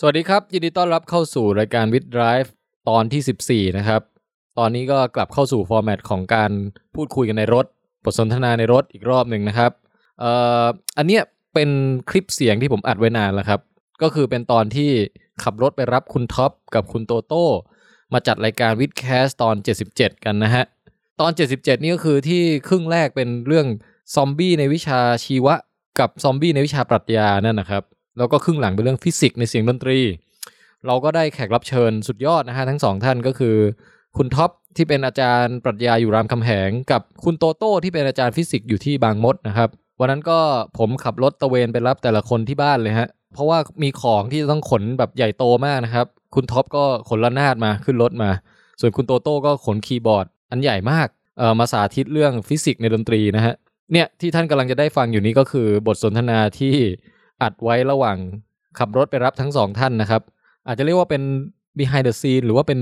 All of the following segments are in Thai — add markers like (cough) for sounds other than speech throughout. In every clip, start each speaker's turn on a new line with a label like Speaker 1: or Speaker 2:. Speaker 1: สวัสดีครับ ยินดีต้อนรับเข้าสู่รายการวิดไ i ฟ์ตอนที่ 14 นะครับ ตอนนี้ก็กลับเข้าสู่ฟอร์แมตของการพูดคุยกันในรถ บทสนทนาในรถอีกรอบหนึ่งนะครับเอ่ออันเนี้ยเป็นคลิปเสียงที่ผมอัดไว้นานแล้วครับ ก็คือเป็นตอนที่ขับรถไปรับคุณท็อปกับคุณโตโต้ มาจัดรายการวิดแคสตอน 77 กันนะฮะ ตอน 77 นี่ก็คือที่ครึ่งแรกเป็นเรื่องซอมบี้ในวิชาชีวะ กับซอมบี้ในวิชาปรัชญานั่นนะครับ แล้วก็ครึ่งหลังเป็นเรื่องฟิสิกส์ในเสียงดนตรี เราก็ได้แขกรับเชิญสุดยอดนะฮะทั้งสองท่านก็คือ คุณท็อปที่เป็นอาจารย์ปรัชญาอยู่รามคำแหง กับคุณโตโต้ที่เป็นอาจารย์ฟิสิกส์อยู่ที่บางมดนะครับวันนั้นก็ผมขับรถตะเวนไปรับแต่ละคนที่บ้านเลยฮะเพราะว่ามีของที่ต้องขนแบบใหญ่โตมากนะครับ คุณท็อปก็ขนระนาดมาขึ้นรถมา ส่วนคุณโตโต้ก็ขนคีย์บอร์ด อันใหญ่มากเออมาสาธิตเรื่องฟิสิกส์ในดนตรีนะฮะเนี่ยที่ท่านกำลังจะได้ฟังอยู่นี้ก็คือบทสนทนาที่อัดไว้ระหว่างขับรถไปรับทั้งสองท่านนะครับ อาจจะเรียกว่าเป็น behind the scene หรือว่าเป็น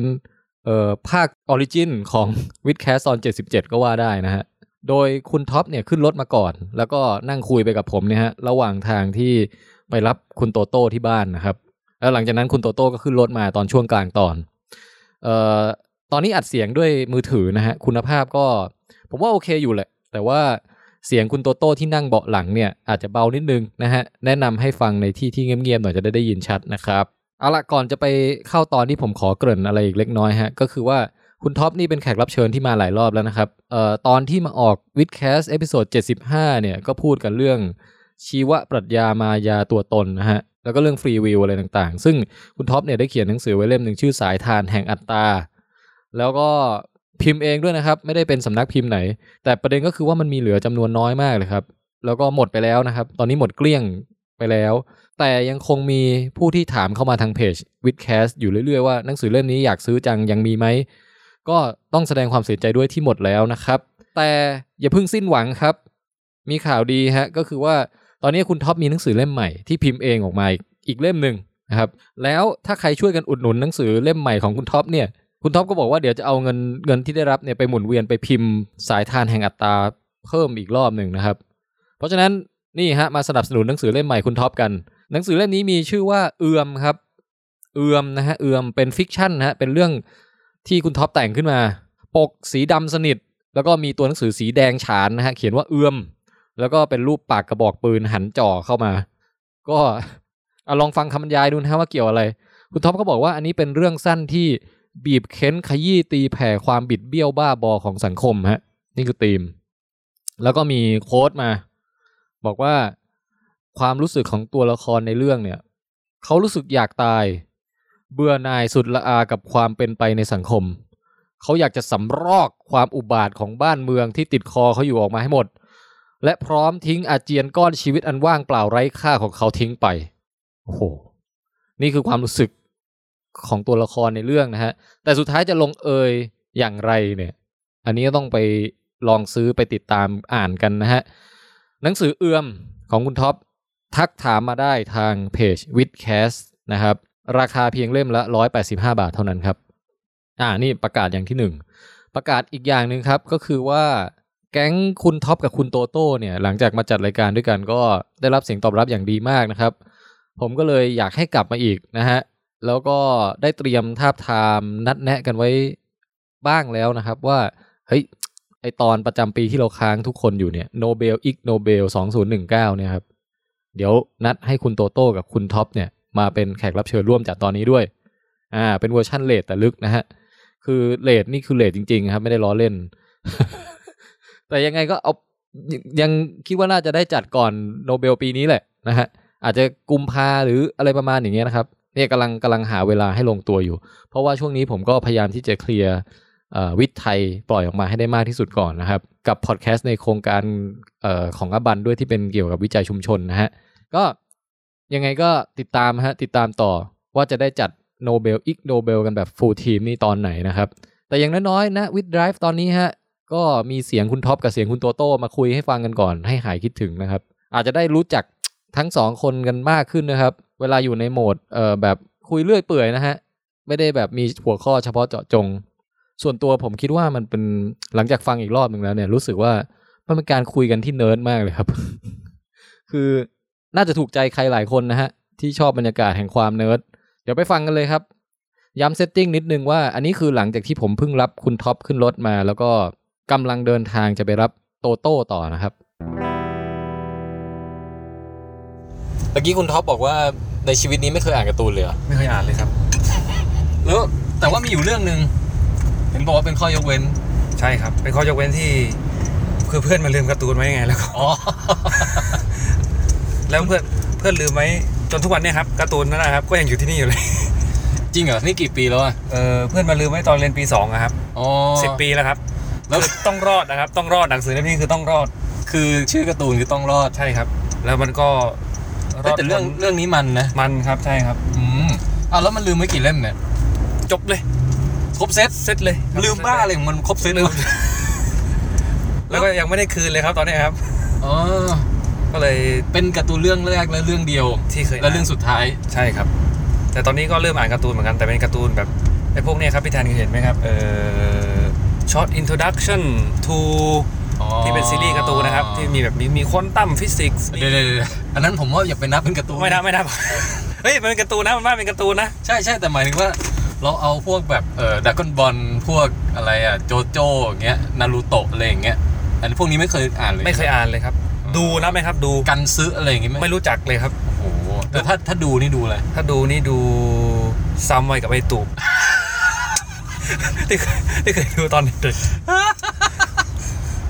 Speaker 1: เอ่อภาคออริจินของวิดแคสตอน77 ก็ว่าได้นะฮะ โดยคุณท็อปเนี่ยขึ้นรถมาก่อน แล้วก็นั่งคุยไปกับผมเนี่ยฮะ ระหว่างทางที่ไปรับคุณโตโต้ที่บ้านนะครับ แล้วหลังจากนั้นคุณโตโต้ก็ขึ้นรถมาตอนช่วงกลางตอน เอ่อ ตอนนี้อัดเสียงด้วยมือถือนะฮะ คุณภาพก็ ผมว่าโอเคอยู่แหละ แต่ว่าเสียงคุณโตโต้ที่นั่งเบาะหลังเนี่ยอาจจะเบานิดนึงนะฮะ แนะนำให้ฟังในที่ที่เงียบๆหน่อยจะได้ได้ยินชัดนะครับ เอาละก่อนจะไปเข้าตอนที่ผมขอเกริ่นอะไรอีกเล็กน้อยฮะ ก็คือว่าคุณท็อปนี่เป็นแขกรับเชิญที่มาหลายรอบแล้วนะครับ เอ่อตอนที่มาออกวิดแคสเอพิโซด75 เนี่ยก็พูดกันเรื่อง ชีวปรัชญามายาตัวตนนะฮะ แล้วก็เรื่องฟรีวิวอะไรต่างๆ ซึ่งคุณท็อปเนี่ยได้เขียนหนังสือไว้เล่มหนึ่งชื่อสายทานแห่งอัตตา แล้วก็พิมพ์เองด้วยนะครับ ไม่ได้เป็นสำนักพิมพ์ไหน แต่ประเด็นก็คือว่ามันมีเหลือจำนวนน้อยมากเลยครับ แล้วก็หมดไปแล้วนะครับ ตอนนี้หมดเกลี้ยงไปแล้ว แต่ยังคงมีผู้ที่ถามเข้ามาทางเพจวิดแคสอยู่เรื่อยๆ ว่าหนังสือเล่มนี้อยากซื้อจังยังมีไหม ก็ต้องแสดงความเสียใจด้วยที่หมดแล้วนะครับ แต่อย่าเพิ่งสิ้นหวังครับ มีข่าวดีฮะก็คือว่าตอนนี้คุณท็อปมีหนังสือเล่มใหม่ที่พิมพ์เองออกมาอีกอีกเล่มหนึ่งนะครับแล้วถ้าใครช่วยกันอุดหนุนหนังสือเล่มใหม่ของคุณท็อปเนี่ยคุณท็อปก็บอกว่าเดี๋ยวจะเอาเงินเงินที่ได้รับเนี่ยไปหมุนเวียนไปพิมพ์สายทานแห่งอัตตาเพิ่มอีกรอบหนึ่งนะครับ เพราะฉะนั้นนี่ฮะมาสนับสนุนหนังสือเล่มใหม่คุณท็อปกัน หนังสือเล่มนี้มีชื่อว่าเอือมครับ เอือมนะฮะเอือมเป็นฟิกชันนะฮะเป็นเรื่องที่คุณท็อปแต่งขึ้นมา ปกสีดำสนิท แล้วก็มีตัวหนังสือสีแดงฉานนะฮะเขียนว่าเอือม แล้วก็เป็นรูปปากกระบอกปืนหันจ่อเข้ามา ก็ (laughs) เอาลองฟังคำบรรยายดูนะฮะว่าเกี่ยวอะไร คุณท็อปก็บอกว่าอันนี้เป็นเรื่องสั้นที่บีบเค้นขยี้ตีแผ่ความบิดเบี้ยวบ้าบอของสังคมฮะ นี่คือธีม แล้วก็มีโค้ดมา บอกว่าความรู้สึกของตัวละครในเรื่องเนี่ย เขารู้สึกอยากตาย เบื่อหน่ายสุดละอากับความเป็นไปในสังคม เขาอยากจะสำรอกความอุบาทของบ้านเมืองที่ติดคอเขาอยู่ออกมาให้หมด และพร้อมทิ้งอาเจียนก้อนชีวิตอันว่างเปล่าไร้ค่าของเขาทิ้งไป โอ้โห นี่คือความรู้สึกของตัวละครในเรื่องนะฮะ แต่สุดท้ายจะลงเอยอย่างไรเนี่ย อันนี้ก็ต้องไปลองซื้อไปติดตามอ่านกันนะฮะ หนังสือเอือมของคุณท็อป ทักถามมาได้ทางเพจ w i t c a s t นะครับ ราคาเพียงเล่มละ 185 บาทเท่านั้นครับ อ่านี่ประกาศอย่างที่หนึ่ง ประกาศอีกอย่างหนึ่งครับ ก็คือว่าแก๊งคุณท็อปกับคุณโตโต้เนี่ย หลังจากมาจัดรายการด้วยกันก็ได้รับเสียงตอบรับอย่างดีมากนะครับ ผมก็เลยอยากให้กลับมาอีกนะฮะ แล้วก็ได้เตรียมทาบทามนัดแนะกันไว้บ้างแล้วนะครับว่า เฮ้ย ไอตอนประจำปีที่เราค้างทุกคนอยู่เนี่ยโนเบลอีกโนเบลสองศูนย์หนึ่งเก้าเนี่ยครับ เดี๋ยวนัดให้คุณโตโต้กับคุณท็อปเนี่ยมาเป็นแขกรับเชิญร่วมจากตอนนี้ด้วย อ่า เป็นเวอร์ชั่นเลทแต่ลึกนะฮะ คือเลทนี่คือเลทจริง ๆ ครับ ไม่ได้ล้อเล่น (laughs) แต่ยังไงก็เอายังยังคิดว่าน่าจะได้จัดก่อนโนเบลปีนี้แหละนะฮะ อาจจะกุมภาหรืออะไรประมาณอย่างเงี้ยนะครับเนี่ยกำลังกำลังหาเวลาให้ลงตัวอยู่ เพราะว่าช่วงนี้ผมก็พยายามที่จะเคลียร์ เอ่อวิทย์ไทยปล่อยออกมาให้ได้มากที่สุดก่อนนะครับ กับพอดแคสต์ในโครงการเออของอบันด้วยที่เป็นเกี่ยวกับวิจัยชุมชนนะฮะ ก็ยังไงก็ติดตามฮะติดตามต่อว่าจะได้จัดโนเบลอีกโนเบลกันแบบฟูลทีมนี่ตอนไหนนะครับ แต่อย่างน้อยๆนะวิดไ i ฟ์ตอนนี้ฮะ ก็มีเสียงคุณท็อปกับเสียงคุณโตโต้มาคุยให้ฟังกันก่อนให้หายคิดถึงนะครับ อาจจะได้รู้จักทั้งสองคนกันมากขึ้นนะครับ เวลาอยู่ในโหมดเอ่อแบบคุยเรื่อยเปื่อยนะฮะไม่ได้แบบมีหัวข้อเฉพาะเจาะจง ส่วนตัวผมคิดว่ามันเป็นหลังจากฟังอีกรอบหนึ่งแล้วเนี่ยรู้สึกว่ามันเป็นการคุยกันที่เนิร์ดมากเลยครับ (laughs) คือน่าจะถูกใจใครหลายคนนะฮะ ที่ชอบบรรยากาศแห่งความเนิร์ด
Speaker 2: เดี๋ยวไปฟังกันเลยครับ ย้ำเซตติ้งนิดนึงว่าอันนี้คือหลังจากที่ผมเพิ่งรับคุณท็อปขึ้นรถมา แล้วก็กำลังเดินทางจะไปรับโตโต้ต่อนะครับเมื่อกี้คุณท็อปบอกว่าในชีวิตนี้ไม่เคยอ่านการ์ตูนเลยเหรอ
Speaker 3: ไม่เคยอ่านเลยครับ
Speaker 2: แล้วแต่ว่ามีอยู่เรื่องหนึ่งเห็นบอกว่าเป็นข้อยกเว้น
Speaker 3: ใช่ครับ เป็นข้อยกเว้นที่ คือเพื่อนมันลืมการ์ตูนไว้ยังไงแล้วก็
Speaker 2: อ๋อ
Speaker 3: (laughs) แล้วเพื่อนเพื่อนลืมไว้จนทุกวันเนี่ยครับการ์ตูนนั่นนะครับ ก็ยังอยู่ที่นี่อยู่เลย
Speaker 2: จริงเหรอ นี่กี่ปีแล้วอ่ะ
Speaker 3: เออเพื่อนมาลืมไว้ตอนเรียนปีสองอะครับ
Speaker 2: อ๋อ
Speaker 3: สิบปีแล้วครับ
Speaker 2: แล้ว
Speaker 3: คือต้องรอดนะครับ ต้องรอดหนังสือเล่มนี้คือต้องรอด
Speaker 2: คือชื่อการ์ตูนคือต้องรอด
Speaker 3: ใช่ครับ แล้วมันก็
Speaker 2: เอ้ยแต่เรื่อง
Speaker 3: พ้น
Speaker 2: เรื่องนี้มันนะ
Speaker 3: มันครับใช่ครับ
Speaker 2: อืมอ้าวแล้วมันลืมไว้กี่เล่มเนี่ย
Speaker 3: จบเลย
Speaker 2: ครบเซต
Speaker 3: เสร็จเลยครับ
Speaker 2: ลืมบ้าเลยของมันครบเซตเลยวะ
Speaker 3: แล้วก็ยังไม่ได้คืนเลยครับตอนเนี้ยครับ
Speaker 2: อ๋อ
Speaker 3: ก็เลย
Speaker 2: เป็นการ์ตูนเรื่องแรกและเรื่องเดียว
Speaker 3: ที่เคย
Speaker 2: และเรื่องสุดท้าย
Speaker 3: ใช่ครับ แต่ตอนนี้ก็เริ่มอ่านการ์ตูนเหมือนกันแต่เป็นการ์ตูนแบบไอ้พวกเนี้ยครับพี่แทนเคยเห็นไหมครับเออ short introduction to
Speaker 2: อ๋อ
Speaker 3: ที่เป็นซีรีส์การ์ตูนนะครับ ที่มีแบบมีมีคนตั้มฟิสิกส์
Speaker 2: เดี๋ยวเดี๋ยวเดี๋ยวอันนั้นผมว่าอย่าไปนับเป็นการ์ตูน
Speaker 3: ไม่นับไม่นับ (laughs) เฮ้ยมันเป็นการ์ตูนนะมันว่าเป็นการ์ตูนนะ
Speaker 2: ใช่ใช่แต่หมายถึงว่า เราเอาพวกแบบเอ่อดักกอนบอลพวกอะไรอ่ะโจโจ้อย่างเงี้ยนารูโตะอะไรอย่างเงี้ยอันนพวกนี้ไม่เคยอ่านเลย
Speaker 3: ไม่เคยอ่านเลยครับ ดูนะไหมครับดู
Speaker 2: กันซื้ออะไรอย่างงี้ไหม
Speaker 3: ไม่รู้จักเลยครับ
Speaker 2: โอ้โหแต่ถ้าถ้าดูนี่ดูอะไร
Speaker 3: ถ้าดูนี่ดูซ้ำไว้กับไอ้ตูบ (laughs) ที่เคยที่เคยดูตอนเด็ก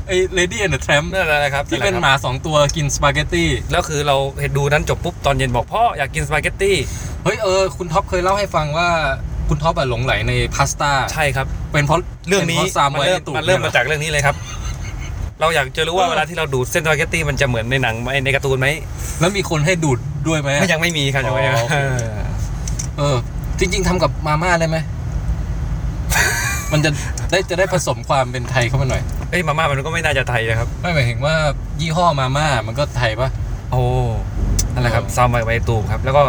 Speaker 2: ไอ้เลดี้แอนด์แทรม
Speaker 3: ๆนั่นแหละครับ
Speaker 2: ที่เป็น
Speaker 3: แหละครับ
Speaker 2: หมาสองตัวกินสปาเกตตี้
Speaker 3: แล้วคือเราเห็นดูนั้นจบปุ๊บตอนเย็นบอกพ่ออยากกินสปาเกตตี้
Speaker 2: เฮ้ยเออ คุณท็อปเคยเล่าให้ฟังว่าคุณท็อปอะหลงไหลในพาสต้า
Speaker 3: ใช่ครับ
Speaker 2: เป็นเพราะ
Speaker 3: เรื่องนี้
Speaker 2: ป็พาะซาม
Speaker 3: มัน
Speaker 2: ไว้
Speaker 3: เริ่ม
Speaker 2: ตูด
Speaker 3: มันเริ่ม
Speaker 2: นี่
Speaker 3: มาย
Speaker 2: หอ
Speaker 3: จากเรื่องนี้เลยครับ เราอยากจะรู้ว่า
Speaker 2: เออ
Speaker 3: เวลาที่เราดูดเส้นสปาเกตตี้มันจะเหมือนในหนังไหมในการ์ตูนไหม
Speaker 2: แล้วมีคนให้ดูดด้วยไหม
Speaker 3: ไม่ยังไม่มีครับยังไม่มี
Speaker 2: อ๋อโอเค เออ จริง ๆทำกับมาม่า
Speaker 3: (laughs)
Speaker 2: ได้ไหม มันจะได้จะได้ผสมความเป็นไทยเข้ามาหน่อย
Speaker 3: เอ้ยมาม่ามันก็ไม่น่าจะไทยนะครับ
Speaker 2: ไม่หมายถึงว่ายี่ห้อมาม่ามันก็ไทยปะ
Speaker 3: โอ้นั่นแหละครับ
Speaker 2: เออ
Speaker 3: ซ้ำไว้ไว้ตูมครับ แล้วก็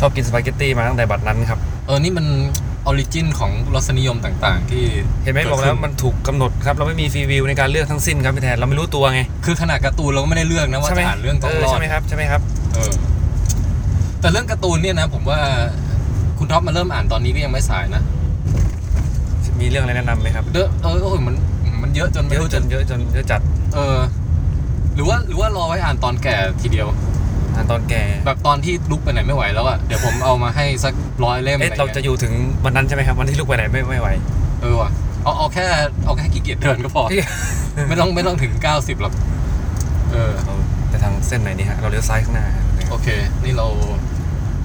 Speaker 3: ชอบกินสปาเกตตี้มาตั้งแต่บัดนั้นครับ
Speaker 2: เออ นี่มันออริจินของรสนิยมต่างๆ ที่
Speaker 3: เห็นไหมบอกแล้วมันถูกกำหนดครับเราไม่มีฟรีวิวในการเลือกทั้งสิ้นครับพี่แทนเราไม่รู้ตัวไง
Speaker 2: คือขนาดการ์ตูนเราก็ไม่ได้เลือกนะว่า
Speaker 3: ใช่ไหม
Speaker 2: จะอ่านเรื่องต้องรอ
Speaker 3: ใช่
Speaker 2: ด
Speaker 3: ไหมครับใช่ไหมครับ
Speaker 2: เออแต่เรื่องการ์ตูนเนี่ยนะ ผมว่าคุณท็อปมาเริ่มอ่านตอนนี้ก็ยังไม่สายนะ
Speaker 3: มีเรื่องอะไรแนะนำไหมครับ
Speaker 2: เดอเออโอ้ยมันมันเยอะจนไม่
Speaker 3: เยอะ
Speaker 2: รู้
Speaker 3: จ
Speaker 2: จะ
Speaker 3: นเยอะจนเยอะจัด
Speaker 2: เออ หรือว่าหรือว่ารอไว้อ่านตอนแก่ทีเดียว
Speaker 3: อ่านตอนแก่
Speaker 2: แบบตอนที่ลุกไปไหนไม่ไหวแล้วอะเดี๋ยวผมเอามาให้สักร้อยเล่มอะ
Speaker 3: เอ๊ะ
Speaker 2: ไร
Speaker 3: เราจะ
Speaker 2: เงี้ย
Speaker 3: อยู่ถึงวันนั้นใช่ไหมครับวันที่ลูกไปไหนไม่ไม่ไหว
Speaker 2: เออว่ะเอาเอาแค่เอาแค่ขี้เกียจเดินก็พอ (laughs) ไม่ต้องไม่ต้องถึง 90หรอกเออ
Speaker 3: เราจะทางเส้นไหนนี่ฮะเราเลี้ยวซ้ายข้างหน้าฮะ
Speaker 2: โอเค นี่เรา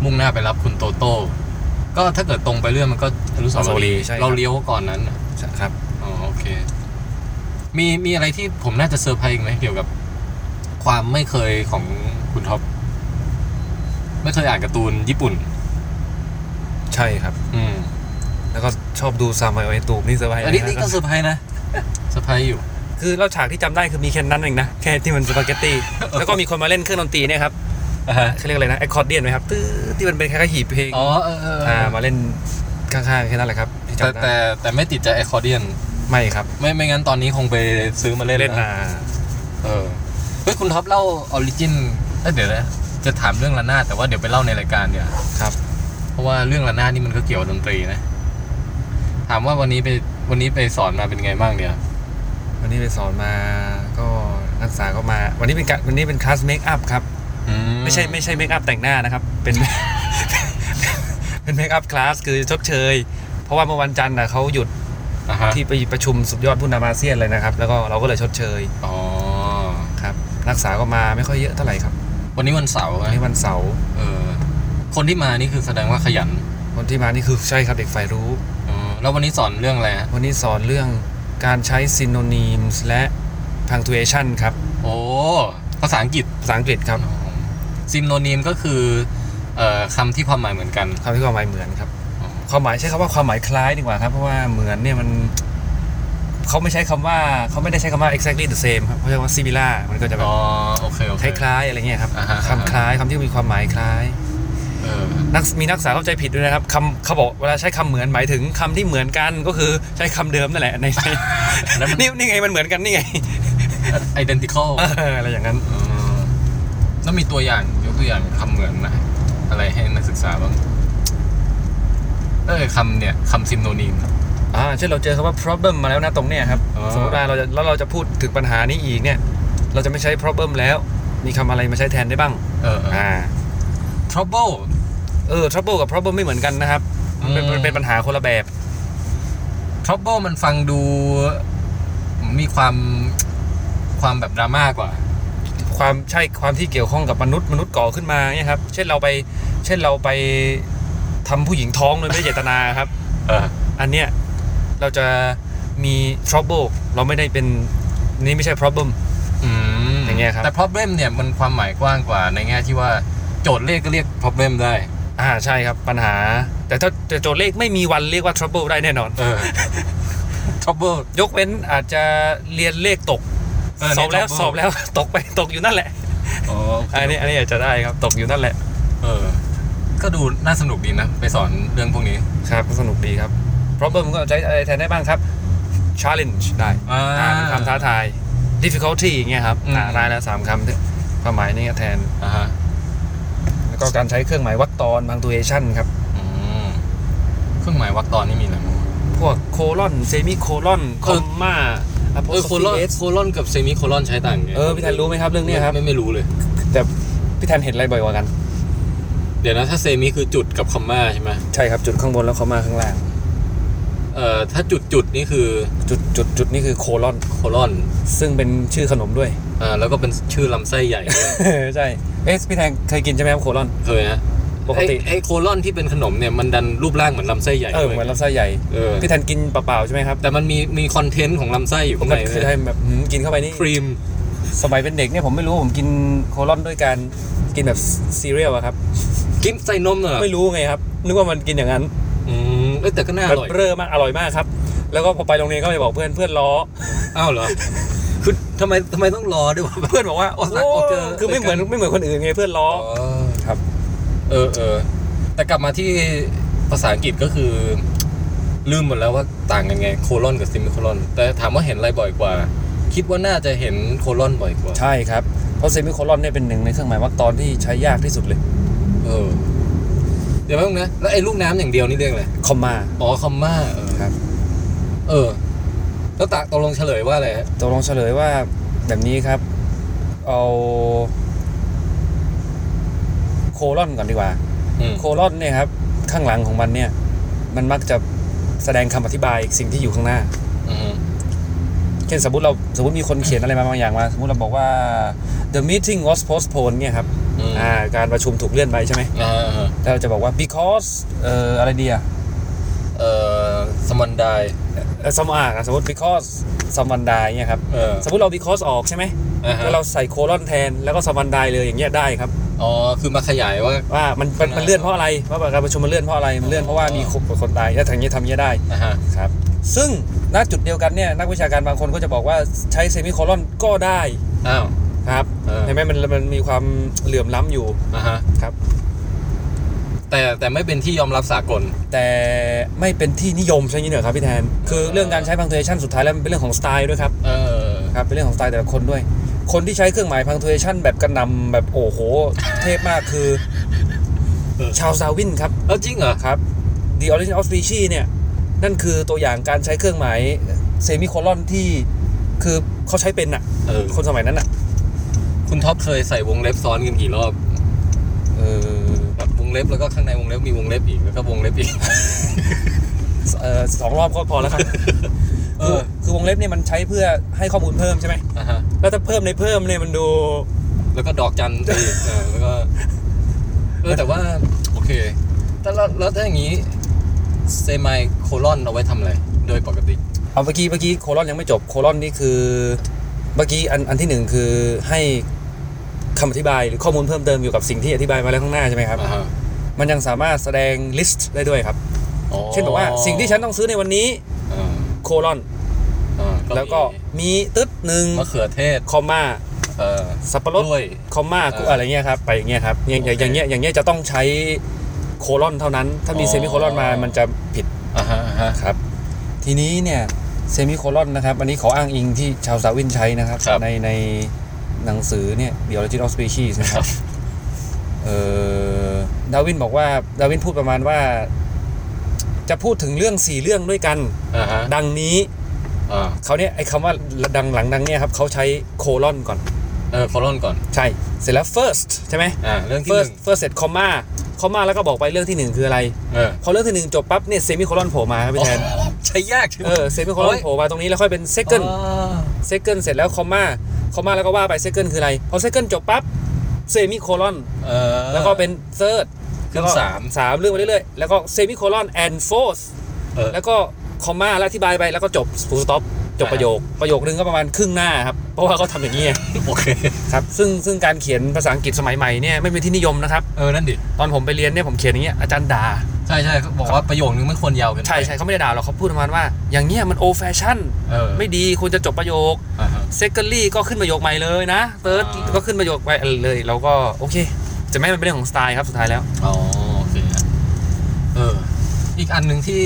Speaker 2: มุ่งหน้าไปรับคุณโตโต้ก็ถ้าเกิดตรงไปเรื่อยมันก็อนุสาวรีย์เราเลี้ยวก่อนนั้นน่ะ
Speaker 3: ใช่ครับ
Speaker 2: อ๋อโอเค มีมีอะไรที่ผมน่าจะเซอร์ไพรส์อีกไหมเกี่ยวกับ ความไม่เคยของคุณท็อปไม่เคยอ่านการ์ตูนญี่ปุ่น
Speaker 3: ใช่ครับ
Speaker 2: อืม
Speaker 3: แล้วก็ชอบดูซามายไอตูมนี่เซอร์ไพรส์
Speaker 2: อันนี้นี่
Speaker 3: ะค
Speaker 2: ก็
Speaker 3: รับ
Speaker 2: เซอร์ไพรส์นะ (laughs) เซอร์ไพรส์อยู่
Speaker 3: คือเราฉากที่จำได้คือมีแค่นั้นเองนะแค่ที่มันสปาเกต
Speaker 2: (laughs)
Speaker 3: ตี้ แล้วก็มีคนมาเล่นเครื่องดนตรีเนี่ยครับเขาเรียกอะไรนะไอคอร์เดียนไหมครับตื้อที่มันเป็นแค่หีบเพลง
Speaker 2: อ๋อเออเออเอ
Speaker 3: อ่า
Speaker 2: อ
Speaker 3: มาเล่นข้างๆแค่นั้นแหละครับที่จำได้
Speaker 2: แต่แต่แต่ไม่ติดใจไอคอร์เดียน
Speaker 3: ไม่ครับ
Speaker 2: ไม่ไม่งั้นตอนนี้คงไปซื้อมาเล่น
Speaker 3: เล่น
Speaker 2: นะ
Speaker 3: อ่า
Speaker 2: เออเฮ้ยคุณท็อปเล่าออริจินเอ้ยเดี๋ยวนะจะถามเรื่องระนาดแต่ว่าเดี๋ยวไปเล่าในรายการเดี๋ยวา
Speaker 3: ครับ
Speaker 2: เพราะว่าเรื่องระนาดนี่มันก็เกี่ยวกับดนตรีนะ ถามว่าวันนี้ไปวันนี้ไปสอนมาเป็นไงบ้างเนี่ย
Speaker 3: วันนี้ไปสอนมาก็นักศึกษาก็มา วันนี้เป็นกะวันนี้เป็นคลาสเมคอัพครับ ไม่ใช่ไม่ใช่เมคอัพแต่งหน้านะครับ เป็น (laughs) เป็นเมคอัพคลาสคือชดเชย เพราะว่าเมื่อวันจันทร์นะเขาหยุด
Speaker 2: อ่าฮะ
Speaker 3: ที่ไปประชุมสุดยอดผู้นำอาเซียนเลยนะครับ แล้วก็เราก็เลยชดเชย
Speaker 2: อ๋อ
Speaker 3: ครับ นักศึกษาก็มาไม่ค่อยเยอะเท่าไหร่ครับ
Speaker 2: วันนี้วันเสาร์
Speaker 3: วัน
Speaker 2: นะ
Speaker 3: นี้วันเสาร์
Speaker 2: เออ คนที่มานี่คือแสดงว่าขยัน
Speaker 3: คนที่มานี่คือใช่ครับเด็กฝ่ายรู้
Speaker 2: อ๋อแล้ววันนี้สอนเรื่องอะไรฮะ
Speaker 3: วันนี้สอนเรื่องการใช้ synonyms และ punctuation ครับ
Speaker 2: โอ้ภาษาอังกฤษ
Speaker 3: ภาษาอังกฤษครับ
Speaker 2: ซิมโนนีมก็คือเอ่อคำที่ความหมายเหมือนกัน
Speaker 3: คำที่ความหมายเหมือนครับ
Speaker 2: อ๋อ
Speaker 3: ความหมายใช้คำว่าความหมายคล้ายดีกว่าครับเพราะว่าเหมือนเนี่ยมันเขาไม่ใช้คำว่าเขาไม่ได้ใช้คำว่า exactly the same ครับเขาใช้คำว่า similar มันก็จะแบบ
Speaker 2: อ๋อโอเคโอ
Speaker 3: ค
Speaker 2: เค
Speaker 3: ล้ายๆอะไรเงี้ยครับ
Speaker 2: อ่าฮะ
Speaker 3: คำคล้ายคำที่มีความหมายคล้าย
Speaker 2: เออ
Speaker 3: นักมีนักศึกษาเข้าใจผิดด้วยนะครับคำเขาบอกเวลาใช้คำเหมือนหมายถึงคำที่เหมือนกันก็คือใช้คำเดิมนั่นแหละในใน
Speaker 2: (laughs)
Speaker 3: นี่นี่ไงมันเหมือนกันนี่ไง
Speaker 2: ไอเดนติคอล
Speaker 3: เอออะไรอย่างนั้น
Speaker 2: แล้วมีตัวอย่างยกตัวอย่างคำเหมือนนะอะไรให้นักศึกษาบ้าง คำเนี่ยคำซิมโนนีมครับ
Speaker 3: อ่าเช่นเราเจอคำว่า problem มาแล้วนะตรงเนี้ยครับ
Speaker 2: อ๋อ
Speaker 3: สมมติว่าเราจะแล้วเราจะพูดถึงปัญหานี้อีกเนี่ย เราจะไม่ใช้ problem แล้ว มีคำอะไรมาใช้แทนได้บ้าง
Speaker 2: เออเออ
Speaker 3: อ่า
Speaker 2: trouble
Speaker 3: เออ trouble กับ problem ไม่เหมือนกันนะครับมันเป็น
Speaker 2: อืม
Speaker 3: มันเป็นปัญหาคนละแบบ
Speaker 2: trouble มันฟังดูมีความความแบบดราม่ากว่า
Speaker 3: ความใช่ความที่เกี่ยวข้องกับมนุษย์มนุษย์ก่อขึ้นมาเนี่ยครับเช่นเราไป เช่นเราไปทำผู้หญิงท้องโดยไม่ (laughs) ได้เจตนาครับ
Speaker 2: เออ
Speaker 3: อันเนี้ยเราจะมี trouble เราไม่ได้เป็นนี่ไม่ใช่ problem
Speaker 2: อืม
Speaker 3: อย่างเงี้ยครับ
Speaker 2: แต่ problem เนี่ยมันความหมายกว้างกว่าในแง่ที่ว่าโจทย์เลขก็เรียก problem ได้
Speaker 3: อ่าใช่ครับปัญหา แต่ถ้าแต่โจทย์เลขไม่มีวันเรียกว่า trouble ได้แน่นอน
Speaker 2: เออ (laughs) trouble
Speaker 3: ยกเว้นอาจจะเรียนเลขตก
Speaker 2: เออ
Speaker 3: สอบแล้ว
Speaker 2: ใน trouble
Speaker 3: สอบแล้ว (laughs) ตกไปตกอยู่นั่นแหละ
Speaker 2: อ๋อ
Speaker 3: อันนี้อันนี้อาจจะได้ครับตกอยู่นั่นแหละ
Speaker 2: เออ ก็ดูน่าสนุกดีนะ ไปสอนเรื่องพวกนี้
Speaker 3: ครับก็สนุกดีครับ problem ก็ใช้อะไรแทนได้บ้างครับ challenge ได้
Speaker 2: อ่า
Speaker 3: อ่าเป็นคำท้าทาย difficulty อย่างเงี้ยครับ
Speaker 2: อืม
Speaker 3: อ่ารายละสามคำที่ความหมายนี้ก็แทน
Speaker 2: อ่าฮะ
Speaker 3: แล้วก็การใช้เครื่องหมายวักตอน punctuation ครับ
Speaker 2: อืมเครื่องหมายวรรคตอนนี่มีอะไรบ้าง
Speaker 3: พวกโคลอนเซมิโคลอนค
Speaker 2: เอ
Speaker 3: อ
Speaker 2: อ
Speaker 3: มมา
Speaker 2: เออโคลอนโคลอนกับเซมิโคลอนใช้ต่างไง
Speaker 3: เออพี่แทนรู้ไหมครับเรื่องเนี้ยครับ
Speaker 2: ไม่ไม่รู้เลย
Speaker 3: แต่พี่แทนเห็นอะไรบ่อยกว่ากัน
Speaker 2: เดี๋ยวนะ ถ้าเซมิคือจุดกับคอมมาใช่ไหม
Speaker 3: ใช่ครับจุดข้างบนแล้วคอมมาข้างล่าง
Speaker 2: เอ่อถ้าจุดจุดนี่คือ
Speaker 3: จุดจุดจุดนี่คือโคลอน
Speaker 2: โคลอน
Speaker 3: ซึ่งเป็นชื่อขนมด้วย (laughs)
Speaker 2: อ่าแล้วก็เป็นชื่อลำไส้ใหญ่ด้วย
Speaker 3: ใช่เอ๊ะพี่แทนเคยกินใช่ไหมครับโคลอน
Speaker 2: เคยฮะ
Speaker 3: ปกติ
Speaker 2: ไอ้ไอ้โคลอนที่เป็นขนมเนี่ยมันดันรูปร่างเหมือนลำไส้ใหญ่
Speaker 3: เออ
Speaker 2: ด้วย
Speaker 3: เหมือนลำไส้ใหญ่
Speaker 2: เออ
Speaker 3: พี่แทนกินเปล่าๆใช่ไหมครับ
Speaker 2: แต่มันมีมีคอนเทนต์ของลำไส้อยู่
Speaker 3: ผม
Speaker 2: ข้าง
Speaker 3: ก็
Speaker 2: ใน
Speaker 3: พี่แทนแบบหืมกินเข้าไปนี่
Speaker 2: ครีม
Speaker 3: สมัยเป็นเด็กเนี่ยผมไม่รู้ผมกินโคลอนด้วยการกินแบบซีเรียลอะครับ
Speaker 2: กินใส่นมเหรอ
Speaker 3: ไม่รู้ไงครับนึกว่ามันกินอย่างนั้น
Speaker 2: อืมเอ้ยแต่ก็น่าอ
Speaker 3: แบบ
Speaker 2: ร่อย
Speaker 3: เร่อมากอร่อยมากครับ แล้วก็พอไปโรงเรียนก็ไปบอกเพื่อนเพื่อนล้อ
Speaker 2: อ้าวเหรอคือทำไมทำไมต้องรอด้วยวะ
Speaker 3: เพื่อนบอกว่าโอ้โห
Speaker 2: โอ้โหเจอ
Speaker 3: คือไม่เหมือนไม่เหมือนคนอื่นไงเพื่อนล้อ ครับ
Speaker 2: เออเออ แต่กลับมาที่ภาษาอังกฤษก็คือ ลืมหมดแล้วว่าต่างกันไงโคลอนกับซิมิโคลอน แต่ถามว่าเห็นอะไรบ่อยกว่า คิดว่าน่าจะเห็นโคลอนบ่อยกว่า
Speaker 3: ใช่ครับ เพราะเซมิโคลอนเนี่ยเป็นหนึ่งในเครื่องหมายวรรคตอนที่ใช้ยากที่สุดเลย
Speaker 2: เออ เดี๋ยวแป๊บนึงนะ แล้วไอ้ลูกน้ำอย่างเดียวนี่เรียกอะไร
Speaker 3: คอมมา
Speaker 2: อ๋อคอมมาเออ
Speaker 3: ครับ
Speaker 2: เออ แล้วตะตกลงเฉลยว่าอะไรฮะ
Speaker 3: ตกลงเฉลยว่าแบบนี้ครับ เอา โคลอนก่อนดีกว่า
Speaker 2: อืม
Speaker 3: โคลอนเนี่ยครับ ข้างหลังของมันเนี่ย มันมักจะแสดงคำอธิบายสิ่งที่อยู่ข้างหน้า
Speaker 2: อืม
Speaker 3: เช่นสมมติเราสมมติมีคนเขียนอะไรมาบางอย่างมา สมมติเราบอกว่า the meeting was postponed เนี่ยครับ
Speaker 2: อืม
Speaker 3: อ่า การประชุมถูกเลื่อนไปใช่ไหม
Speaker 2: อ่าอ่า
Speaker 3: แล้วเราจะบอกว่า because เอ่ออะไรดีอะ
Speaker 2: เออสมันไดาย
Speaker 3: เอ่อสมมติอ่ะสมมติ because สมวันดายเนี่ยครับ
Speaker 2: เออ
Speaker 3: สมมติเรา because ออกใช่ไหม
Speaker 2: อ่าฮะ
Speaker 3: แล้วเราใส่โคลอนแทนแล้วก็สมวันดายเลยอย่างเงี้ยได้ครับ
Speaker 2: อ๋อ คือมาขยายว่า
Speaker 3: ว่ามันมัน
Speaker 2: อ่ามั
Speaker 3: มันเลื่อนเพราะอะไรว่าการประชุมมันเลื่อนเพราะอะไรมันเลื่อนเพราะว่า
Speaker 2: อ๋อ
Speaker 3: มีคนคนตายแล้วทางเงี้ยทำเงี้ยได้
Speaker 2: อ่าฮะ
Speaker 3: ครับซึ่งณจุดเดียวกันเนี่ยนักวิชาการบางคนก็จะบอกว่าใช้เซมิโคลอนก็ได้
Speaker 2: อ้าว
Speaker 3: ครับ
Speaker 2: เออ
Speaker 3: เห็นไหมมันมันมีความเหลื่อมล้ำอยู่
Speaker 2: อ่าฮะ
Speaker 3: ครับ
Speaker 2: แต่แต่ไม่เป็นที่ยอมรับสากล
Speaker 3: แต่ไม่เป็นที่นิยมใช่ไหมเนี่ยครับพี่แทนคือเรื่องการใช้พังเทชันสุดท้ายแล้วมันเป็นเรื่องของสไตล์ด้วยครับ
Speaker 2: เออ
Speaker 3: ครับเป็นเรื่องของสไตล์แต่ละคนด้วย คนที่ใช้เครื่องหมายพัง t ท a ชั่นแบบกระหนำแบบโอ้โห เทพมากคือ
Speaker 2: เออ
Speaker 3: ชาวซาวินครับ
Speaker 2: เออจริงเหรอ
Speaker 3: ครับ The Origin of Species เนี่ย นั่นคือตัวอย่างการใช้เครื่องหมายเซมิโคลอนที่คือเขาใช้เป็นน่ะ
Speaker 2: เออ
Speaker 3: คนสมัยนั้นน่ะ
Speaker 2: คุณท็อปเคยใส่วงเล็บซ้อนกันกี่รอบ
Speaker 3: เออ
Speaker 2: แบบวงเล็บแล้วก็ข้างในวงเล็บมีวงเล็บอีกแล้วก็วงเล็บอีก
Speaker 3: เออสองรอบก็พอ
Speaker 2: (laughs)
Speaker 3: แล้วครับ
Speaker 2: เอ
Speaker 3: คือ
Speaker 2: อ
Speaker 3: คือวงเล็บเนี่ยมันใช้เพื่อให้ข้อมูลเพิ่มใช่ไหม
Speaker 2: อ่าฮะ
Speaker 3: แล้วถ้าเพิ่มในเพิ่มเนี่ยมันดู
Speaker 2: แล้วก็ดอกจั
Speaker 3: (laughs)
Speaker 2: นตีกเออแล้วก็เออแต่ว่า โอเคแต่แล้วแล้วถ้าอย่างนี้เซม i โคลอนเอาไว้ทำอะไร โดยปกติ
Speaker 3: เอาเมื่อกี้เมื่อกี้โคลอนยังไม่จบโคลอนนี่คือเมื่อกี้อันอันที่หนึ่งคือให้คำอธิบายหรือข้อมูลเพิ่มเติมอยู่ยวกับสิ่งที่อธิบายมาแล้วข้างหน้าใช่ไหมครับ
Speaker 2: อ่าฮะ
Speaker 3: มันยังสามารถแสดงลิสต์ได้ด้วยครับ เช่นบอกว่าสิ่งที่ฉันต้องซื้อในวันนี้
Speaker 2: เออ
Speaker 3: โคลอน
Speaker 2: เออ
Speaker 3: แล้วก็มีตึ๊ดหนึ่ง
Speaker 2: มีมะเขือเทศ
Speaker 3: คอมมา
Speaker 2: เออ
Speaker 3: สับปะรด
Speaker 2: ด้วย
Speaker 3: คอมมา
Speaker 2: เอออ
Speaker 3: อะไรเงี้ยครับไปอย่างเงี้ยครับอย่างอย่าง
Speaker 2: โอเค
Speaker 3: อย่างเงี้ยอย่างเงี้ยจะต้องใช้โคลอนเท่านั้น ถ้ามี
Speaker 2: อ๋อ
Speaker 3: เซมิโคลอนมามันจะผิด
Speaker 2: อ่าฮะอ่าฮะ
Speaker 3: ครับทีนี้เนี่ยเซมิโคลอนนะครับ อันนี้ขออ้างอิงที่ชาวสาวินใช้นะครับ
Speaker 2: ครับ
Speaker 3: ในในหนังสือเนี่ย The Origin of Species นะครับเออดาวินบอกว่าดาวินพูดประมาณว่า จะพูดถึงเรื่องสี่เรื่องด้วยกัน
Speaker 2: อ่าฮะ
Speaker 3: ดังนี้
Speaker 2: อ่า
Speaker 3: เขาเนี่ยไอ้คำว่าดังหลังดังเนี่ยครับเขาใช้โคลอนก่อน
Speaker 2: เออคอลอนก่อน
Speaker 3: ใช่ เสร็จแล้ว first ใช่ไหม
Speaker 2: อ่าเรื่องที่ห
Speaker 3: first
Speaker 2: นึ่ง
Speaker 3: first เสร็จ comma comma แล้วก็บอกไปเรื่องที่หนึ่งคืออะไร
Speaker 2: เออ
Speaker 3: พอเรื่องที่หนึ่งจบปั๊บเนี่ยเซมิโคลอนโผล่มาครับพี่แทน
Speaker 2: ใช้ยากใช่ไหม
Speaker 3: เออเซมิโคลอ
Speaker 2: โอ้
Speaker 3: น
Speaker 2: ย
Speaker 3: โผล่มาตรงนี้แล้วค่อยเป็น second
Speaker 2: อ๋อ
Speaker 3: second เสร็จแล้วคอมมาคอมมาแล้วก็ว่าไป second คืออะไร พอ second จบปั๊บเซมิโคลอน
Speaker 2: เออ
Speaker 3: แล้วก็เป็น third
Speaker 2: ขึ้น
Speaker 3: แล้วก็
Speaker 2: สาม
Speaker 3: สามเรื่องไปเรื่อยๆ แล้วก็เซมิโคลอน and fourth
Speaker 2: เออ
Speaker 3: แล้วก็คอมมาแล้วอธิบายไปแล้วก็จบ full stop จบประโยค ประโยคนึงก็ประมาณครึ่งหน้าครับ เพราะว่าเขาทำอย่างนี้ไง
Speaker 2: โอเค
Speaker 3: ครับซึ่งซึ่งการเขียนภาษาอังกฤษสมัยใหม่เนี่ยไม่เป็นที่นิยมนะครับ
Speaker 2: เออนั่นดิ
Speaker 3: ตอนผมไปเรียนเนี่ยผมเขียนอย่างเงี้ยอาจารย์ด่า
Speaker 2: ใช่ใช่เขาบอกว่าประโยคนึงไม่ควรยาวเกินไป
Speaker 3: ใช่ใช่เขาไม่ได้ด่าหรอกเขาพูดประมาณว่า อย่างเงี้ยมันโอแฟชั่น
Speaker 2: เออ
Speaker 3: ไม่ดีควรจะจบประโยค
Speaker 2: อ่าฮะ
Speaker 3: เซคันลี่ก็ขึ้นประโยคใหม่เลยนะเติร์ด
Speaker 2: อ่า
Speaker 3: ก็ขึ้นประโยคไปเลย เราก็โอเค จะไม่ให้มันเป็นเรื่องของสไตล์ครับสุดท้ายแล้ว
Speaker 2: อ๋อโอเคฮะเออ อีกอันหนึ่งที่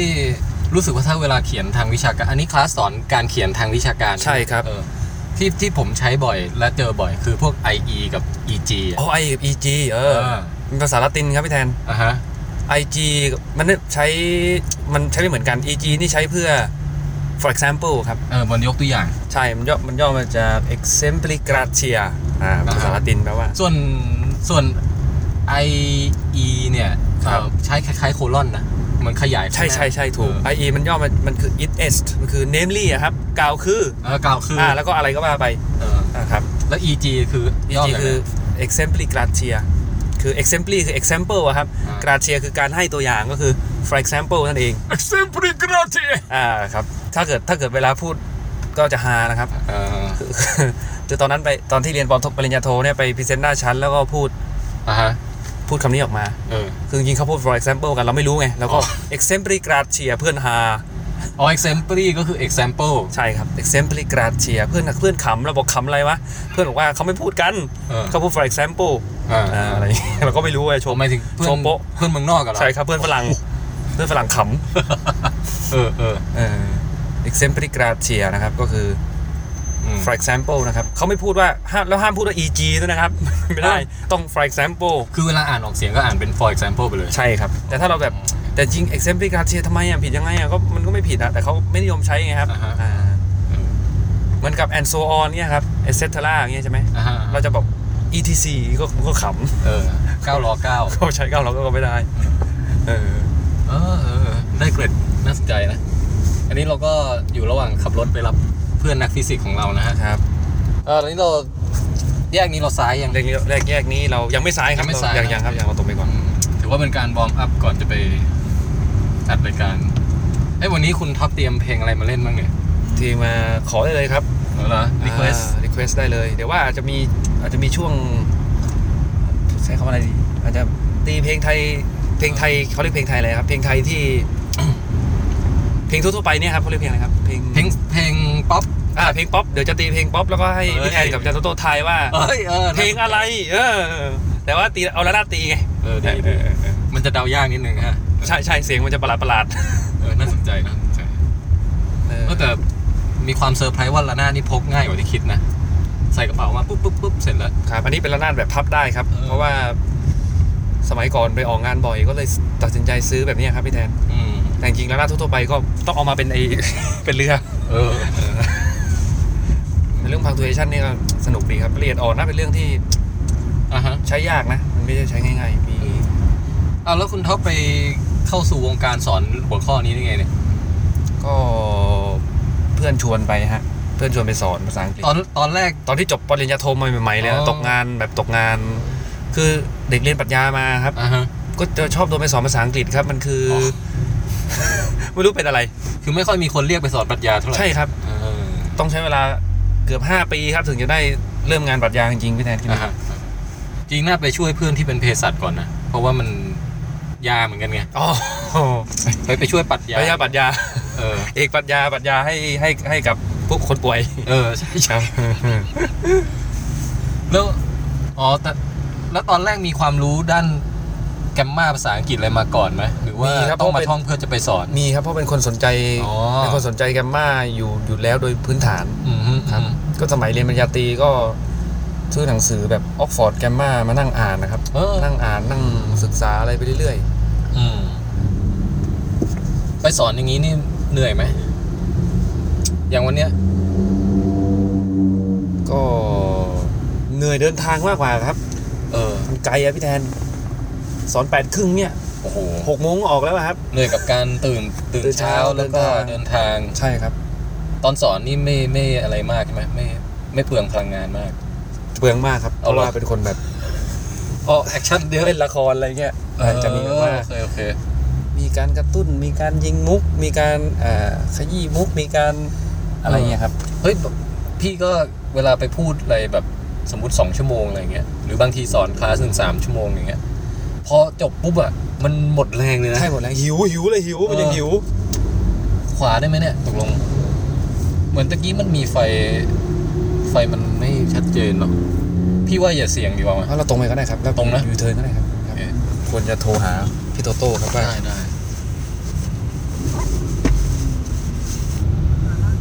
Speaker 2: รู้สึกว่าถ้าเวลาเขียนทางวิชาการ อันนี้คลาสสอนการเขียนทางวิชาการ
Speaker 3: ใช่ครับ
Speaker 2: เออที่ที่ผมใช้บ่อยและเจอบ่อยคือพวก IE กับ EG
Speaker 3: อ๋อไอกับ EG เออ
Speaker 2: เออ
Speaker 3: มันภาษาละตินครับพี่แทน
Speaker 2: อ่ะฮะ
Speaker 3: IG มันใช้มันใช้ไม่เหมือนกัน EG นี่ใช้เพื่อ for example ครับ
Speaker 2: เออมันยกตัวอย่าง
Speaker 3: ใช่ มันย่อมันย่อมาจาก exemplificatia อ่า
Speaker 2: อ่า
Speaker 3: ภาษาละตินแปลว่า
Speaker 2: ส่วนส่วน IE เนี่ย
Speaker 3: ครับ
Speaker 2: เอ่อใช้คล้ายๆโคลอนนะเหมือนขยาย
Speaker 3: ใช่ใช่ใช่ถูก
Speaker 2: เออ
Speaker 3: IE มันย่อมามันคือ it is มันคือ namely อะครับกล่าวคือ
Speaker 2: เออกล่าวคือ
Speaker 3: อ่า
Speaker 2: อ่า
Speaker 3: แล้วก็อะไรก็ว่าไปอ่าครับ
Speaker 2: แล้ว EG คือย่อ
Speaker 3: จริงๆ
Speaker 2: มาจาก
Speaker 3: คือ
Speaker 2: ไหน
Speaker 3: exempligratia คือ exempli คือ example อะครับ
Speaker 2: อ่า
Speaker 3: gratia คือการให้ตัวอย่างก็คือ for example นั่นเอง
Speaker 2: Exempli gratia
Speaker 3: อ่าครับ ถ้าเกิดถ้าเกิดเวลาพูดก็จะฮานะครับ
Speaker 2: เออ
Speaker 3: คือตอนนั้นไปตอนที่เรียนปอโทปริญญาโทเนี่ยไปพรีเซนต์หน้าชั้นแล้วก็พูด
Speaker 2: อ่ะฮะ
Speaker 3: พูดคำนี้ออกมา
Speaker 2: เออ
Speaker 3: คือจริงๆเขาพูด for example กันเราไม่รู้ไงเราก็
Speaker 2: อ๋อ
Speaker 3: exempligratia เพื่อนฮา
Speaker 2: อ๋อ exempli ก็คือ example
Speaker 3: ใช่ครับ exempligratia เพื่อนเพื่อนขำเราบอกขำอะไรวะเพื่อนบอกว่าเขาไม่พูดกัน
Speaker 2: เออ
Speaker 3: เขาพูด for example
Speaker 2: อ่า
Speaker 3: อ่าอะไรอย่างเงี้ยเราก็ไม่รู้ไงช
Speaker 2: ผม มหมายถึงเพื่อ
Speaker 3: โช
Speaker 2: น
Speaker 3: โปะ
Speaker 2: เพื่อนเมืองนอกกันเหรอ
Speaker 3: ใช่ครับเพื่อนฝรั่ง เพื่อนฝรั่งข
Speaker 2: เออเออ
Speaker 3: ำเออ exempligratia นะครับ ก็คือ
Speaker 2: อืม
Speaker 3: for example นะครับเขาไม่พูดว่าห้ามแล้วห้ามพูดว่า eg ด้วยนะครับ ไม่ได้ต้อง for example
Speaker 2: คือเวลาอ่านออกเสียงก็อ่านเป็น for example ไปเลย
Speaker 3: ใช่ครับ แต่ถ้าเราแบบแต่จริง exempligratia ทำไมอ่ะ ผิดยังไงอ่ะก็มันก็ไม่ผิดอ่ะ แต่เขาไม่นิยมใช้ไงครับ
Speaker 2: อ่าฮะ
Speaker 3: อ่าเหมือนกับ and so on เนี่ยครับ et cetera อย่างเงี้ยใช่ไหม
Speaker 2: อ่าฮะ
Speaker 3: เราจะบอก etc ก็ก็ข
Speaker 2: เออเก้ารอเก้า
Speaker 3: ำเขา (laughs) ใช้ก้าวเราก็ไม่ได้เออ
Speaker 2: เออเออเออได้เกรดน่าสนใจนะ อันนี้เราก็อยู่ระหว่างขับรถไปรับเพื่อนนักฟิสิกส์ของเรานะฮะ
Speaker 3: ครับ
Speaker 2: เออตอนนี้เราแยกนี้เราซ้ายยัง
Speaker 3: แรกนี้แรกแยกนี้เรายังไม่ซ้ายครับ
Speaker 2: ยังไม่ซ้าย
Speaker 3: ยังยังครับยังเอาตรงไปก่อน
Speaker 2: ถือว่าเป็นการวอร์มอัพก่อนจะไปอัดรายการเอ้ยวันนี้คุณท็อปเตรียมเพลงอะไรมาเล่นบ้างเนี่ย
Speaker 3: ที่มาขอได้เลยครับ
Speaker 2: เอาละ request
Speaker 3: อ่า request ได้เลย เดี๋ยวว่าอาจจะมีอาจจะมีช่วง ใช้คำว่าอะไรดี อาจจะตีเพลงไทย เพลงไทยเขาเรียกเพลงไทยอะไรครับ เพลงไทยที่ (coughs) เพลงทั่วๆไปเนี่ยครับเขาเรียกเพลงอะไรครับ เพลง
Speaker 2: เพลงเพลงป๊อป
Speaker 3: อ่าเพลงป๊อป เดี๋ยวจะตีเพลงป๊อปแล้วก็ให้
Speaker 2: เอ้ย
Speaker 3: พี่แทนกับอาจารย์โตโต้ทายว่า
Speaker 2: เอ้ยเออ
Speaker 3: เพลงอะไร เออ แต่ว่าตีเอาระนาดตีไง
Speaker 2: เออดีดีมันจะเดายากนิดนึงฮะ
Speaker 3: ใช่ใช่เสียงมันจะประหลาดประหลาด
Speaker 2: เออ น่าสนใจน่าสนใจ
Speaker 3: ๆเออ
Speaker 2: เออแต่มีความเซอร์ไพรส์ว่าละนาดนี่พกง่ายกว่าที่คิดนะ ใส่กระเป๋ามาปุ๊บปุ๊บปุ๊บเสร็จแล้ว
Speaker 3: ครับ อันนี้เป็นระนาดแบบพับได้ครับ
Speaker 2: เออ
Speaker 3: เพราะว่าสมัยก่อนไปออกงานบ่อย ก็เลยตัดสินใจซื้อแบบเนี้ยครับพี่แทน
Speaker 2: อืม
Speaker 3: แต่จริงๆแล้วหน้าทั่วๆไปก็ต้อง (laughs) เอามาเป็นไอ เป็นเรือ
Speaker 2: เออ
Speaker 3: ในเรื่อง punctuation นี่ก็สนุกดีครับละเอียดอ่อนน่าเป็นเรื่องที่
Speaker 2: อ่ะฮะ
Speaker 3: ใช้ยากนะ มันไม่ได้ใช้ง่ายๆมี
Speaker 2: เอาแล้วคุณท็อปไปเข้าสู่วงการสอนหัวข้อนี้ได้ไงเนี่ย
Speaker 3: ก็เพื่อนชวนไปฮะ เพื่อนชวนไปสอนภาษาอังกฤษ
Speaker 2: ตอนตอนแรก
Speaker 3: ตอนที่จบปริญญาโทมาใหม่ๆเลย
Speaker 2: อ๋
Speaker 3: อะ
Speaker 2: อ
Speaker 3: ตกงานแบบตกงาน คือเด็กเรียนปรัชญามาครับ
Speaker 2: อ่ะฮะ
Speaker 3: ก็จะชอบโดนไปสอนภาษาอังกฤษครับ มันคืออ
Speaker 2: อ
Speaker 3: ไม่รู้เป็นอะไร
Speaker 2: คือไม่ค่อยมีคนเรียกไปสอนปรัชญาเท่าไหร่
Speaker 3: ใช่ครับ
Speaker 2: เออ
Speaker 3: ต้องใช้เวลาเกือบ 5 ปีครับ ถึงจะได้เริ่มงานปรัชญาจริงๆพี่แทนคิด
Speaker 2: อ่ะ
Speaker 3: ว่า
Speaker 2: ฮะจริงน่าไปช่วยเพื่อนที่เป็นเภสัชก่อนนะ เพราะว่ามันยาเหมือนกันไง
Speaker 3: อ๋อ (laughs)
Speaker 2: ไปไปช่วยปรัชญา
Speaker 3: ปรัชญาปรัชญา
Speaker 2: เออ
Speaker 3: เอกปรัชญาปรัชญาให้ให้ให้กับพวกคนป่วย (laughs)
Speaker 2: เออ ใช่ใช่ แล้วอ๋อแต่แล้วตอนแรกมีความรู้ด้านแกมมาภาษาอังกฤษอะไรมาก่อนไหมหรือว่า
Speaker 3: ครับ
Speaker 2: ต้องมา
Speaker 3: เพราะเป็น
Speaker 2: ท่องเพื่อจะไปสอน
Speaker 3: มีครับเพราะเป็นคนสนใจ
Speaker 2: อ๋อ
Speaker 3: เป็นคนสนใจแกมมาอยู่อยู่แล้วโดยพื้นฐาน
Speaker 2: อืมฮึ
Speaker 3: ครับ ก็สมัยเรียนปริญญาตรีก็ซื้อหนังสือแบบออกฟอร์ดแกมมามานั่งอ่านนะครับ
Speaker 2: เออ
Speaker 3: นั่งอ่านนั่งศึกษาอะไรไปเรื่อย
Speaker 2: อืม ไปสอนอย่างนี้นี่เหนื่อยไหม อย่างวันเนี้ย
Speaker 3: ก็เหนื่อยเดินทางมากกว่าครับ
Speaker 2: เออ
Speaker 3: มันไกลอะพี่แทน สอนแปดครึ่งเนี่ย
Speaker 2: โอ้โห
Speaker 3: หกโมงออกแล้วอะครับ
Speaker 2: เหนื่อยกับการตื่นตื่น
Speaker 3: ตื่นเช้า
Speaker 2: เช้าแล้วก็
Speaker 3: เดินทาง
Speaker 2: เดินทาง
Speaker 3: ใช่ครับ
Speaker 2: ตอนสอนนี่ไม่ไม่อะไรมากใช่ไหมไม่ไม่เปลืองพลังงานมาก
Speaker 3: เปลืองมากครับเพ
Speaker 2: เอา
Speaker 3: ราะ
Speaker 2: เหรอ
Speaker 3: ว่าเป็นคนแบบ
Speaker 2: ออกแอคชั่นเยอะ
Speaker 3: เล่นละครอะไรเงี้ย
Speaker 2: เออ
Speaker 3: จะมีแบบว่า
Speaker 2: โอเคโอเค
Speaker 3: มีการกระตุ้น มีการยิงมุก มีการเอ่อขยี้มุก มีการอะไรเงี้ยครับ
Speaker 2: เฮ้ยแบบพี่ก็เวลาไปพูดอะไรแบบสมมติ 2 ชั่วโมงอะไรเงี้ยหรือบางทีสอนคลาสหนึ่งสามชั่วโมงอย่างเงี้ยพอจบปุ๊บอ่ะ มันหมดแรงเลยนะ
Speaker 3: ใช่หมดแล้วหิวหิวเลยหิวมันยัง
Speaker 2: เออ
Speaker 3: หิว
Speaker 2: ขวาได้ไหมเนี่ยตกลง เหมือนตะกี้มันมีไฟ ไฟมันไม่ชัดเจนเนาะพี่ว่าอย่าเสี่ยงดีกว่ามั้ย
Speaker 3: เอาเราตรงไปก็ได้ครับแล้ว
Speaker 2: ตรงนะ
Speaker 3: ยูเทิร์นก็ได้ครับครับ
Speaker 2: โอเค
Speaker 3: ควรจะโทรหาพี่โตโต้ครับว่า
Speaker 2: ได้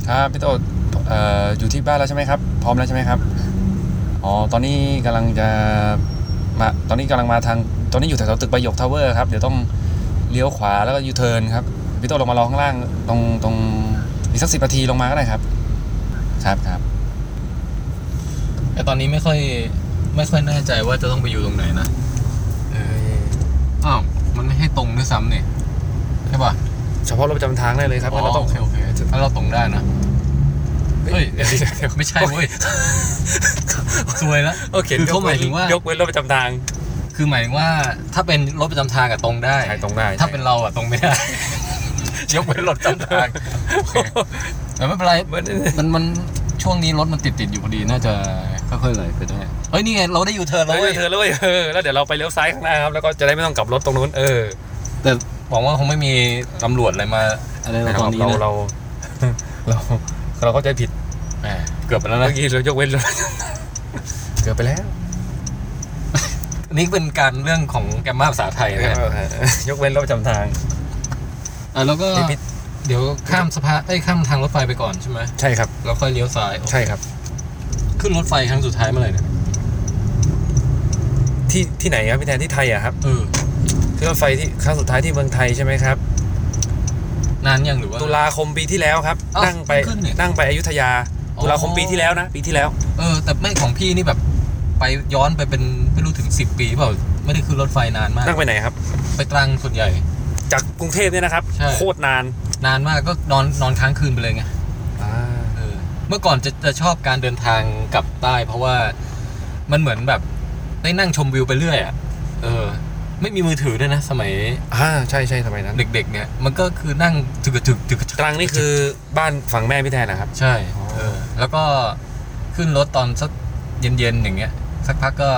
Speaker 3: ครับพี่โตเอ่ออยู่ที่บ้านแล้วใช่ไหมครับ พร้อมแล้วใช่ไหมครับ อ๋อ ตอนนี้กำลังจะมา ตอนนี้กำลังมาทาง ตอนนี้อยู่แถวๆตึกประโยคทาวเวอร์ครับ เดี๋ยวต้องเลี้ยวขวาแล้วก็ยูเทิร์นครับ พี่โตลงมารอข้างล่าง ตรงตรงอีกสักสิบนาทีลงมาก็ได้ครับ ครับครับ
Speaker 2: แต่ตอนนี้ไม่ค่อยไม่ค่อยแน่ใจว่าจะต้องไปอยู่ตรงไหนนะอ้าวมันไม่ให้ตรงด้วยซ้ำเนี่ยใช่ป่ะ
Speaker 3: เฉพาะรถประจำทางได้เลยครับงั้นเราต้อง
Speaker 2: โอเคโอเคถ้าเราตรงได้นะเฮ้ยเดี๋ยวเดี๋ยวไม่ใช่เว้ยซวยแล้ว
Speaker 3: โอเค
Speaker 2: คือเขาหมายถึงว่า
Speaker 3: กเว้นรถประจำทาง
Speaker 2: คือหมายถึงว่าถ้าเป็นรถประจำทางอะตรงได้
Speaker 3: ใช่ตรงได้
Speaker 2: ถ้าเป็นเราอะตรงไม่ได้ ยกเว้นรถจำทางโอเคแต่ไม่เป็นไร
Speaker 3: ไม่ได้
Speaker 2: มันมันช่วงนี้รถมันติดติดๆอยู่พอดีน่าจะค่อยๆไหลไปได้เฮ้ยนี่ไงเราได้อยู่เธอแล้ว
Speaker 3: เฮ้
Speaker 2: เว้
Speaker 3: ย
Speaker 2: ย
Speaker 3: เธอเลยเว้ยเออแล้วเดี๋ยวเราไปเลี้ยวซ้ายข้างหน้าครับแล้วก็จะได้ไม่ต้องกลับรถตรงนู้นเออ
Speaker 2: แต่หวังว่าคงไม่มีตำรวจอะไรมาอะไรเราตอนนี้
Speaker 3: เรา
Speaker 2: นะ
Speaker 3: เราเราเราเข้าใจผิด
Speaker 2: แหมเกือบไปแล้ว
Speaker 3: เมื่
Speaker 2: นะ
Speaker 3: อกี้เรายกเว้นรถเกือบไปแล้ว
Speaker 2: (laughs) นี่เป็นการเรื่องของแกมมาภาษาไทยนะฮะ
Speaker 3: (laughs) ยกเว้นรถประจำทาง
Speaker 2: อ่ะแล้วก็
Speaker 3: นี่พี่
Speaker 2: เดี๋ยวข้ามสะพานเอ้ยข้ามทางรถไฟไปก่อนใช่ไหม
Speaker 3: ใช่ครับ
Speaker 2: แล้วค่อยเลี้ยวซ้าย
Speaker 3: ใช่ครับ
Speaker 2: ขึ้นรถไฟครั้งสุดท้ายเมื่อไหร่เนี่ย
Speaker 3: ที่ที่ไหนครับพี่แทนที่ไทยอ่ะครับ
Speaker 2: เออ
Speaker 3: ที่รถไฟที่ครั้งสุดท้ายที่เมืองไทยใช่ไหมครับ
Speaker 2: นานยังหรือว่า
Speaker 3: ตุลาคมปีที่แล้วครับ
Speaker 2: เอ้า
Speaker 3: นั่งไป
Speaker 2: ขึ้นนี่
Speaker 3: นั่งไปอยุธยา
Speaker 2: อ๋อ
Speaker 3: ตุลาคมปีที่แล้วนะปีที่แล้ว
Speaker 2: เออแต่ไม่ของพี่นี่แบบไปย้อนไปเป็นไม่รู้ถึงสิบปีเปล่าไม่ได้ขึ้นรถไฟนานมาก
Speaker 3: นั่งไปไหนครับ
Speaker 2: ไปตรังส่วนใหญ่
Speaker 3: จากกรุงเทพเนี่ยนะครับ
Speaker 2: ใช่
Speaker 3: โคตรนาน
Speaker 2: นานมากก็นอนนอนค้างคืนไปเลยไงเออเมื่อก่อนจะจะชอบการเดินทางกลับใต้ เพราะว่ามันเหมือนแบบได้นั่งชมวิวไปเรื่อยอ่ะเออ ไม่มีมือถือด้วยนะ สมัย
Speaker 3: อ่าใช่ใช่สมัยนั้น
Speaker 2: เด็ก ๆ เนี่ย มันก็คือนั่งถึกกระถึกถึกกระถึก
Speaker 3: ตรังนี่คือบ้านฝั่งแม่พี่แทนนะครับ
Speaker 2: ใช่เออแล้วก็ขึ้นรถตอนสักเย็นๆอย่างเงี้ย สักพักก็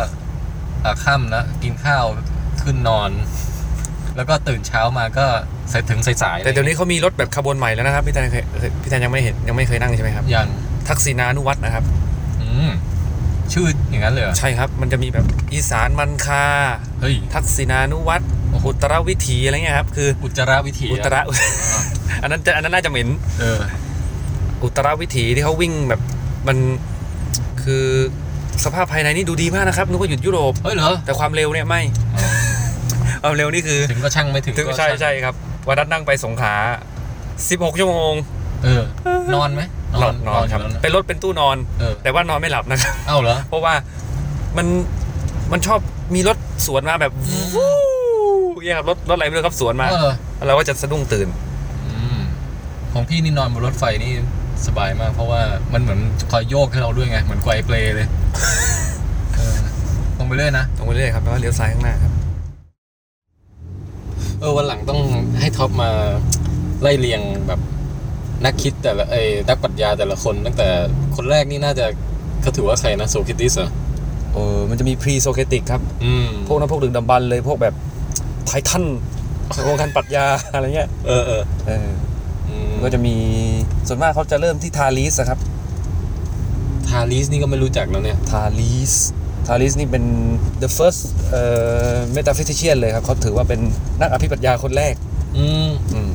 Speaker 2: อ่าค่ำแล้วกินข้าวขึ้นนอน แล้วก็ตื่นเช้ามาก็ใส่ถึงสายๆ
Speaker 3: แต่เดี๋ยวนี้เขามีรถแบบขบวนใหม่แล้วนะครับพี่แทนเคยเคยพี่แทนยังไม่เห็นยังไม่เคยนั่งใช่ไหมครับ
Speaker 2: ยัง
Speaker 3: ทักษิณานุวัตรนะครับ
Speaker 2: อืมชื่ออย่างนั้นเลยเหรอ
Speaker 3: ใช่ครับ มันจะมีแบบอีสานมันคา
Speaker 2: เฮ้ย
Speaker 3: ทักษิณานุวัตร
Speaker 2: โอ้โห
Speaker 3: อุตรวิถีอะไรเงี้ยครับ คือ
Speaker 2: อุจจาระวิถี
Speaker 3: (laughs) อุตระ อันนั้นจะอันนั้นน่าจะเหม็น
Speaker 2: เออ
Speaker 3: อุตรวิถีที่เขาวิ่งแบบมันคือสภาพภายในนี่ดูดีมากนะครับนึกว่าอยู่ยุโรป
Speaker 2: เฮ้ยเหรอ
Speaker 3: แต่ความเร็วเนี่ยไม่ (laughs) ความเร็วนี่คือ
Speaker 2: (laughs) ถึงก็ช่างไม่ถึง
Speaker 3: ถึงใช่
Speaker 2: ก็าง
Speaker 3: ใช่ครับวันนั้นนั่งไปสงขลา16 ชั่วโมง
Speaker 2: เอ (laughs) อ นอนไหม
Speaker 3: หลับนอนครับ
Speaker 2: ยู่แล้วะ
Speaker 3: เป็นรถเป็นตู้นอน
Speaker 2: เออ
Speaker 3: แต่ว่านอนไม่หลับนะครับ (laughs)
Speaker 2: เอ้าเหรอ
Speaker 3: เพราะว่ามันมันชอบมีรถสวนมาแบบ
Speaker 2: อืม
Speaker 3: วู้เนี่ยครับรถรถอะไรไม่รู้ครับสวนมา
Speaker 2: เออ
Speaker 3: แล้วเราก็จะสะดุ้งตื่น
Speaker 2: อืมของพี่นี่นอนบนรถไฟนี่สบายมาก เพราะว่ามันเหมือนคอยโยกให้เราด้วยไง เหมือนไกวเปลเลย (laughs) เออลงไปเรื่อยนะ
Speaker 3: ตรงไปเรื่อยครับแล้วก็เลี้ยวซ้ายข้างหน้าครับ
Speaker 2: เออวันหลังต้องให้ท็อปมาไล่เรียงแบบนักคิดแต่ละไอ้ยนักปรัชญาแต่ละคน ตั้งแต่คนแรกนี่น่าจะเขาถือว่าใครนะโซคิติสเหรอ
Speaker 3: เออมันจะมีพรีโซเคติกครับ
Speaker 2: อืม
Speaker 3: พวกนั้นพวกดึกดำบรรพ์เลย พวกแบบไททันวงการปรัชญา (laughs) อะไรเงี้ย
Speaker 2: เออเออ
Speaker 3: เออ
Speaker 2: อืม
Speaker 3: ก็จะมีส่วนมากเขาจะเริ่มที่ทาลิสอะครับ
Speaker 2: ทาริสนี่ก็ไม่รู้จักแล้วเนี่ย
Speaker 3: ทาลิส ทาลิสนี่เป็น the first เอ่อ metaphysician เลยครับเขาถือว่าเป็นนักอภิปรัชญาคนแรก
Speaker 2: อืม
Speaker 3: อืม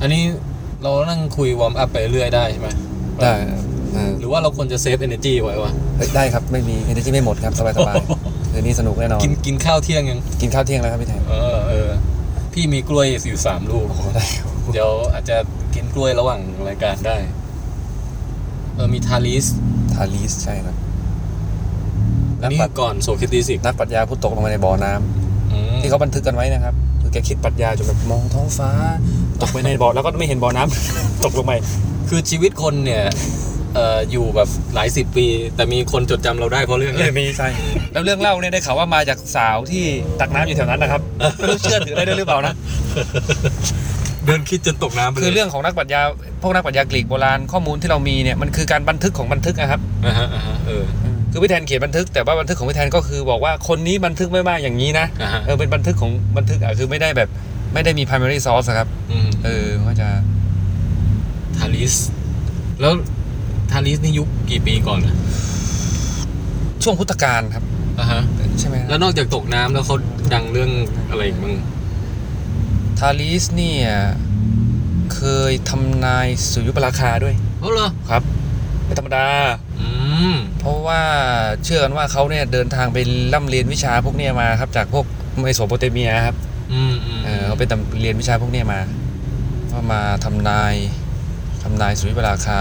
Speaker 2: อันนี้เรานั่งคุยวอร์มอัพไปเรื่อยได้ใช่ไหม
Speaker 3: ได้ครับเออ
Speaker 2: หรือว่าเราควรจะเซฟเอเนจีไว้วะ
Speaker 3: เฮ้ยได้ครับ ไม่มี energy ไม่หมดครับ สบายสบายคืนนี้สนุกแน่นอน
Speaker 2: กินกินข้าวเที่ยงยัง
Speaker 3: กินข้าวเที่ยงแล้วครับพี่แทน
Speaker 2: เออเออ พี่มีกล้วยอยู่สามลูก
Speaker 3: โอ้โหได้ครับ
Speaker 2: เดี๋ยวอาจจะกินกล้วยระหว่างรายการได้ เออมีทาลิส
Speaker 3: ทาลีสใช่ครับ นัก
Speaker 2: นี่
Speaker 3: ปรัชญ์
Speaker 2: ก่อนโซเครติสอีก
Speaker 3: นักปรัชญาผู้ตกลงมาในบ่อน้ำ
Speaker 2: อืม
Speaker 3: ที่เขาบันทึกกันไว้นะครับ คือแกคิดปรัชญาจนแบบมองท้องฟ้า ตกไปในบ่อแล้วก็ไม่เห็นบ่อน้ำ (laughs) ตกลงไป
Speaker 2: คือชีวิตคนเนี่ยเอ่ออยู่แบบหลายสิบปี แต่มีคนจดจำเราได้เพราะเรื่อง
Speaker 3: เล
Speaker 2: เนี้
Speaker 3: ยมีใช่แล้วเรื่องเล่าเนี่ยได้ข่าวว่ามาจากสาวที่ตักน้ำอยู่แถวนั้นนะครับไม่รู้เชื่อถือได้ด้วยหรือเปล่านะ (laughs)
Speaker 2: เดินคิดจนตกน้ำไปเลย
Speaker 3: คือเรื่องของนักปรัชญาพวกนักปรัชญากรีกโบราณข้อมูลที่เรามีเนี่ยมันคือการบันทึกของบันทึกนะครับ
Speaker 2: อ่าฮะอ่าฮะเออ
Speaker 3: คือพิแทนเขียนบันทึกแต่ว่าบันทึกของพิแทนก็คือบอกว่าคนนี้บันทึกไม่มากอย่างนี้นะ
Speaker 2: อ่าฮะ
Speaker 3: เออเป็นบันทึกของบันทึกอ่ะคือไม่ได้แบบไม่ได้มี primary source อะครับ
Speaker 2: ม
Speaker 3: เออก็จะ
Speaker 2: ทาลิส แล้วทาลิสนี่ยุคกี่ปีก่อนนะ
Speaker 3: ช่วงพุทธกาลครับ
Speaker 2: อ่าฮะ
Speaker 3: ใช่ไหม
Speaker 2: แล้วนอกจากตกน้ำแล้วเขาดังเรื่องอะไรอีกมั้ง
Speaker 3: ทาลิสเนี่ยเคยทำนายสุริยุปราคาด้วย
Speaker 2: เออเหรอ
Speaker 3: ครับไม่ธรรมดา
Speaker 2: อืม
Speaker 3: เพราะว่าเชื่อกันว่าเขาเนี่ยเดินทางไปร่ำเรียนวิชาพวกเนี้มาครับจากพวกเมโสโปเตเมียครับ
Speaker 2: อืมอืม
Speaker 3: เออเขาไปตำเรียนวิชาพวกเนี้ยมาก็มาทำนายทำนายสุริปราคา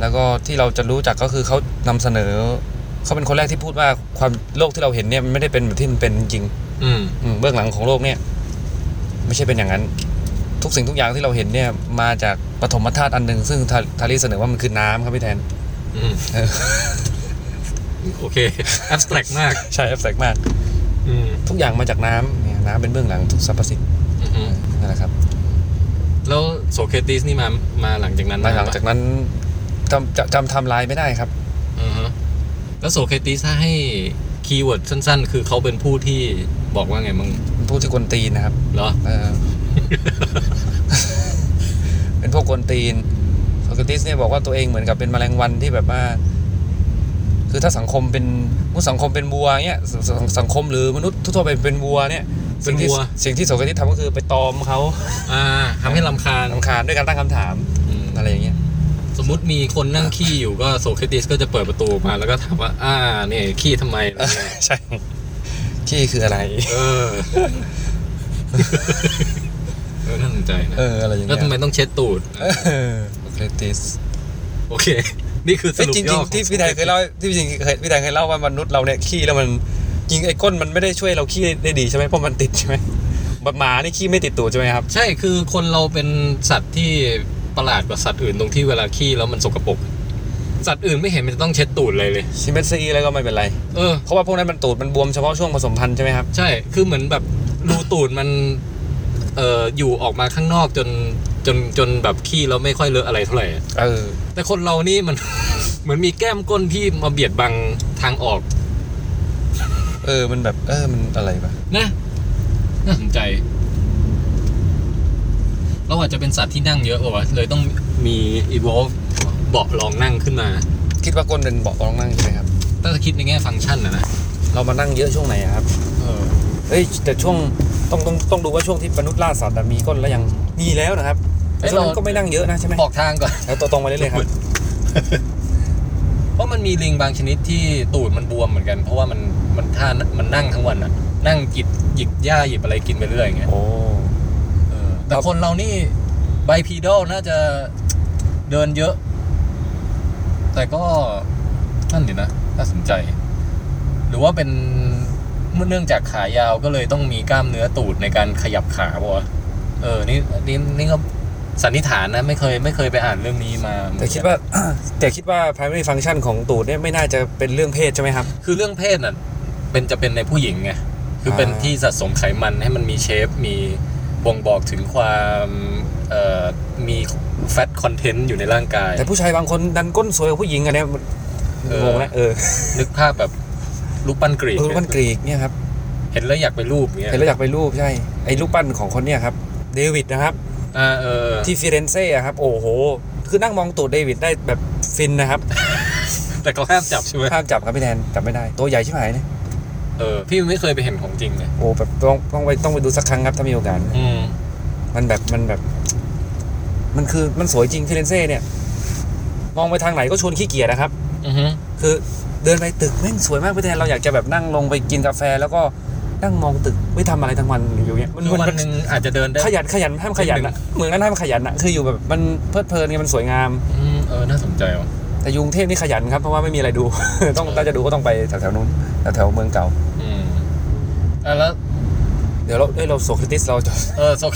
Speaker 3: แล้วก็ที่เราจะรู้จักก็คือเขานำเสนอ เขาเป็นคนแรกที่พูดว่าความโลกที่เราเห็นเนี่ยมันไม่ได้เป็นแบบที่มันเป็นจริง
Speaker 2: อืม
Speaker 3: อืมเบื้องหลังของโลกเนี่ยไม่ใช่เป็นอย่างนั้น ทุกสิ่งทุกอย่างที่เราเห็นเนี่ยมาจากปฐมธาตุอันหนึ่งซึ่งทาทารีเสนอว่ามันคือน้ำครับพี่แทน
Speaker 2: อืม
Speaker 3: เออ
Speaker 2: โอเคแอบสแตรกมาก
Speaker 3: ใช่แอบแสกมาก
Speaker 2: อืม
Speaker 3: ทุกอย่างมาจากน้ำเนี่ยน้ำเป็นเบื้องหลังทุกสรรพสิ่ง
Speaker 2: อือฮึ
Speaker 3: เออนั่นแหละครับ
Speaker 2: แล้วโสเครติสนี่มามาหลังจากนั้น
Speaker 3: หลังจากนั้นจำจำจำไทำลายไม่ได้ครับ
Speaker 2: อือฮะแล้วโสเครติสถ้าให้คีย์เวิร์ดสั้น ๆ คือเขาเป็นผู้ที่บอกว่าไงมึง
Speaker 3: เป็นผู้ที่กวนตีนนะครับ
Speaker 2: เหรอ
Speaker 3: เอ (laughs) อ เป็นพวกกวนตีนโซเครติสเนี่ยบอกว่าตัวเองเหมือนกับเป็นแมลงวันที่แบบว่า คือถ้าสังคมเป็นมุติสังคมเป็นวัวเนี่ยสสสังคมหรือมนุษย์ทั่วๆไปเป็นวัวเนี่ย
Speaker 2: เป็น
Speaker 3: สิ่งที่
Speaker 2: วัว
Speaker 3: สิ่งที่โซเครติสทำก็คือไปตอมเขา
Speaker 2: อ่าทำให้ลำคาญ
Speaker 3: ลำคาญด้วยการตั้งคำถาม
Speaker 2: อืม
Speaker 3: อะไรอย่างเงี้ย (laughs)
Speaker 2: สมมติมีคนนั่งขี้อยู่ก็โสเครติสก็จะเปิดประตูออกมาแล้วก็ถามว่า อ่า เนี่ยขี้ทำไมอะไรเงี้ย
Speaker 3: ใช่ขี้คืออะไร (laughs)
Speaker 2: เออ (laughs) เออ น่าสนใจนะ
Speaker 3: เอออะไรอย่าง
Speaker 2: แล้ว
Speaker 3: เงี้ย
Speaker 2: ทำไมต้องเช็ดตูด
Speaker 3: เออโซ (laughs) เครติส
Speaker 2: โอเค นี่คือส
Speaker 3: เอ้ย
Speaker 2: รุป
Speaker 3: จริง
Speaker 2: ย่อ
Speaker 3: ๆที่พี่แดงเคยเล่าที่จริงๆเคยพี่แดงเคยเล่าว่ามนุษย์เราเนี่ยขี้แล้วมันจริงไอ้ก้นมันไม่ได้ช่วยเราขี้ได้ดีใช่ไหมเพราะมันติดใช่ไหมแบบหมานี่ขี้ไม่ติดตูดใช่ไหมครับ
Speaker 2: ใช่ คือคนเราเป็นสัตว์ที่ประหลาดกว่าสัตว์อื่นตรงที่เวลาขี้แล้วมันสกปรก สัตว์อื่นไม่เห็นมันจะต้องเช็ดตูดเลยเลย
Speaker 3: ชิเมตซีแล้วก็ไม่เป็นไร
Speaker 2: เออ
Speaker 3: เพราะว่าพวกนั้นมันตูดมันบวมเฉพาะช่วงผสมพันธุ์ใช่ไหมครับ
Speaker 2: ใช่ คือเหมือนแบบรูตูดมัน เอ่อ อยู่ออกมาข้างนอกจน จน จนแบบขี้แล้วไม่ค่อยเลอะอะไรเท่าไหร่
Speaker 3: เออ
Speaker 2: แต่คนเรานี่มัน (laughs) เหมือนมีแก้มก้นที่มาเบียดบังทางออก
Speaker 3: เออมันแบบเออมันอะไรปะ
Speaker 2: นะน่าสนใจ เราอาจจะเป็นสัตว์ที่นั่งเยอะกว่าวะเลยต้องมีอีโวเบาะรองนั่งขึ้นมา
Speaker 3: คิดว่าก้นเป็นเบาะรองนั่งใช่ไหมครับ
Speaker 2: ถ้าจะคิดในแง่ฟังก์ชันนะนะ
Speaker 3: เรามานั่งเยอะช่วงไหนอะครับ
Speaker 2: เออ
Speaker 3: เอ้ยแต่ช่วงต้องต้องต้องดูว่าช่วงที่มนุษย์ล่าสัตว์อะมีก้นแล้วยังมีแล้วนะครับแต่ช่วงนั้นก็ไม่นั่งเยอะนะใช่ไหม
Speaker 2: บอกทางก่อน
Speaker 3: แล้วตัวตรงไปเรื่อยๆครับ
Speaker 2: เพราะมันมีลิงบางชนิดที่ตูดมันบวมเหมือนกัน เพราะว่ามันมันท่ามันนั่งทั้งวันอะนั่งกิดหยิบหญ้าหยิบอะไรกินไปเรื่อยอย่างเงี้ย
Speaker 3: โอ้
Speaker 2: เออแต่คนเรานี่ไบพีดอลน่าจะเดินเยอะ แต่ก็นั่นดีนะน่าสนใจ หรือว่าเป็นเนื่องจากขายาวก็เลยต้องมีกล้ามเนื้อตูดในการขยับขาบ่ะเออ นี่นี่นี่ก็สันนิษฐานนะ ไม่เคยไม่เคยไปอ่านเรื่องนี้มา
Speaker 3: แต่คิดว่า (coughs) แต่คิดว่า primary function ของตูดเนี่ยไม่น่าจะเป็นเรื่องเพศใช่ไหมครับ
Speaker 2: คือเรื่องเพศน่ะ เป็นจะเป็นในผู้หญิงไงคือเป็น
Speaker 3: อ่า
Speaker 2: ที่สะสมไขมันให้มันมีเชฟ มีบ่งบอกถึงความเอ่อมีแฟตคอนเทนต์อยู่ในร่างกาย
Speaker 3: แต่ผู้ชายบางคนดันก้นสวยกว่าผู้หญิงอันเนี้ยมัน
Speaker 2: เออ
Speaker 3: งงนะเออ
Speaker 2: นึกภาพแบบรูปปั้นกรีก
Speaker 3: รูปปั้นกรีกเนี่ยครับ
Speaker 2: เห็นแล้วอยากไปรูปเงี้ย
Speaker 3: เห็นแล้วอยากไปรูปใช่ไอ้รูปปั้นของคนเนี่ยครับเดวิดนะครับ
Speaker 2: อ่าเออ (laughs) ที่
Speaker 3: ที่ฟิเรนเซ่อะครับโอ้โห คือนั่งมองตูดเดวิดได้แบบฟินนะครับ
Speaker 2: แต่เขาห้ามจับใช่ไหม
Speaker 3: ห้ามจับครับพี่แทนจับไม่ได้ ตัวใหญ่ใช่ไหมเนี่ย
Speaker 2: เออพี่ไม่เคยไปเห็นของจริงเลย
Speaker 3: โอ้แบบต้องต้องไปต้องไปดูสักครั้งครับถ้ามีโอกาส
Speaker 2: อืม
Speaker 3: มันแบบมันแบบ มันคือมันสวยจริงฟิเรนเซ่เนี่ย มองไปทางไหนก็ชวนขี้เกียจนะครับ
Speaker 2: อือฮึ
Speaker 3: คือเดินไปตึกแม่งสวยมากพี่แทนเราอยากจะแบบนั่งลงไปกินกาแฟแล้วก็ นั่งมองตึกไม่ทำอะไรทั้งวันอยู่อย่างเงี้ย
Speaker 2: คือวันหนึ่งอาจจะเดินได้
Speaker 3: ขยันขยันห้ามขยันนะเมืองนั้นห้ามขยันนะคืออยู่แบบมันเพลิดเพลินไงมันสวยงาม
Speaker 2: อืมเออ น่าสนใจว่ะ
Speaker 3: แต่อยกรุงเทพนี่ขยันครับเพราะว่าไม่มีอะไรดู (laughs) ต้องถ้าจะดูก็ต้องไปแถวๆนู้นแถวแถวๆเมืองเก่า
Speaker 2: อืมอ่ะแล้ว
Speaker 3: เดี๋ยวเราเอ้ยเราโซคริติสเราจะ
Speaker 2: เออ (laughs) สก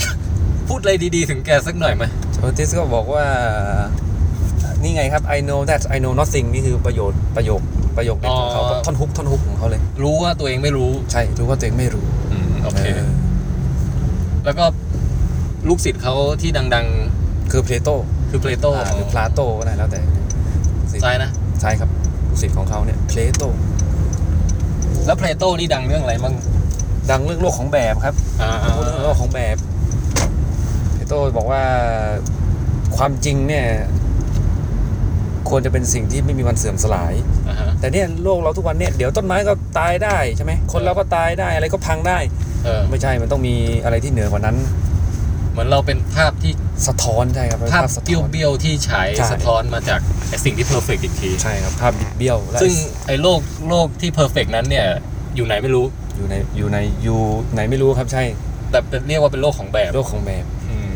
Speaker 2: พูดอะไรดีๆ ถึงแกสักหน่อยไหม
Speaker 3: โซคริติสก็บอกว่า นี่ไงครับ I know that I know nothing นี่คือประโยชน์ประโยคประโยคเด็ดของเขาท่อนฮุกท่อนฮุกของเขาเลย
Speaker 2: รู้ว่าตัวเองไม่รู้
Speaker 3: ใช่รู้ว่าตัวเองไม่รู้
Speaker 2: อืม โอเค
Speaker 3: เออ
Speaker 2: แล้วก็ลูกศิษย์เขาที่ดัง
Speaker 3: คือเพลโต
Speaker 2: ๆ คือเพลโต
Speaker 3: หรือพลาโตก็ได้แล้วแต่
Speaker 2: ใช่นะ
Speaker 3: ใช่ครับลูกศิษย์ของเขาเนี่ยเพลโต
Speaker 2: แล้วเพลโตนี่ดังเรื่องอะไรบ้าง
Speaker 3: ดังเรื่องโลกของแบบครับ
Speaker 2: อ่า
Speaker 3: พูดถึงโลกของแบบพี่โต้บอกว่าความจริงเนี่ย ควรจะเป็นสิ่งที่ไม่มีวันเสื่อมสลาย
Speaker 2: อ่าฮะ
Speaker 3: แต่เนี่ยโลกเราทุกวันเนี่ยเดี๋ยวต้นไม้ก็ตายได้ใช่ไหมคนเราก็ตายได้อะไรก็พังได้
Speaker 2: เออ
Speaker 3: ไม่ใช่มันต้องมีอะไรที่เหนือกว่านั้น
Speaker 2: เหมือนเราเป็นภาพที่
Speaker 3: สะท้อนใช่ครับเป็น
Speaker 2: ภาพ
Speaker 3: สะ
Speaker 2: เบี้
Speaker 3: ท้อ
Speaker 2: ยวน เบี้ยวๆที่ฉาย
Speaker 3: ใช่
Speaker 2: สะท้อนมาจากไอ้สิ่งที่เพอร์เฟกอีกที
Speaker 3: ใช่ครับภาพบิดเบี้ยวและ
Speaker 2: ซึ่งไอ้โลกโลกที่เพอร์เฟกนั้นเนี่ย อยู่ไหนไม่รู้
Speaker 3: อยู่ในอยู่ในอยู่ไหนไม่รู้ครับใช่
Speaker 2: แต่เป็นเรียกว่าเป็นโลกของแบบ
Speaker 3: โลกของแบบ
Speaker 2: อืม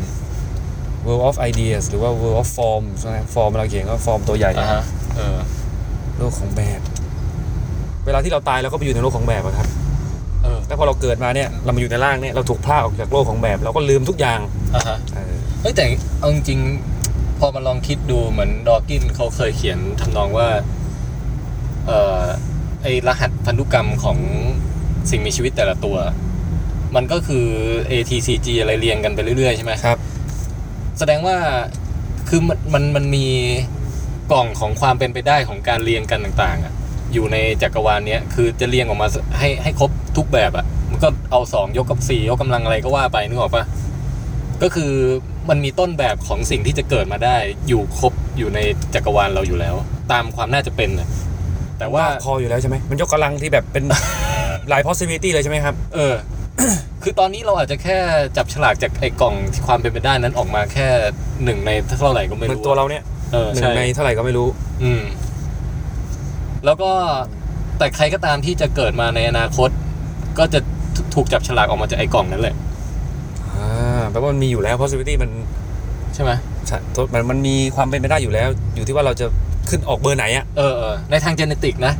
Speaker 3: world of ideas หรือว่า world of form ใช่ไหม form เราเขียนก็ form ตัวใหญ่
Speaker 2: อ่าฮะเออ
Speaker 3: โลกของแบบ เวลาที่เราตายเราก็ไปอยู่ในโลกของแบบอะครับ
Speaker 2: เออ
Speaker 3: แล้วพอเราเกิดมาเนี่ยเรามาอยู่ในร่างเนี่ยเราถูกพรากออกจากโลกของแบบเราก็ลืมทุกอย่าง
Speaker 2: อ่าฮะ เฮ้ยแต่เอาจริงๆพอมาลองคิดดูเหมือนดอกินเขาเคยเขียนทำนองว่าเอ่อไอรหัสพันธุกรรมของสิ่งมีชีวิตแต่ละตัว มันก็คือ ATCG อะไรเรียงกันไปเรื่อยๆใช่ไหม
Speaker 3: ครับ
Speaker 2: แสดงว่าคือมันมันมันมีกล่องของความเป็นไปได้ของการเรียงกันต่างๆอะอยู่ในจักรวาลเนี้ยคือจะเรียงออกมาให้ให้ครบทุกแบบอะมันก็เอาสองยกกับสี่ยกกำลังอะไรก็ว่าไปนึกออกปะ ก็คือมันมีต้นแบบของสิ่งที่จะเกิดมาได้ อยู่ครบอยู่ในจักรวาลเราอยู่แล้ว ตามความน่าจะเป็นน่ะแต่ว่า
Speaker 3: ว่าพออยู่แล้วใช่ไหมมันยกกำลังที่แบบเป็น (laughs) หลาย possibility เลยใช่ไหมครับ
Speaker 2: เออ คือตอนนี้เราอาจจะแค่จับฉลากจากไอ้กล่องความเป็นไปได้นั้นออกมาแค่หนึ่งในเท่าไหร่ก็
Speaker 3: เห
Speaker 2: ไม่
Speaker 3: มือน
Speaker 2: รู้
Speaker 3: ตัวเราเนี่ย
Speaker 2: เออ
Speaker 3: หนึ่ง
Speaker 2: ใช่
Speaker 3: ในเท่าไหร่ก็ไม่รู้
Speaker 2: อืม แล้วก็แต่ใครก็ตามที่จะเกิดมาในอนาคต ก็จะถูกจับฉลากออกมาจากไอ้กล่องนั้นแหละ
Speaker 3: อ่าแปลว่ามันมีอยู่แล้ว possibility มัน
Speaker 2: ใช่ไหม
Speaker 3: ใช่ตัวมันมันมีความเป็นไปได้อยู่แล้ว อยู่ที่ว่าเราจะขึ้นออกเบอร์ไหนอะ
Speaker 2: เออเออในทางเจเนติกนะ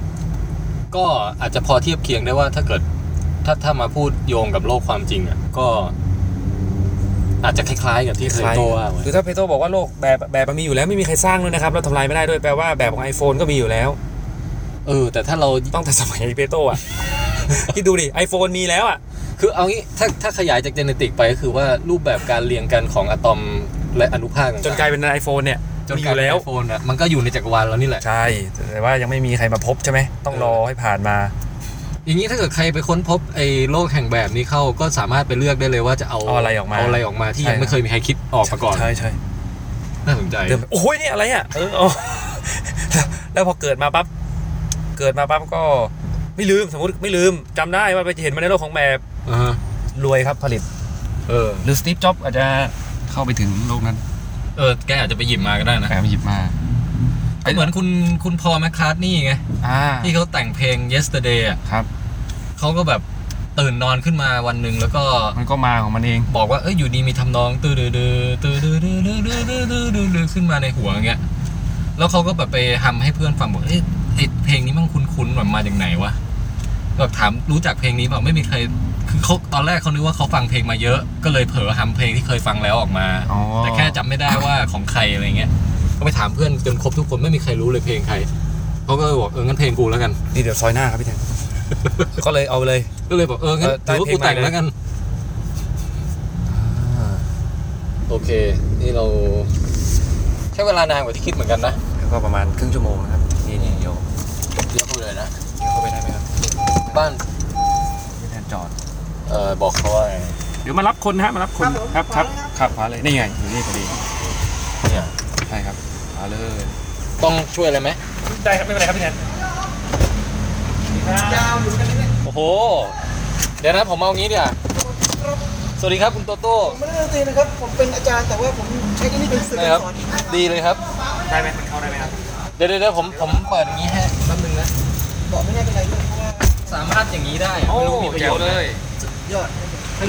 Speaker 2: ก็อาจจะพอเทียบเคียงได้ว่าถ้าเกิด ถ้าถ้ามาพูดโยงกับโลกความจริงอ่ะ ก็ อาจจะคล้ายๆกับที่เคยโตว่าไว้
Speaker 3: คือถ้าเพโตบอกว่าโลกแบบแบบมันมีอยู่แล้วไม่มีใครสร้างด้วยนะครับเราทำลายไม่ได้ด้วยแปลว่าแบบของ iPhone ก็มีอยู่แล้ว
Speaker 2: เออ แต่ถ้าเรา
Speaker 3: ตั้งแต่สมัยเพโตอะ (laughs) คิดดูดิ iPhone มีแล้วอะ
Speaker 2: คือเอางี้ถ้าถ้าขยายจากเจเนติกไปก็คือว่ารูปแบบการเรียงกันของอะตอมและอนุภาคต่างๆ
Speaker 3: จนกลายเป็น iPhone เนี่ยมีอยู่แล้ว
Speaker 2: โฟนอ่ะมันก็อยู่ในจักรวาลเรานี่แหละ
Speaker 3: ใช่ แต่ว่ายังไม่มีใครมาพบใช่ไหม ต้องรอให้ผ่านมา
Speaker 2: อย่างนี้ถ้าเกิดใครไปค้นพบไอ้โลกแห่งแบบนี้เข้าก็สามารถไปเลือกได้เลยว่าจะเอา
Speaker 3: เอาอะไรออกมา
Speaker 2: เอาอะไรออกมาที่
Speaker 3: ใช่
Speaker 2: ยังไม่เคยมีใครคิดออกมาก่อน
Speaker 3: ใช่ใช่
Speaker 2: น่าสนใจ
Speaker 3: เดิมโอ้ยเนี่ยอะไรอ่ะ เออเอา (laughs) แล้วแล้วพอเกิดมาปั๊บ เกิดมาปั๊บก็ไม่ลืม สมมติไม่ลืมจำได้ว่าไปเห็นมาในโลกของแบบ
Speaker 2: อ่าฮะ
Speaker 3: รวยครับผลิต
Speaker 2: เออ
Speaker 3: หรือสตีฟจ็อบอาจจะเข้าไปถึงโลกนั้น
Speaker 2: เออแกอาจจะไปหยิบมาก็ได้นะ
Speaker 3: แอบหยิบมา
Speaker 2: ก็เหมือนคุณคุณพอลแมคคาร์ทนี่ไง
Speaker 3: อ่า
Speaker 2: ที่เขาแต่งเพลง yesterday อ่ะ
Speaker 3: ครับ
Speaker 2: เขาก็แบบตื่นนอนขึ้นมาวันหนึ่งแล้วก็
Speaker 3: มันก็มาของมันเอง
Speaker 2: บอกว่าเอ้ยอยู่ดีมีทำนองตื้อดื้อดื้อตื้อดื้อดื้อดื้อดื้อดื้อดื้อดื้อดื้อขึ้นมาในหัวอย่างเงี้ยแล้วเขาก็แบบไปทำให้เพื่อนฟังบอกเอ้ยไอ้เพลงนี้มันคุ้นๆแบบมาจากไหนวะแบบถามรู้จักเพลงนี้เปล่าไม่มีใครคือเขาตอนแรกเขานึกว่าเขาฟังเพลงมาเยอะ ก็เลยเผลอทำเพลงที่เคยฟังแล้วออกมา
Speaker 3: อ๋อ
Speaker 2: แต่แค่จำไม่ได้ว่าของใครอะไรเงี้ยก็ไปถามเพื่อนจนครบทุกคนไม่มีใครรู้เลยเพลงใครเขาก็เลยบอกเอองั้นเพลงกูแล้วกัน
Speaker 3: นี่เดี๋ยวซอยหน้าครับพี่แทน (laughs) ก็เลยเอาไปเลย
Speaker 2: ก็เลยบอกเอองั้น
Speaker 3: เออได้
Speaker 2: ถือว่ากูแต่ง
Speaker 3: เพลงใหม่เลย
Speaker 2: แล้วกัน โอเค นี่เราใช้เวลานานกว่าที่คิดเหมือนกันนะ
Speaker 3: แล้วก็ประมาณครึ่งชั่วโมงนะครับนี่นี่เดี๋ยว
Speaker 2: เยอะเลยนะ
Speaker 3: เดี๋ยวเข้าไปได้ไหมครับ
Speaker 2: บ้าน
Speaker 3: พี่แทนจอด
Speaker 2: เอ่อ บอกเขาว่าไง
Speaker 3: เดี๋ยวมารับคนฮะมารับคนครับครับครับขวาเลยนี่ไงอยู่นี่พอดี
Speaker 2: เนี่ย
Speaker 3: ใช่ครับขวาเลย
Speaker 2: ต้องช่วยอะไรไหม
Speaker 3: ได้ครับไม่เป็นไรครับพี่แทน
Speaker 2: โอ้โห เดี๋ยวนะผมเอางี้เดี๋ยวาสวัสดีครับคุณโตโต้
Speaker 4: ผมไม่ได้ดนตรีนะครับ ผมเป็นอาจารย์แต่ว่าผมใช้ที่นี่เป็นสื่อ
Speaker 2: นะครับ
Speaker 4: สอน
Speaker 2: ดีเลยครับ
Speaker 3: ได้ไหมมันเข้าได้ไหมครับ
Speaker 2: เดี๋ยวเดี๋ยวเดี๋ยวผมผมเปิดอย่างนี้ให้แป๊บนึงนะ
Speaker 4: บอกไม่แน่เป็นไรด้วยเพราะว่า
Speaker 2: ส
Speaker 1: สามารถอย่างนี้ได้
Speaker 3: โอ้
Speaker 1: ไม่รู้มีประ
Speaker 3: แจ๋
Speaker 1: โยว ชน์
Speaker 3: เล
Speaker 1: ไหม
Speaker 3: ย
Speaker 4: ยอด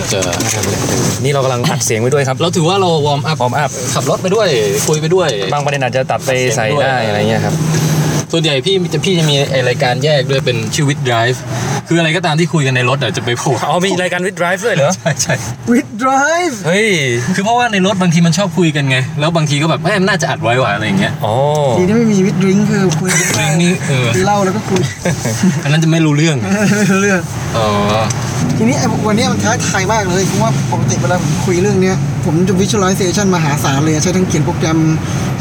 Speaker 2: เจอ
Speaker 3: นี่เรากำลังอัดเสียงไว้ด้วยครับ
Speaker 2: เราถือว่าเราวอร์มอัพ
Speaker 3: พร้อมอัพ
Speaker 2: ขับรถไปด้วยคุยไปด้วย
Speaker 3: บางประเด็นอาจจะตัดไปใส่ได้อะไรเงี้ยครับ
Speaker 2: ส่วนใหญ่พี่จะพี่จะมีไอ้รายการแยกด้วยเป็นชีวิต drive คืออะไรก็ตามที่คุยกันในรถอ่ะจะไปโผล่
Speaker 3: เอามีรายการวิดไดรฟ์ด้วยเหรอ
Speaker 2: ใช่ (laughs) ใช่
Speaker 4: with drive
Speaker 3: เฮ้ย
Speaker 2: คือเพราะว่าในรถบางทีมันชอบคุยกันไง แล้วบางทีก็แบบแม่มันน่าจะอัดไว้ว่ะอะไรอย่างเงี้ย
Speaker 3: อ๋อ
Speaker 4: ดีที่ไม่มี with drink คือคุยกัน
Speaker 2: เรื่
Speaker 4: ได้
Speaker 2: องนี้เออ
Speaker 4: กินเหล้าแล้วก็คุย (laughs)
Speaker 2: อันนั้นจะไม่รู้เรื่อง
Speaker 4: เรื่อง
Speaker 2: อ๋อ
Speaker 4: ทีนี้ไอ้วันเนี้ยมันท้าทายมากเลยเพราะว่าปกติเวลาผมคุยเรื่องเนี้ยผมจะ visualization มหาศาลเลยใช้ทั้งเขียนโปรแกรม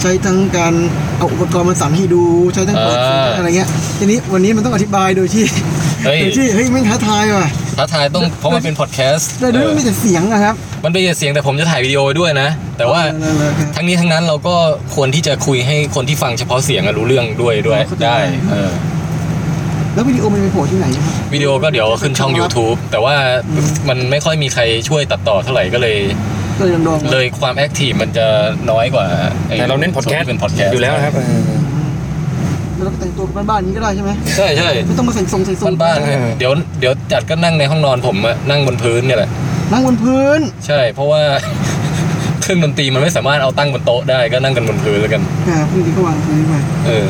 Speaker 4: ใช้ทั้งการเอาอุปกรณ์มาสั่นให้ดู ใช้
Speaker 2: (laughs)
Speaker 4: ทั้งเปิดเสียงอะไรเงี้ยทีนี้วันนี้มันต้องอธิบายโดยที่
Speaker 2: เฮ้ย
Speaker 4: โดยที่เฮ้ยไม่งท้าทายว่ะ
Speaker 2: ท้าทายต้องเพราะมันเป็นพอดแคสต์
Speaker 4: แต่ด้วยมันมีแต่เสียงนะครับ
Speaker 2: มันเป็นเสียงแต่ผมจะถ่ายวิดีโอไว้ด้วยนะ แต่ว่า
Speaker 4: เออเออเออ
Speaker 2: ทั้งนี้ทั้งนั้นเราก็ควรที่จะคุยให้คนที่ฟังเฉพาะเสียงอะรู้เรื่องด้วยด้วยได้เออ
Speaker 4: แล้ววิดีโอมันไปโผล่ที่ไหนครับ
Speaker 2: วิดีโอก็เดี๋ยวขึ้นช่อง YouTube แต่ว่า
Speaker 4: อืม
Speaker 2: มันไม่ค่อยมีใครช่วยตัดต่อเท่าไหร่ก็เลย
Speaker 4: เลยลองดอง
Speaker 2: เลยความแอคทีฟมันจะน้อยกว่าไ
Speaker 3: แต่เราเน้นพอดแคสต์
Speaker 2: ส่วที่เป็นพอดแคสต์
Speaker 3: อยู่แล้วนะครับเออ
Speaker 4: แล้วเราก็แต่งตัวกับบ้านๆอย่างนี้ก็ได้ใช่ไหม
Speaker 2: ใช่ใช่
Speaker 4: ไม่ต้องมาใส่ทรงใส่ทรง
Speaker 2: บ้าน
Speaker 3: เออ
Speaker 2: ๆเดี๋ยวเดี๋ยวจัดก็นั่งในห้องนอนผมอะนั่งบนพื้นเนี่ยแหละ
Speaker 4: นั่งบนพื้น
Speaker 2: ใช่ เพราะ (laughs) ว่า เครื่องดนตรีมันไม่สามารถเอาตั้งบนโต๊ะได้ก็นั่งกันบนพื้นแล้วกัน
Speaker 4: อ่าพื้นที่ก็วางพื้นไป
Speaker 2: เออ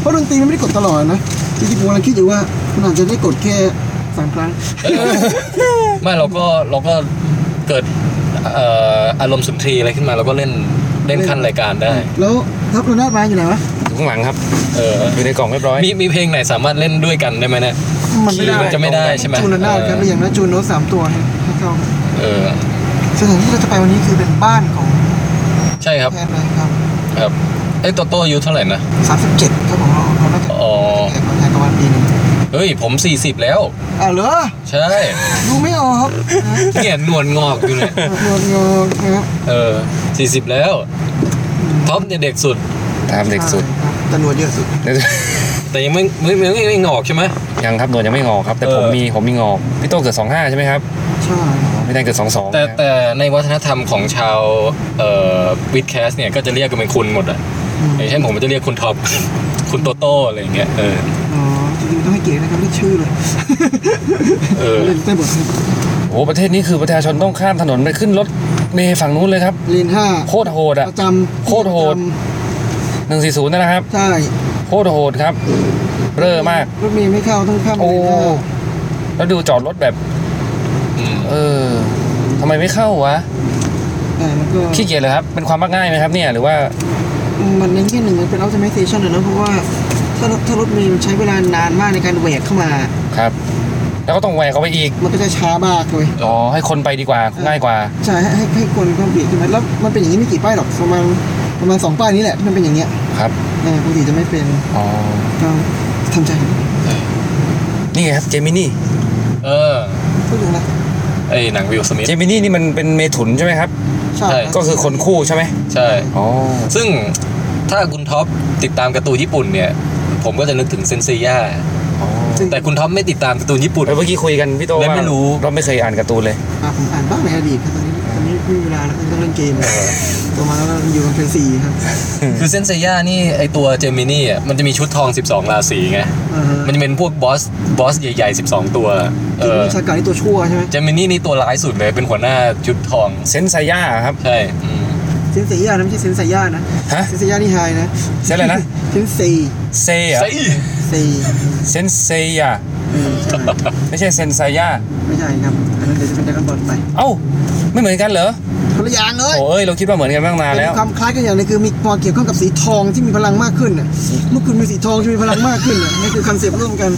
Speaker 4: เพราะดนตรีมันไม่ได้กดตลอดนะจริงๆผมกำลังคิดอยู่ว่ามันอาจจะได้กดแค่สามครั้ง
Speaker 2: ไม่เราก็เราก็เกิดเอ่ออารมณ์สุนทรีอะไรขึ้นมาเราก็เล่นเล่นขั้นรายการได้
Speaker 4: แล้วทับโรนัทมาอยู่ไหนวะ
Speaker 3: อยู่ข้างหลังครับ
Speaker 2: เออ
Speaker 3: อยู่ในกล่องเรียบร้อย
Speaker 2: มีมีเพลงไหนสามารถเล่นด้วยกันได้ไหมเนี่ย
Speaker 4: มันไม่ได้
Speaker 2: มันจะไม่ได้ใช่ไหม
Speaker 4: จูนโรนาทครับแล้วอย่างนั้นจูนโน้ตสามตัวให้ให้เข้ากัน
Speaker 2: เออ
Speaker 4: สถานที่เราจะไปวันนี้คือเป็นบ้านของ
Speaker 2: ใช่ครับ
Speaker 4: แพทย์เลยครับ
Speaker 2: ครับไอ้โตโต้อายุเท่าไหร่นะ
Speaker 4: สามสิบเจ็ดครับผมเราเราน่าจะ
Speaker 2: อ๋อ
Speaker 4: แต่คนงานกับวันปีหนึง
Speaker 2: เฮ้ย ผม 40 แล้ว
Speaker 4: อ่ะเหรอ
Speaker 2: ใช่
Speaker 4: ดูไม่ออก
Speaker 2: เนี่ยหนวดงอกอยู่เนี่ย
Speaker 4: นะงงงนะครับ
Speaker 2: เออ 40 แล้ว ท็อปเนี่ยเด็กสุด
Speaker 3: ตามเด็กสุด
Speaker 4: ครับแต่หนวดเยอะสุด
Speaker 2: แต่ยังไม่ไม่ไม่ไม่ไม่งอกใช่ไหม
Speaker 3: ยังครับหนวดยังไม่งอกครับ แต่
Speaker 2: เออ
Speaker 3: ผมมีผมมีงอก พี่โต้เกิด 25 ใช่ไหมครับ
Speaker 4: ใช่
Speaker 3: พี่แดงเกิด 22
Speaker 2: แต่
Speaker 3: นะ
Speaker 2: แต่ในวัฒนธรรมของชาวเอ่อวิดแคสเนี่ยก็จะเรียกกันเป็นคุณหมดอ่ะ
Speaker 4: อืม
Speaker 2: อย่างเช่นผมจะเรียกคุณท็อป (laughs) คุณโตโต้อะไรอย่างเงี้ย เออ
Speaker 4: อ๋อจริงๆต้องให้เก๋นะครับเรียกชื่อเลย
Speaker 2: เออ
Speaker 4: เล่นเต้นบท
Speaker 3: โอ้ประเทศนี้คือประชาชนต้องข้ามถนนไปขึ้นรถเมย์ฝั่งนู้นเลยครับ
Speaker 4: เลนห้า
Speaker 3: โคตรโหดอ่ะ
Speaker 4: ประจำ
Speaker 3: โคตรโหด 140นั่นนะครับ
Speaker 4: ใช่
Speaker 3: โคตรโหดครับเร่อมาก
Speaker 4: รถเมย์ไม่เข้าต้องข้ามเล
Speaker 3: โอ้
Speaker 4: นห้า
Speaker 3: แล้วดูจอดรถแบบ
Speaker 2: อืม
Speaker 3: เออทำไมไม่เข้าวะ
Speaker 4: แต่มันก็
Speaker 3: ขี้เกียจเลยครับ เป็นความมักง่ายไหมครับเนี่ย หรือว่า
Speaker 4: มันในแง่หนึ่งมันเป็น optimization อะเนอะเพราะว่าถ้ารถถ้ารถเมล์มันใช้เวลานานมากในการแหวกเข้ามา
Speaker 3: ครับ แล้วก็ต้องแหวกเขาไปอีก
Speaker 4: มันก็จะช้ามากเลย
Speaker 3: อ๋อ ให้คนไปดีกว่า ง่ายกว่า
Speaker 4: ใช่ให้ให้ให้คนเขาเบียดขึ้นมาแล้วมันเป็นอย่างนี้ไม่กี่ป้ายหรอกประมาณประมาณสองป้ายนี้แหละที่มันเป็นอย่างเงี้ย
Speaker 3: ครับ
Speaker 4: เออปกติจะไม่เป็น
Speaker 3: อ๋อ
Speaker 4: ก็ทำใจ
Speaker 3: นี่ไงครับ เจมินี่
Speaker 2: เออ
Speaker 4: พูดถึงอะไร
Speaker 2: ไอ้หนังวิลสมิธ
Speaker 3: เจมินี่นี่มันเป็นเมถุนใช่ไหมครับ
Speaker 4: ใช่
Speaker 2: ใช่
Speaker 3: ก็คือคนคู่ใช่ไหม
Speaker 2: ใช่
Speaker 3: อ๋อ
Speaker 2: ซึ่งถ้าคุณท็อปติดตามการ์ตูนญี่ปุ่นเนี่ย ผมก็จะนึกถึงเซนเซีย
Speaker 4: ซึ่ง
Speaker 2: แต่คุณท็อปไม่ติดตามการ์ตูนญี่ปุ่น
Speaker 3: เมื่อกี้คุยกันพี่โต
Speaker 2: เล่น
Speaker 3: ว่า
Speaker 2: ไม่รู้
Speaker 3: เราไม่เคยอ่านการ์ตูนเลย
Speaker 4: อ่ะผมอ่านบ้างในอดีตครับตอนนี้ตอนนี้ไม่มีเวลาแล้วต้องเล่นเกมตัวมาแล้วอยู่กันเป็นสี่ครับ
Speaker 2: คือเซนเซียนี่ไอตัวเจมินี่อ่ะมันจะมีชุดทอง 12 ราศีไง
Speaker 4: อ่าฮะ
Speaker 2: มันจะเป็นพวกบอสบอสใหญ่ ๆ 12 ตัว เออ
Speaker 4: ชาการที่ตัวชั่วใช่ไหม
Speaker 2: เจมินี่นี่ตัวร้ายสุดเลยเป็นหัวหน้าชุดทอง
Speaker 3: เซนไซย่าครับ
Speaker 2: ใช่อืม
Speaker 4: เซนเซียานะไม่ใช่เซนไซย่านะ
Speaker 3: ฮะ
Speaker 4: เซนไซย่านี่ไฮนะ
Speaker 3: เซนอะไรนะ
Speaker 4: เซนเซี
Speaker 3: เซเหรอะ
Speaker 2: ใช่
Speaker 4: เซ
Speaker 3: เซนเซย่า
Speaker 4: อืมใช่
Speaker 3: ไม่ใช่เซนไซย่า
Speaker 4: ไม่ใช่ครับ อันนั้นเดี๋ยวจะเป็นดราก้อนบอลไป
Speaker 3: เอ้า ไม่เหมือนกันเหรอ
Speaker 4: คนละอย่างเลย
Speaker 3: โอ้เอ้ย เราคิดว่าเหมือนกันตั้งนาน
Speaker 4: แต่
Speaker 3: แล้ว
Speaker 4: ความคล้ายกันอย่างหนึงคือมีพอเกี่ยวข้องกับสีทองที่มีพลังมากขึ้นน่ะเมื่อคุณมีสีทองที่มีพลังมากขึ้นน่ะนี่คือคอนเซปต์ร่วม
Speaker 2: (laughs)
Speaker 4: กัน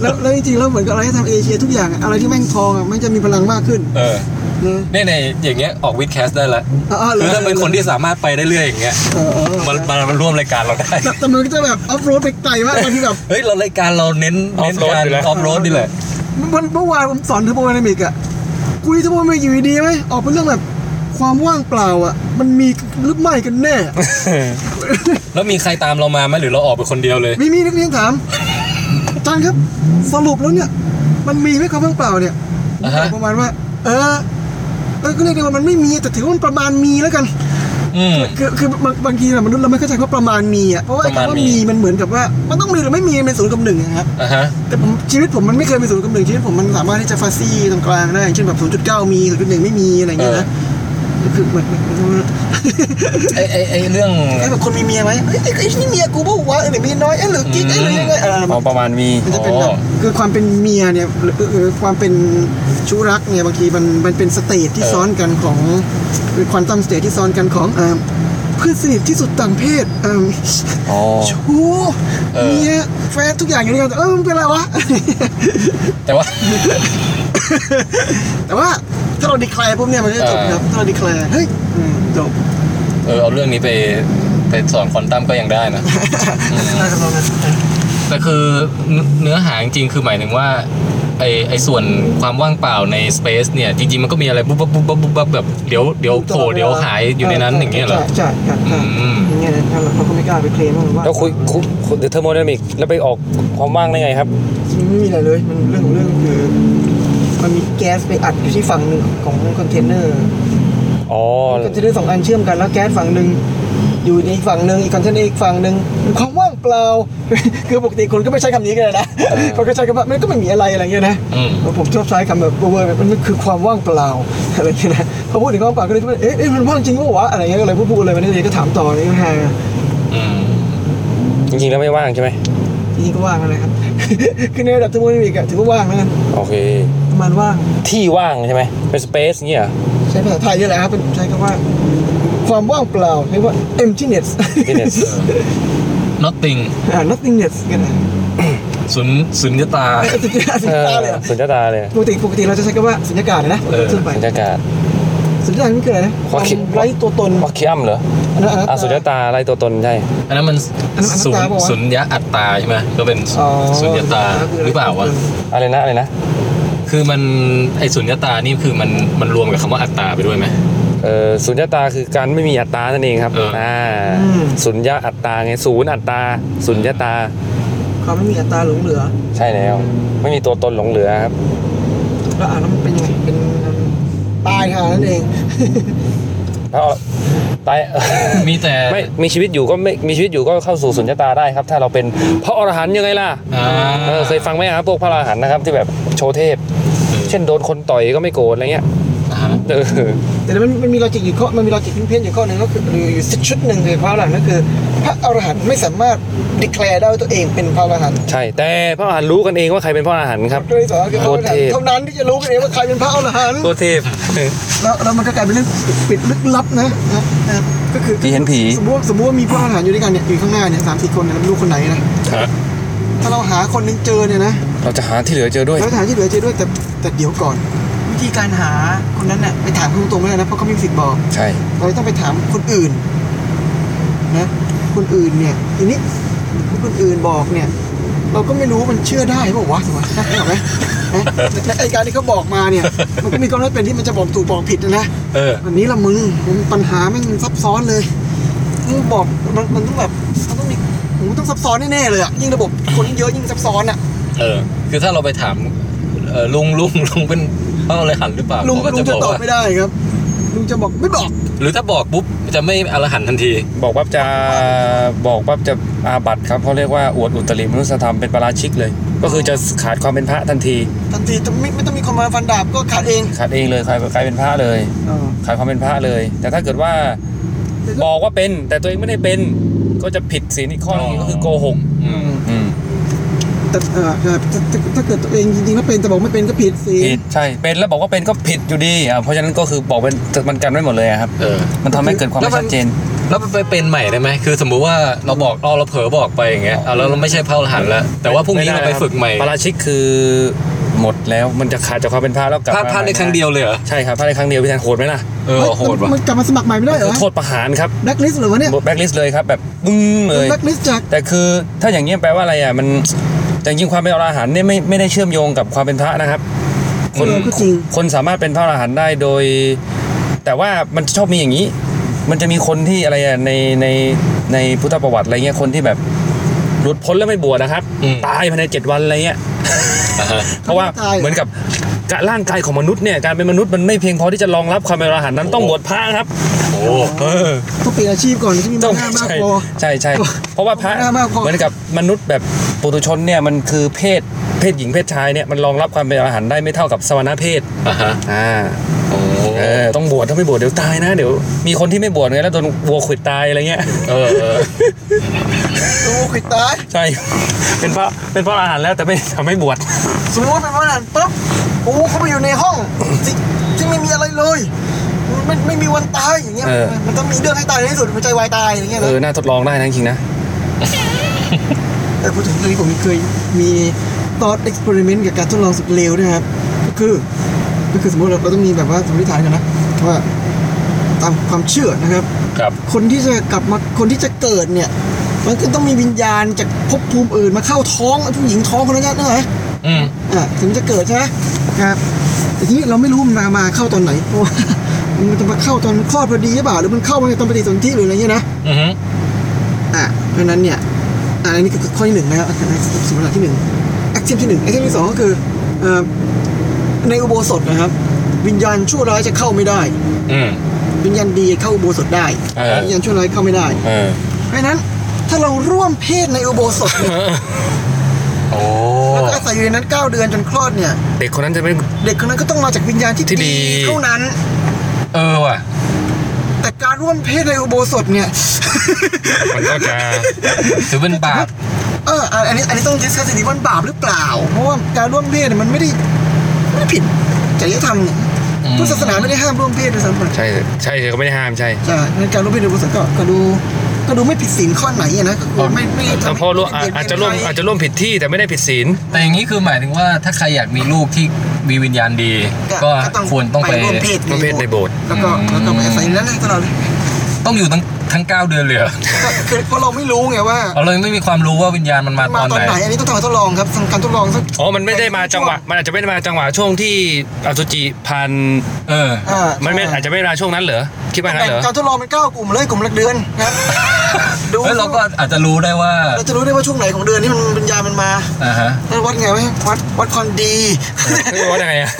Speaker 4: แล้วแล้วจริงๆแล้วเหมือนกับอะไรที่ทำเอเชียทุกอย่างอะอะไรที่แม่งทองอ่ะแม่งจะมีพลังมากขึ้น
Speaker 2: เออ
Speaker 4: นะ
Speaker 2: เนี่ยในอย่างเงี้ยออกวิดแคสได้ละ
Speaker 4: อ๋อ
Speaker 2: คือถ้าเป็นคนที่สามารถไปได้เรื่อยอย่างเงี้ย
Speaker 4: เออเออ
Speaker 2: มามามาร่วมรายการเราได้
Speaker 4: แต่แต่มันก็จะแบบออฟโรดไปไกลมากบางทีแบบ
Speaker 2: เฮ้ยเรารายการเราเน้นเน้นการ
Speaker 3: Off-road อยู่แล้ว
Speaker 2: ออฟโรดนี่แหละ
Speaker 4: มันเมื่อวานผมสอนเทอร์โบไดนามิกอ่ะคุยเทอร์โบไดนามิกอยู่ดีๆไหมออกเป็นเรื่องแบบความว่างเปล่าอ่ะ มันมีหรือไม่กันแน่
Speaker 2: แล้วมีใครตามเรามาไหมหรือเราออกไปคนเดียวเลย
Speaker 4: มีมีนักเรียนถามอาจารย์ครับสรุปแล้วเนี่ย มันมีไหมครับเปล่าเปล่าเนี่ย
Speaker 2: อ่าฮะ
Speaker 4: ประมาณว่า เออเออก็เรียกได้ว่ามันไม่มีแต่ถือว่ามันประมาณมีแล้วกัน
Speaker 2: อืม
Speaker 4: คือคือบางบางทีน่ะมนุษย์เราไม่เข้าใจว่าประมาณมีอ่ะเพราะว่าไอ้คำ
Speaker 2: ประ
Speaker 4: ว่า
Speaker 2: มาณมี
Speaker 4: มีมันเหมือนกับว่ามันต้องมีหรือไม่มีมันเป็นศูนย์กับหนึ่งอะครับ
Speaker 2: อ่ะฮะ
Speaker 4: แต่ผมชีวิตผมมันไม่เคยเป็นศูนย์กับหนึ่งชีวิตผมมันสามารถที่จะฟาซี่ตรงกลางได้อย่างเช่นแบบศูนย์จุดเก้ามีศูนย์จุดหนึ่งไม่มีอะไรอย่างเงี้ยนะคือเหมือนเหมือนเหมือน
Speaker 2: ไอไอไอเรื่อง
Speaker 4: ไอ้แบบคนมีเมียไหมเอ้ยไอ้ไอ้นี่เมียกูเปล่าวะหรือเมียน้อยเอ้ยหรือกิ๊กเอ้ยหรือยังไงอะไร
Speaker 3: อ๋อประมาณมี
Speaker 4: มันจะเป็นแบบคือความเป็นเมียเนี่ยหรือหรือความเป็นชู้รักเนี่ยบางทีมันมันเป็นสเตจที่ซ้อนกันของคือควอนตัมสเตจที่ซ้อนกันของเอ่อเพื่อนสนิทที่สุดต่างเพศเอิ่ม
Speaker 3: อ๋อ
Speaker 4: ชู้เมียแฟนทุกอย่างอยู่ด้วยกันแต่เออมันเป็นไรวะ (laughs)
Speaker 2: แต่ว่า
Speaker 4: แต่ว่าถ้าเราดีแคลร์ปุ๊บเนี่ยมันก็จะจบครับถ้าเราดีแคลร์เฮ้ยอืมจบ
Speaker 2: เออเอาเรื่องนี้ไปไปสอนควอนตัมก็ยังได้นะ
Speaker 4: ได้ครับเราเลย
Speaker 2: แต่คือเนื้อเนื้อหาจริงๆคือหมายถึงว่าไอไอส่วนความว่างเปล่าใน Space เนี่ย จริงๆ มันก็มีอะไรบุ๊บบุ๊บบุ๊บบุ๊บแบบเดี๋ยวเดี๋ยวโผล่เดี๋ยวหายอยู่ในนั้นอย่างเงี้ยเหรอ
Speaker 4: ใช่ใช่ใช่
Speaker 2: อืม
Speaker 4: อย่างเงี้ยนะครับเราก็ไม่กล้าไปเคลมว่า
Speaker 3: แล้วคุยคุยคุยเทอร์โมไดนามิกแล้วไปออกความว่างได้ไงครับ
Speaker 4: ไม่มีอะไรเลยมันเรื่องของเรื่องคือมันมีแก๊สไปอัดอยู่ที่ฝั่งหนึ่งของคอนเทนเนอร์
Speaker 3: อ๋อ
Speaker 4: คอนเทนเนอร์สองอันเชื่อมกันแล้วแก๊สฝั่งหนึ่งอยู่ในอีกฝั่งหนึ่งอีกคอนเทนเนอร์อีกฝั่งหนึ่งความว่างเปล่า (laughs) คือปกติคนก็ไม่ใช้คำนี้กันเลยนะคนก็ใช้คำว่ามันก็ไม่มีอะไรอะไรอย่างเงี้ยนะ
Speaker 2: อืม
Speaker 4: ผมชอบใช้คำแบบเวอร์ๆแบบมันคือความว่างเปล่า (laughs) อะไรอย่างเงี้ยนะพอพูดถึงว่างเปล่าก็เลยคิดว่าเอ๊ะเอ๊ะมันว่างจริงปะวะอะไรเงี้ยก็เลยพูดๆเลยวันนี้เลยก็ถามต่อเลยก็แฮะ
Speaker 2: อืม
Speaker 3: จริงๆ แล้วไม่ว่างใช่ไหม
Speaker 4: จริงๆก็ว่างนั่นแหละครับ (laughs) คือในระดับทุกวันนี้ก็ถือว่าว่างนะ
Speaker 3: โอเค
Speaker 4: ประมาณว่าง
Speaker 3: ที่ว่างใช่ไหม เป็นสเปซเงี้ยเหรอ
Speaker 4: ใช้ภาษาไทยเยอะแหละครับเป็นใช้คำว่า ความว่างเปล่าเรียกว่า emptiness
Speaker 3: Emptiness
Speaker 2: nothing
Speaker 4: (laughs) อ่า nothingness กันนะ
Speaker 2: สุญสุญญตา
Speaker 4: สุญญากาศสุญญากาศเลยเหรอ
Speaker 3: สุญญตาเลยอะ
Speaker 4: ปกติปกติเราจะใช้คำว่าสุญญากาศเลยนะ
Speaker 2: เออ
Speaker 4: ทั่วไป
Speaker 3: สุญญากาศ
Speaker 4: สุญญากาศนี่คืออะไรนะ
Speaker 3: เพราะคิด
Speaker 4: ไร้ตัวตน
Speaker 3: ออคิอัมเหรอ
Speaker 4: อันนั้นอันนั้น
Speaker 3: อ่ะสุญญตาอะไรตัวตนใช่
Speaker 2: อันนั้นมัน
Speaker 4: อันนั้นอัต
Speaker 2: สุญ
Speaker 4: ตาปะวะ
Speaker 2: สุญญะอัตตาใช่ไหมก็เป็น
Speaker 4: อ๋อ
Speaker 2: สุญญตาหรือเปล่าวะ
Speaker 3: อะไรนะ อะไรนะ
Speaker 2: คือมันไอสุญญตานี่คือมันมันรวมกับคำว่าอัตตาไปด้วยไหม
Speaker 3: เอ่อสุญญตาคือการไม่มีอัตตานั่นเองครับ
Speaker 2: เอออ่
Speaker 3: ่า
Speaker 4: อืม
Speaker 3: สุญญาอัตตาไงศูนย์อัตตา สุญญตา
Speaker 4: ความไม่มีอัตราหลงเหลือ
Speaker 3: ใช่แล้ว ไม่มีตัวตนหลงเหลือครับ
Speaker 4: แล้วอ่านแล้วมันเป็นยังไง เป็นตายหานั่นเอง
Speaker 3: แล้วเอาตาย (laughs)
Speaker 2: มีแต่
Speaker 3: ไม่มีชีวิตอยู่ก็ไม่มีชีวิตอยู่ก็เข้าสู่สุญญตาได้ครับ ถ้าเราเป็นพระอรหันต์ยังไงล่ะ
Speaker 2: อ่า
Speaker 3: เออเคยฟังไหมครับพวกพระอรหันต์นะครับที่แบบโชว์เทพ เช่นโดนคนต่อยก็ไม่โกรธอะไรเงี้ย
Speaker 2: อ่าฮะ
Speaker 3: เออ
Speaker 4: แต่มันมันมีลอจิกอยู่ข้อมันมีลอจิกเพี้ยนๆอยู่ข้อหนึ่งก็คือหรืออยู่ชุดหนึ่งคือพระอรหันต์ก็คือ พระอรหันต์ไม่สามารถดิแคลร์ได้ว่าตัวเองเป็นพระอรหันต์
Speaker 3: ใช่ แต่พระอรหันต์รู้กันเองว่าใครเป็นพระอรหันต์ครับ
Speaker 4: เรื่องที่สองคือพระอร
Speaker 3: โคตร
Speaker 4: หัน
Speaker 3: เท่
Speaker 4: ต์เท่านั้นที่จะรู้กันเองว่าใครเป็นพระอรหันต์
Speaker 3: ตัวเทพ
Speaker 4: แล้วแล้วมันก็กลายเป็นเรื่องปิดลึกลับนะนะนะก็คือ
Speaker 3: ผีเห็นผี
Speaker 4: สมมติว่าสมมติว่ามีพระอรหันต์อยู่ด้วยกันเนี่ยอยู่ข้างหน้าเนี่ยสามสี่คนเนี่ยไม่รู้คนไหนนะถ้าเราหาคนหนึงเจอเนี่ยนะ
Speaker 3: เราจะหาที่เหลือเจอด้วย
Speaker 4: แล้วถามที่เหลือเจอด้วยแต่แต่เดี๋ยวก่อน วิธีการหาคนนั้นน่ะไปถามเขาตรงๆไม่ได้นะเพราะเขาไม่มีสิทธิ์บอก
Speaker 3: ใช่
Speaker 4: เราต้องไปถามคนอื่นนะคนอื่นเนี่ยทีนี้คนอื่นบอกเนี่ย เราก็ไม่รู้มันเชื่อได้เปล่าวะถูกไหมถูกไหมนะและไอการที่เขาบอกมาเนี่ย มันก็มีความน่าเป็นที่มันจะบอกถูกบอกผิดนะนะ
Speaker 2: เออ
Speaker 4: อันนี้ละมึงมันปัญหาแม่งซับซ้อนเลยมึงบอกมันมันต้องแบบมันต้องมีโอ้โหต้องซับซ้อนแน่ๆเลยอะยิ่งระบบคนเยอะยิ่งซับซ้อนอะ
Speaker 2: เออ คือถ้าเราไปถามเออลุงลุงลุงเป็นพ่ออรหันต์หรือเปล่า
Speaker 4: ลุง
Speaker 2: เขา
Speaker 4: ลุงจะ
Speaker 2: บอก
Speaker 4: ตอบ
Speaker 2: ว่า
Speaker 4: ไม่ได้ครับ ลุงจะบอกไม่บอก
Speaker 2: หรือถ้าบอกปุ๊บจะไม่อรหันต์ทันที
Speaker 3: บอกว่าจะบอกว่าจะอาบัติครับเขาเรียกว่าอวดอุตริมนุสธรรมเป็นปาราชิกเลย ก็คือจะขาดความเป็นพระทันที
Speaker 4: ทันทีจะไม่ไม่ต้องมีคนมาฟันดาบก็ขาดเอง
Speaker 3: ขาดเองเลยกลายกลายเป็นพระเลย ขาดความเป็นพระเลย แต่ถ้าเกิดว่าบอกว่าเป็นแต่ตัวเองไม่ได้เป็น ก็จะผิดศีลอีกข้อหนึงก็คือโกหก
Speaker 2: อืม
Speaker 3: อืม
Speaker 4: แต่เออแต่ถ้าถ้าเกิดตัวเองจริงๆแล้วเป็นแต่บอกไม่เป็นก็ผิดสิ
Speaker 3: ผิดใช่เป็นแล้วบอกว่าเป็นก็ผิดอยู่ดีอ่ะเพราะฉะนั้นก็คือบอกเป็นมันกันไว้หมดเลยอะครับ
Speaker 2: เออ
Speaker 3: มันทำให้เกิดความ
Speaker 2: แล้
Speaker 3: ไม่
Speaker 2: วมัน
Speaker 3: ชัดเจน
Speaker 2: แล้วมันไปเป็นใหม่ได้ไหม คือสมมุติว่าเราบอกเราเราเผลอบอกไปอย่างเงี้ยเอาแล้วเราไม่ใช่พระอรหันต์แล้ว แต่ว่าพรุ่งนี้เราไปฝึกใหม่
Speaker 3: ปาราชิกคือหมดแล้วมันจะขาดจากความเป็นพระแล้วกลับ
Speaker 2: พลาด
Speaker 3: มา
Speaker 2: พลาดในครั้งเดียวเลยเหรอ
Speaker 3: ใช่ครับพลาดในครั้งเดียวพี่แทนโหดไหมล่ะ
Speaker 2: เออ โหดว่ะ
Speaker 4: มันกลับมาสมัครใหม่ไม่ได้เหรอ
Speaker 3: โทษประหารครับ
Speaker 4: แบล็คลิสต์หรือวะเนี่ย
Speaker 3: แบ็คลิสเลยครับแบบบึ้งเลย
Speaker 4: แบล็คลิสต์จาก
Speaker 3: แต่คือถ้าอย่างนี้ยแปลว่าอะไรอ่ะมันแต่จริงๆความเป็นอรหันต์เนี่ยไม่ไม่ได้เชื่อมโยงกับความเป็นพระนะครับ คน
Speaker 4: เออก็จริง
Speaker 3: คนสามารถเป็นพระอรหันต์ได้โดย แต่ว่ามันชอบมีอย่างนี้ มันจะมีคนที่อะไรอ่ะในในในพุทธประวัติอะไรเงี้ยคนที่แบบหลุดพ้นแล้วไม่บวชนะครับ
Speaker 2: อืม
Speaker 3: ตายภายในเจ็ดวันอะไรเงี้ย
Speaker 2: อ่าฮะ
Speaker 3: เพราะว่า
Speaker 4: ตายเหรอ
Speaker 3: เหมือนกับกะร่างกายของมนุษย์เนี่ยการเป็นมนุษย์มันไม่เพียงพอที่จะรองรับความเป็นอรหันต์นั้นต้องบวชพระครับ
Speaker 2: โห
Speaker 3: เออ
Speaker 4: ต้องเปลี่ยนอาชีพก่อนที่มี
Speaker 3: ต้อง
Speaker 4: หน้ามาก
Speaker 3: ใช่
Speaker 4: พอ
Speaker 3: ใช่ใช่เพราะว่าพระ
Speaker 4: หน้ามากพอ
Speaker 3: เหมือนกับมนุษย์แบบปุถุชนเนี่ยมันคือเพศเพศหญิงเพศชายเนี่ยมันรองรับความเป็นอาหารได้ไม่เท่ากับสวรรคเพศ
Speaker 2: อ่าฮะ
Speaker 3: อ่า
Speaker 2: โอ้
Speaker 3: เออต้องบวชถ้าไม่บวชเดี๋ยวตายนะเดี๋ยวมีคนที่ไม่บวชไงแล้วโดนวัวขวิดตายอะไรเงี้ย
Speaker 2: เออเออ
Speaker 4: โอ้ขิดตาย
Speaker 3: ใช่ เป็นเพราะเป็นเพราะอาหารแล้วแต่ไม่ทำให้บวช
Speaker 4: สมมติว่าเป็นวันนั้นปุ๊บโอ้เขาไปอยู่ในห้องที่ที่ไม่มีอะไรเลย ไม่ไม่มีวันตายอย่างเงี้ย
Speaker 3: เออ
Speaker 4: มันต้องมีเรื่องให้ตายในที่สุดหัวใจวายตายอย่างเงี้ย
Speaker 3: เอ
Speaker 4: นะ
Speaker 3: อ น่าทดลองได้นะจริงๆนะ
Speaker 4: แต่พูดถึงเรื่องนี้ผมเคยมีตอนเอ็กซ์เพร์เมนต์กับการทดลองสุดเลวด้วยนะครับ ก็คือ ก็คือสมมติเราเราต้องมีแบบว่าสมมติฐานกันนะว่าตามความเชื่อนะครับ
Speaker 2: ครับ
Speaker 4: คนที่จะกลับมาคนที่จะเกิดเนี่ย มันก็ต้องมีวิญญาณจากภพภูมิอื่นมาเข้าท้องไอ้ผู้หญิงท้องคนนั้นนะเนอะ
Speaker 2: อืม
Speaker 4: อ่ะถึงจะเกิดใช่ไหมครับแต่ทีนี้เราไม่รู้มันมามาเข้าตอนไหนเพราะ (laughs) ว่ามันจะมาเข้าตอนคลอดพอดีหรือเปล่าหรือมันเข้ามาในตอนปฏิสนธิหรืออะไรเงี้ยนะ
Speaker 2: อืม
Speaker 4: อ่ะเพราะฉะนั้นเนี่ยอะอันนี้คือข้อที่หนึ่งนะครับสมมติที่หนึ่งแอคทีฟที่หนึ่งแอคทีฟที่สองก็คือเอ่อในอุโบสถนะครับ วิญญาณชั่วร้ายจะเข้าไม่ได้
Speaker 2: อืม
Speaker 4: วิญญาณดีเข้าอุโบสถได้
Speaker 2: เออ
Speaker 4: วิญญาณชั่วร้ายเข้าไม่ได้
Speaker 2: เออ
Speaker 4: เพราะฉะนั้นถ้าเราร่วมเพศในอุโบสถเนี่ย
Speaker 2: โอ้
Speaker 4: แล้วก็อาศัยอยู่ในนั้นเก้าเดือนจนคลอดเนี่ย
Speaker 3: เด็กคนนั้นจะเป็น
Speaker 4: เด็กคนนั้นก็ต้องมาจากวิญญาณที่
Speaker 3: ที่ดี
Speaker 4: ดีเท่านั้น
Speaker 2: เออว่ะ
Speaker 4: แต่การร่วมเพศในอุโบสถเนี่ย
Speaker 3: มันก็จะ
Speaker 2: ถือเป็นบาป
Speaker 4: เอออ่ะอันนี้อันนี้ต้องดิสคัสดีว่ามันบาปหรือเปล่า เพราะว่าการร่วมเพศเนี่ยมันไม่ได้ไม่ได้ผิดจริยธรรมเนี่ย
Speaker 2: อืม
Speaker 4: พุทธศาสนาไม่ได้ห้ามร่วมเพศด้วยซ้ำไป
Speaker 3: ใช่ ใช่เขาไม่ได้ห้ามใช่
Speaker 4: ใช่งั้นการร่วมเพศในอุโบสถก็ก็ดูก็ดูไม่ผิดศีลข้อไหนอะนะก็คือไม่ไม่
Speaker 3: แต่
Speaker 4: ทำให้
Speaker 3: พอร่วม
Speaker 4: เบียดเบียน
Speaker 3: อาจจะร่วม
Speaker 4: ใค
Speaker 3: อาจจะร่วมผิดที่แต่ไม่ได้ผิดศีล
Speaker 2: แต่อย่างนี้คือหมายถึงว่าถ้าใครอยากมีลูกที่มีวิญญาณดี ก็ควรต้องไป
Speaker 4: ร่วมเพศ
Speaker 3: ร่วมเพศในโบสถ์
Speaker 4: แล้วก็
Speaker 2: อืม
Speaker 4: แล้วก็ไปอาศัยในนั้นตลอดเลย (laughs)
Speaker 2: ต้องอยู่ทั้งทั้งเก้าเดือนเลยเหรอ
Speaker 4: ก็คือเพราะเราไม่รู้ไงว่า
Speaker 3: (laughs)
Speaker 2: เอาเลยไม่มีความรู้ว่าวิญญาณมันมา
Speaker 4: มา
Speaker 2: ตอน
Speaker 4: ตอน
Speaker 2: ไห
Speaker 4: ไห
Speaker 2: น
Speaker 4: นอันนี้ต้องทำการทดลองครับทำการทดลองสัก
Speaker 3: อ๋อ มันไม่ได้มาจังหวะ มันอาจจะไม่ได้มาจังหวะช่วงที่อสุจิพัน
Speaker 2: เออ
Speaker 4: อ่า
Speaker 3: มันไม่อาจจะไม่ได้มาช่วงนั้นเหรอ คิดว่างั้
Speaker 4: แบ่
Speaker 3: น
Speaker 4: ง
Speaker 3: เหรอ
Speaker 4: การทดลองเป็นเก้ากลุ่มเลยกลุ่มละเดือน
Speaker 3: (laughs)
Speaker 4: นะครับดู
Speaker 2: เฮ้ยเราก็อาจจะรู้ได้ว่า
Speaker 4: เราจะรู้ได้ว่าช่วงไหนของเดือนนี่มันปัญญามันมา
Speaker 2: อ่าฮะ
Speaker 4: นั่นวัดไงไหมวัดวัดความดี
Speaker 3: ไม่รู้ว่ายังไงอะ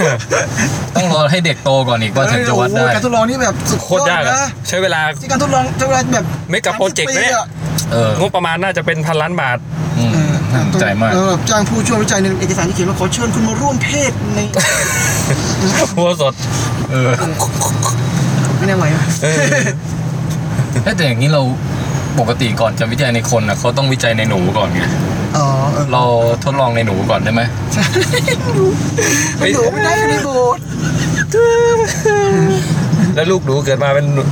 Speaker 2: ต้องรอให้เด็กโตก่อนอีกว่าถึงจะวัดได้
Speaker 4: โอ้โหการทดลองนี่แบบสุด
Speaker 3: โคตรยากอะ
Speaker 4: นะ
Speaker 3: ใช้เวลา
Speaker 4: ที่การทดลองใช้เวลาแบบ
Speaker 3: ไม่กับโปรเจกต์ไหมเนี่ย
Speaker 4: สาสิบปีอะ
Speaker 2: เออง
Speaker 3: บประมาณน่าจะเป็นพันล้านบาท
Speaker 2: อืมน่าสนใจมาก
Speaker 4: แล้วแบบจ้างผู้ช่วยวิจัยในเอกสารที่เขียนว่าขอเชิญคุณมาร่วมเพศใน
Speaker 3: หัวสด
Speaker 2: เออ
Speaker 4: ไม่ได้ไหวอะ
Speaker 2: เอ้ยแต่อย่างนี้เราปกติก่อนจะวิจัยในคนนะเขาต้องวิจัยในหนูก่อนไง
Speaker 4: อ๋อเออ
Speaker 2: เราทดลองในหนูก่อนได้ไหม
Speaker 3: ไม่
Speaker 4: หนูไม่ได้อยู่ในโบสถ์
Speaker 3: แล้วลูกหนูเกิดมาเป็นหนู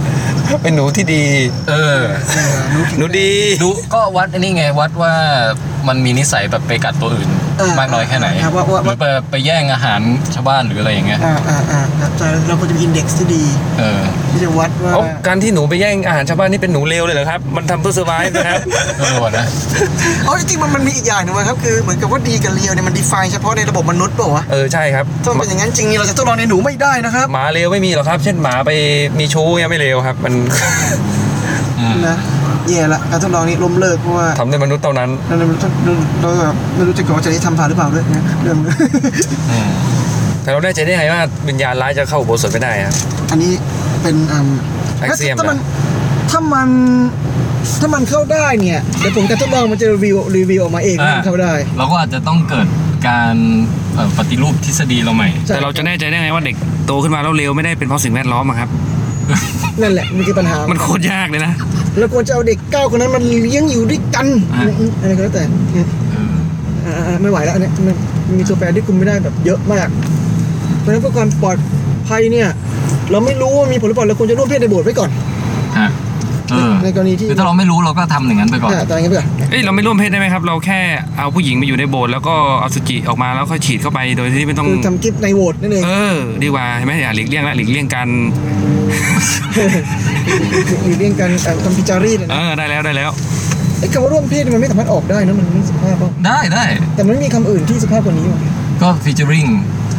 Speaker 3: เป็นหนูที่ดี
Speaker 2: เออ
Speaker 4: เออหนู
Speaker 3: หนูดี
Speaker 2: ดูก็วัดอันนี้ไงวัดว่ามันมีนิสัยแบบไปกัดตัวอื่น
Speaker 4: เออ
Speaker 2: มากน้อยแค่ไหนห
Speaker 4: ครับว่าว่า
Speaker 2: รือไปไปแย่งอาหารชาวบ้านหรืออะไรอย่างเงี้ย
Speaker 4: อ่าอ่าอ่าครับใช่เราควรจะมีอินเด็กซ์ที่ดี
Speaker 2: เออ
Speaker 4: ที่จะวัดว่า
Speaker 3: เอาการที่หนูไปแย่งอาหารชาวบ้านนี่เป็นหนูเลวเลยเหรอครับ มันทำเพื่อเซอร์ไวส์นะครับ
Speaker 2: เออว่ะนะ
Speaker 4: เอาจริงๆมันมันมีอีกอย่างหนึงนะครับคือเหมือนกับว่าดีกับเลวเนี่ยมันดีไฟเฉพาะในระบบมนุษย์เปล่าวะ
Speaker 3: เออ ใช่ครับ
Speaker 4: ถ้ามันเป็นอย่างนั้นจริงเราจะทดลองในหนูไม่ได้นะครับ
Speaker 3: (laughs) หมาเลวไม่มีหรอกครับ เช่นหมาไปมีชู้เนี่ยไม่เลวครับ มัน (laughs)
Speaker 2: อืม
Speaker 4: นะแย่ละการทดลองนี้ล้มเลิกเพราะว่า
Speaker 3: ทำด้วยมนุษย์เท่านั้น
Speaker 4: เราเราเราแบบไม่รู้จะก่อจะได้ทำผ่านหรือเปล่าด้วยนะ (laughs) เรื่อง
Speaker 2: อืม
Speaker 3: แต่เราได้ใจได้ไงว่าวิญญาณร้ายจะเข้าอุโบสถไม่ได้ครับ
Speaker 4: อันนี้เป็นอืม
Speaker 3: Axiom
Speaker 4: ถ้ามัน
Speaker 3: นะ
Speaker 4: ถ้ามันถ้ามันเข้าได้เนี่ยเดี๋ยวผมจะทดลองมันจะรีวิวรีวิวออกมาเองว่ามันเข้าได้
Speaker 2: เราก็อาจจะต้องเกิดการเอ่อปฏิรูปทฤษฎีเราใหม่
Speaker 4: ใช่
Speaker 3: แต่เราจะแน่ใจได้ไงว่าเด็กโตขึ้นมาแล้วเลวไม่ได้เป็นเพราะสิ่งแวดล้อมอะครับ
Speaker 4: นั่นแหละมันคือปัญหา
Speaker 3: มันโคตรยากเลยนะ
Speaker 4: เราควรจะเอาเด็กเก้าคนนั้นมันเลี้ยงอยู่ด้วยกัน
Speaker 2: อ่า
Speaker 4: อะไรก็แล้วแต่
Speaker 2: เออ
Speaker 4: อ่าอ่าไม่ไหวแล้วอันเนี้ยมันมันมีตัวแปรที่คุมไม่ได้แบบเยอะมาก เพราะฉะนั้นเพื่อความปลอดภัยเนี่ย เราไม่รู้ว่ามีผลหรือเปล่าเราควรจะร่วมเพศในโบสถ์ไว้ก่อน
Speaker 2: ฮะเออ
Speaker 4: ในกรณีที่
Speaker 2: คือถ้าเราไม่รู้เราก็ทำอย่างนั้นไปก่อน
Speaker 4: อ่าตายกันไปก่อน
Speaker 3: เอ้ยเราไม่ร่วมเพศได้ไหมครับ เราแค่เอาผู้หญิงมาอยู่ในโบสถ์แล้วก็เอาสุจิออกมาแล้วค่อยฉีดเข้าไปโดยที่ไม่ต้อง
Speaker 4: คือทำคลิปในโหวตนั่นเอง
Speaker 3: เออ ดีกว่าเห็นไหมอย่าหลีกเลี่ยงละหลีกเลี่ยงกัน
Speaker 4: หรือเรื่องการอ่าทำพิจารีตนะ
Speaker 3: เออได้แล้วได้แล้ว
Speaker 4: ไอ้คำว่าร่วมเพศมันไม่สามารถออกได้นะมันไม่สุภาพเปล่า
Speaker 2: ได้ได้
Speaker 4: แต่มันไม่มีคำอื่นที่สุภาพกว่านี้ว่ะ
Speaker 2: ก็ฟีเจอริง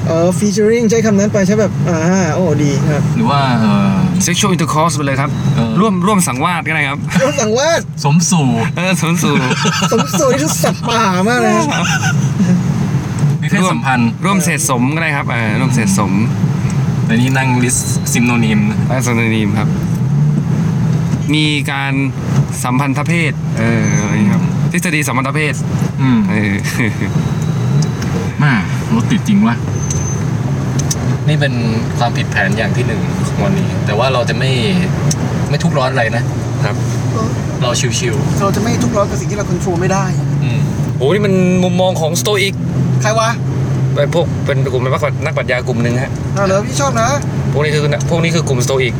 Speaker 4: เออ featuring ใช้คำนั้นไปใช้แบบ อ่า โอ้ ดีครับ
Speaker 2: หรือว่าเออ
Speaker 3: sexual intercourse ไปเลยครับ
Speaker 2: เออ
Speaker 3: ร่วมร่วมสังวาสก็ได้ครับ (laughs)
Speaker 4: รถสังวาส
Speaker 2: สมสู่
Speaker 3: เออสูนสู
Speaker 4: สมสูตรที่สุดสัตว์ป่ามากเลยนะ
Speaker 2: มีเพศสัมพันธ์
Speaker 3: ร่วมเสษสมก็ได้ครับเออร่วมเสษสม
Speaker 2: แต่นี่นั่งลิสซิมโนนิม
Speaker 3: และสนนิมครับ มีการสัมพันธเพศเอออะไรอย่างเงี้ยครับทฤษฎีสัมพันธเพศ
Speaker 5: อืม
Speaker 3: เออ
Speaker 5: แมารถติดจริงวะ
Speaker 2: นี่เป็นความผิดแผนอย่างที่หนึ่งของวันนี้ แต่ว่าเราจะไม่ไม่ทุกข์ร้อนอะไรนะครับ เราชิว
Speaker 4: เราจะไม่ทุกข์ร้อนกับสิ่งที่เราควบคุมไม่ได้
Speaker 2: ๆอืม
Speaker 3: โอ้นี่มันมุมมองของสโตอิก
Speaker 4: ใครวะ
Speaker 3: ไปพวกเป็นกลุ่มนักปรัชญากลุ่มหนึ่งฮะ
Speaker 4: เราเหรอพี่ชอบนะ
Speaker 3: พวกนี้คือพวกนี้คือกลุ่มสโตอิก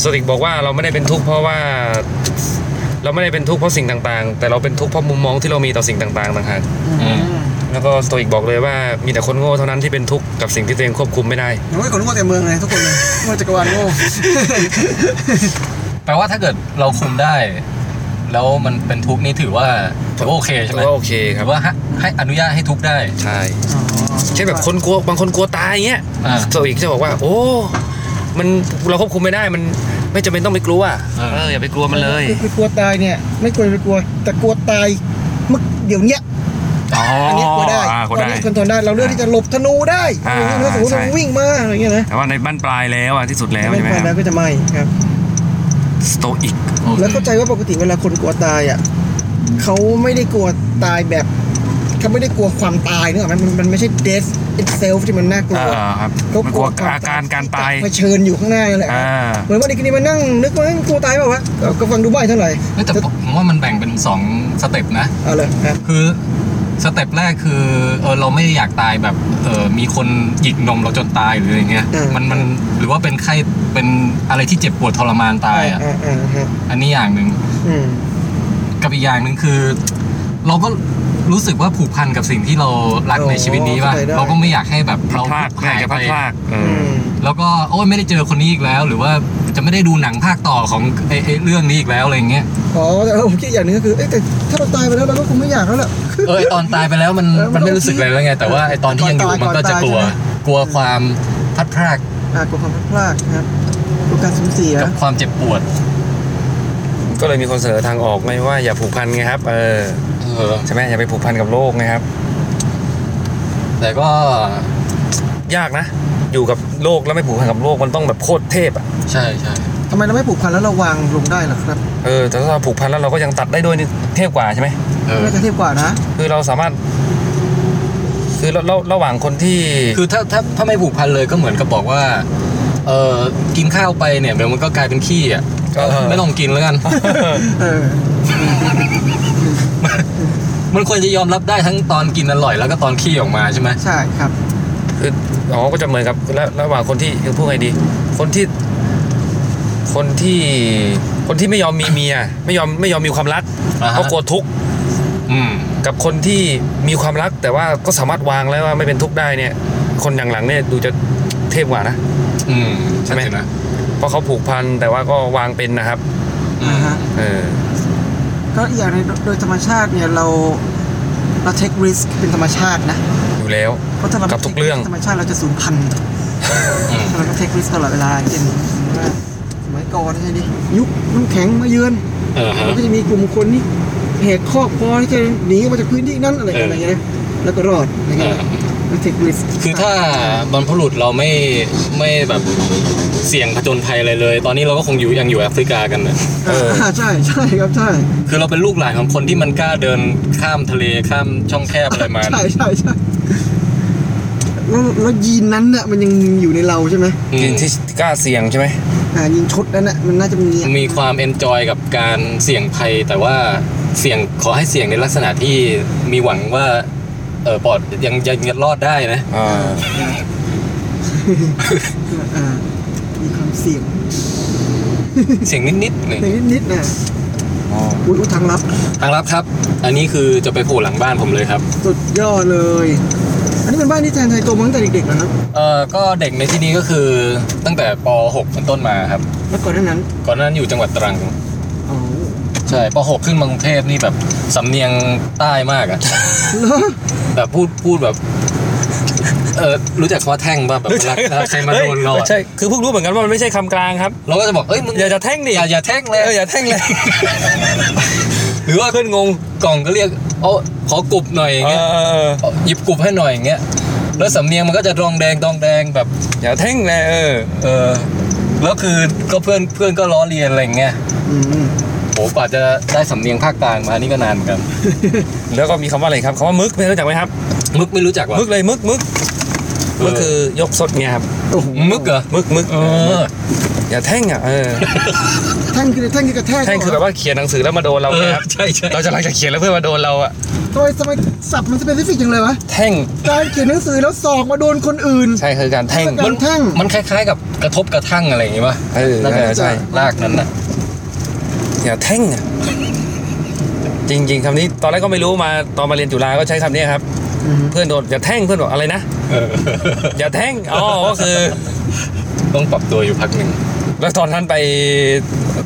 Speaker 3: สโตอิกบอกว่าเราไม่ได้เป็นทุกข์เพราะว่า เราไม่ได้เป็นทุกข์เพราะสิ่งต่างๆ แต่เราเป็นทุกข์เพราะมุมมองที่เรามีต่อสิ่งต่างๆต่างหาก
Speaker 4: อืม
Speaker 3: แล้วก็สโตอิกบอกเลยว่ามีแต่คนโง่เท่านั้นที่เป็นทุกข์กับสิ่งที่ตัวเองควบคุมไม่ได้
Speaker 4: อย่างน้อยคนโง่แต่เมืองเลยทุกคนเลยโง่จักรวาลโง่
Speaker 2: แปลว่าถ้าเกิดเราคุมได้ แล้วมันเป็นทุกข์นี่ถือว่าถือว่าโอเคใช่
Speaker 3: ถื
Speaker 2: ไห
Speaker 3: อ
Speaker 2: ม
Speaker 3: ว่าโอเคค
Speaker 2: ถื
Speaker 3: รับ
Speaker 2: อว่าให้ให้อนุญาตให้ทุกข์ได้
Speaker 3: ใช่เช่นแบบคนกลัวบางคนกลัวตายอย่างเงี้ย
Speaker 2: อ่า
Speaker 3: สโตอิกจะบอกว่า โอ้ มันเราควบคุมไม่ได้มันไม่จำเป็นต้องไปกลัว
Speaker 2: เออ
Speaker 3: เอออย่าไปกลัวมันเลย
Speaker 4: คือคือกลัวตายเนี่ย ไม่กลัวไม่กลัว แต่กลัวตายเมื่อเดี๋ยวเนี้ย
Speaker 3: อ๋อ
Speaker 4: อันนี้กลัวได้
Speaker 3: อ่า
Speaker 4: ต
Speaker 3: กลัว
Speaker 4: อน
Speaker 3: ได้
Speaker 4: นี้คนทนได้เราเลือกที่จะหลบธนูได้
Speaker 3: อ่า
Speaker 4: อย่างเงี้ยนะสมมติ
Speaker 3: ใช่
Speaker 4: เราวิ่งมาอะไรเงี้ยนะ
Speaker 3: แต่ว่าในบ้านปลายแล้วอ่ะที่สุดแล้ว
Speaker 4: ไม่
Speaker 3: ใช่ไหม
Speaker 4: ไปแล้วก็จะไม่ครับ
Speaker 3: สโตอิก
Speaker 5: โอค
Speaker 4: แล้วเข้าใจว่าปกติเวลาคนกลัวตายอ่ะเขาไม่ได้กลัวตายแบบเขาไม่ได้กลัวความตายเนกอะมันมันมันไม่ใช่ death itself ที่มันน่ากลัว
Speaker 3: เออครับ
Speaker 4: เขา
Speaker 3: มัน
Speaker 4: ก
Speaker 3: กลั
Speaker 4: ลั
Speaker 3: ว
Speaker 4: ว
Speaker 3: อาการการตาย
Speaker 4: เผชิญอยู่ข้างหน้านั่นแหละ
Speaker 3: อ่า
Speaker 4: เหมือนวันนี้คืนนี้มานั่งนึกว่าเฮ้ยกลัวตายเปล่าวะก็ก็ฟังดูบ่ายเท่าไหร่
Speaker 2: เฮ้ยแต่ผมว่ามันแบ่งเป็นสองสเต็ปนะ
Speaker 4: เอาเลยครับ
Speaker 2: คือสเต็ปแรกคือเออเราไม่อยากตายแบบเออมีคนหยิกนมเราจนตายหรืออะไรเงี้ย
Speaker 4: อืม
Speaker 2: มันมันหรือว่าเป็นไข้เป็นอะไรที่เจ็บปวดทรมานตายอ่ะ
Speaker 4: อ่าอ่าฮะ
Speaker 2: อันนี้อย่างหนึ่ง
Speaker 4: อืม
Speaker 2: กับอีกอย่างหนึ่งคือ เราก็รู้สึกว่าผูกพันกับสิ่งที่เรารัก
Speaker 4: โอ้
Speaker 2: ในชีวิตนี้ป่ะ
Speaker 4: เข้าใจได้
Speaker 2: เราก็ไม่อยากให้แบบ
Speaker 3: พ
Speaker 2: เรา
Speaker 3: ลาดไม่อยากจะพลาดพลาดเอ
Speaker 4: อื
Speaker 3: อ
Speaker 4: ม
Speaker 2: แล้วก็โอ้ยไม่ได้เจอคนนี้อีกแล้ว หรือว่าจะไม่ได้ดูหนังภาคต่อของไอ้ไอ้เรื่องนี้อีกแล้วอะไรเงี้ย
Speaker 4: อ๋อแต่ผมคิดอย่างหนึงก็คือเอ๊ะแต่ถ้าเราตายไปแล้วเราก็คงไม่อยากแล้วแหละ
Speaker 2: เออไอ้ตอนตายไปแล้วมัน
Speaker 4: เออมัน
Speaker 2: มันไม่รู้สึกอะไรแล้วไงแต่ว่าไอ้ตอนที่ยังอยู่
Speaker 4: ก่อนตาย
Speaker 2: มันก็จะ
Speaker 4: ก่อนตาย
Speaker 2: กลัว
Speaker 4: ใช่ไหม
Speaker 2: กลัวความพลัดพราก
Speaker 4: อ่ากลัวความพลาดพลาดนะครับกลัวการสูญเสีย
Speaker 2: กับความเจ็บปวด
Speaker 3: ก็เลยมีคนเสนอทางออกไม่ว่าอย่าผูกพันไงครับ เออ
Speaker 2: เออ
Speaker 3: ใช่ไหมอย่าไปผูกพันกับโลกนะครับ
Speaker 2: แต่ก็
Speaker 3: ยากนะ อยู่กับโลกแล้วไม่ผูกพันกับโลกมันต้องแบบโคตรเทพอ่ะ
Speaker 2: ใช่ใช่
Speaker 4: ทำไมเราไม่ผูกพันแล้วเราวางลงได้ล่ะครับ
Speaker 3: เออแต่ถ้าเราผูกพันแล้วเราก็ยังตัดได้ด้วยนี่เทพกว่าใช่ไหม
Speaker 2: เออ
Speaker 4: น่าจะเทียบกว่านะ
Speaker 3: คือเราสามารถ คือเราเราระหว่างคนที่
Speaker 2: คือถ้าถ้าถ้าไม่ผูกพันเลยก็เหมือนกับบอกว่า เออกินข้าวไปเนี่ยเดี๋ยวมันก็กลายเป็นขี้อ่ะ
Speaker 3: เออ
Speaker 2: ไม่ต้องกินแล้วกัน
Speaker 4: เออ
Speaker 2: มันควรจะยอมรับได้ทั้งตอนกินอร่อยแล้วก็ตอนขี้ออกมาใช่ไหม
Speaker 4: ใช่ครับ
Speaker 3: คืออ๋อก็จะเหมือนกับแล้วระหว่างคนที่คือพูดไงดี คนที่ คนที่ คนที่ไม่ยอมมีเมียไม่ยอมไม่ยอมมีความรัก
Speaker 2: อ่า
Speaker 3: เพ
Speaker 2: ฮะ
Speaker 3: ราะกลัวทุกข์
Speaker 2: อืม
Speaker 3: กับคนที่มีความรักแต่ว่าก็สามารถวางแล้วว่าไม่เป็นทุกข์ได้เนี่ย คนอย่างหลังเนี่ยดูจะเทพกว่านะ
Speaker 2: อืม
Speaker 3: ใช่ไหม
Speaker 2: ชัดเจนนะ
Speaker 3: เพราะเขาผูกพันแต่ว่าก็วางเป็นนะครับ
Speaker 2: อืม
Speaker 4: อ่าฮะ
Speaker 3: เออ
Speaker 4: ก็อีกอย่างหนึงโดยธรรมชาติเนี่ยเราเราเทคริสเป็นธรรมชาตินะ
Speaker 3: อยู่แล้ว
Speaker 4: เพราะถ้าเรา
Speaker 3: กับทุกเรื่อง
Speaker 4: ธรรมชาติเราจะสูญพันธุ์
Speaker 2: อืม
Speaker 4: เราก็เทคริสตลอดเวลาอย่างเช่นว่าสมัยก่อนใช่ดิยุคน้ำแข็งมาเยือน
Speaker 2: เออ
Speaker 4: มั
Speaker 2: ฮะ
Speaker 4: นก็จะมีกลุ่มคนที่แหกคอกพอที่จะหนีออกมาจากพื้นที่นั้นอะไร
Speaker 2: เอออ
Speaker 4: อะไรอย่างเงี้ยนะแล้วก็รอดอะไร
Speaker 2: เอ
Speaker 4: เงี้ย
Speaker 2: อ
Speaker 4: มันติดริส
Speaker 2: คือถ้าบรรพบุรุษเราไม่ไม่แบบเสี่ยงผจญภัยอะไรเลย ตอนนี้เราก็คงอยู่ยังอยู่แอฟริกากันนะ
Speaker 4: เอออ่าใช่ใช่ครับใช่
Speaker 2: คือเราเป็นลูกหลานของคนที่มันกล้าเดินข้ามทะเลข้ามช่องแคบอะไรมา
Speaker 4: ใช่ใช่ใช่แล้วแล้วยีนนั้นน่ะมันยังอยู่ในเราใช่ไหม
Speaker 2: อืม
Speaker 3: ที่ที่กล้าเสี่ยงใช่ไหม
Speaker 4: อ่ายีนชุดนั้นน่ะมันน่าจะมี
Speaker 2: มีความเอนจอยกับการเสี่ยงภัย แต่ว่าเสี่ยงขอให้เสี่ยงในลักษณะที่มีหวังว่าเออปลอดยังยังยังรอดได้นะ
Speaker 3: เออ
Speaker 4: อ่ามีความเสี่ยง
Speaker 2: เสี่ยงนิดๆหนึ่ง
Speaker 4: ในนิดๆนะ
Speaker 3: อ๋อ
Speaker 4: อุ้ยอุ๊ยทางลับ
Speaker 2: ทางลับครับ อันนี้คือจะไปโผล่หลังบ้านผมเลยครับ
Speaker 4: สุดยอดเลย อันนี้เป็นบ้านที่แทนไทยโตมาตั้งแต่เด็กๆนะครับ
Speaker 2: เออก็เด็กในที่นี้ก็คือตั้งแต่ป .6 เป็นต้นมาครับ
Speaker 4: แล้วก่อนหน้านั้น
Speaker 2: ก่อนหนานั้นอยู่จังหวัดตรัง
Speaker 4: อ๋อ
Speaker 2: ใช่ป .6 ขึ้นมากรุงเทพนี่แบบสำเนียงใต้มากอะ
Speaker 4: เหรอ
Speaker 2: แบบพูดพูดแบบ เออรู้จักคำว่าแท่งป่ะแบบเวลาเวลาใครมาโดนเรา
Speaker 3: ฮ้ย
Speaker 2: อะ
Speaker 3: ใช่คือเพิ่งรู้เหมือนกันว่ามันไม่ใช่คำกลางครับ
Speaker 2: เราก็จะบอกเอ้ยมึง
Speaker 3: อย่าจะแท่งดิ
Speaker 2: อย่าอย่าแท่งเลย
Speaker 3: เอออย่าแท่งเลย
Speaker 2: หรือว่าเพื่อนงงกล่องก็เรียกโอ้าขอกรุบหน่อยอย่าง
Speaker 3: เอ
Speaker 2: เงี้ย
Speaker 3: อ
Speaker 2: เอาหยิบกรุบให้หน่อยอย่างเงี้ยแล้วสำเนียงมันก็จะดองแดงดองแดงแบบ
Speaker 3: อย่าแท่งเลยเออ
Speaker 2: เออ แล้วคือก็เพื่อนเพื่อนก็ล้อเลียนอะไรอย่างเงี้ย
Speaker 4: อืม
Speaker 2: โหกว่าจะได้สำเนียงภาคกลางมานี่ก็นานเหมือนกัน
Speaker 3: แล้วก็มีคำว่าอะไรครับคำว่ามึกไม่รู้จักไหมครับ
Speaker 2: มึกไม่รู้จักว่ะ
Speaker 3: มึกเลยมึกมึกมึกคือยกสดเงี้ยครับ
Speaker 4: โอ้โห
Speaker 2: มึกเหรอ
Speaker 3: มึกมึก
Speaker 2: เออ
Speaker 3: อย่าแท่งอ่ะเออ
Speaker 4: แท่งคือแท่งคือกระแทก
Speaker 3: แท่งคือแบบว่าเขียนหนังสือแล้วมาโดนเรา
Speaker 2: เออ
Speaker 3: เนี่ยครับ
Speaker 2: ใช่ใช่
Speaker 3: เราจะหลังจากเขียนแล้วเพื่อนมาโดนเราอ่ะ
Speaker 4: ทำไมทำไมสับมันสเปซิฟิกจังเลยวะ
Speaker 3: แท่ง
Speaker 4: การเขียนหนังสือแล้วสอกมาโดนคนอื่น
Speaker 3: ใช่คือการแท่ง
Speaker 4: มั
Speaker 2: มัน
Speaker 4: แท่ง
Speaker 2: มันคล้ายๆกับกระทบกระทั่งอะไรอย่างงี้ป่ะ
Speaker 3: เออ
Speaker 2: น่าจะ
Speaker 3: เออใช่
Speaker 2: ลากนั้นน่ะ
Speaker 3: อย่าแท่งอ่ะจริง ๆคำนี้ตอนแรกก็ไม่รู้มาตอนมาเรียนจุฬาก็ใช้คำนี้ครับ
Speaker 4: อืม
Speaker 3: เพื่อนโดนอย่าแท่งเพื่อนบอกอะไรนะอย่าแท่งอ๋อก็คือ
Speaker 2: (laughs) ต้องปรับตัวอยู่พักหนึ่ง
Speaker 3: แล้วตอนนั้นไป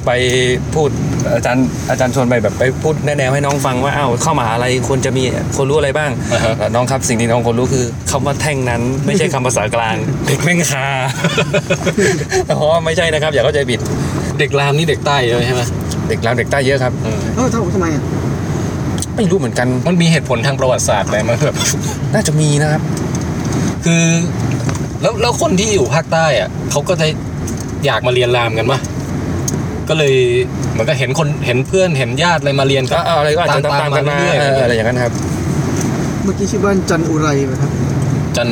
Speaker 3: ไปพูดอาจารย์อาจารย์ชวนไปแบบไปพูดแนะแนวให้น้องฟังว่าอ้าวเข้ามหาอะไรควรจะมีควรรู้อะไรบ้าง
Speaker 2: อ่าฮะ
Speaker 3: แล้วน้องครับสิ่งที่น้องควรรู้คือคำว่าแท่งนั้น ไม่ใช่คำภาษากลาง เด็กแม่งคา (laughs) อ๋อไม่ใช่นะครับ อย่าเข้าใจผิด
Speaker 2: เด็กรามนี่เด็กใต้เยอะใช่ไหม
Speaker 3: เด็กรามเด็กใต้เยอะครับ
Speaker 4: เอ้าเท่าทำไมอ่ะ
Speaker 3: ไม่รู้เหมือนกัน
Speaker 2: มันมีเหตุผลทางประวัติศาสตร์อะไรมาแบบ
Speaker 3: น่าจะมีนะครับ
Speaker 2: คือแล้วแล้วคนที่อยู่ภาคใต้อะเขาก็จะอยากมาเรียนรามกันปะก็เลยเหมือนก็เห็นคนเห็นเพื่อนเห็นญาติอะไรมาเรียนก็
Speaker 3: ก็เอาอะไรก็อาจจะตามๆกันมา
Speaker 2: ตามๆมาเรื่อยๆ
Speaker 3: เอออะไรอย่างนั้นครับ
Speaker 4: เมื่อกี้ชื่อบ้านจันอุไรป่ะครับ
Speaker 2: จัน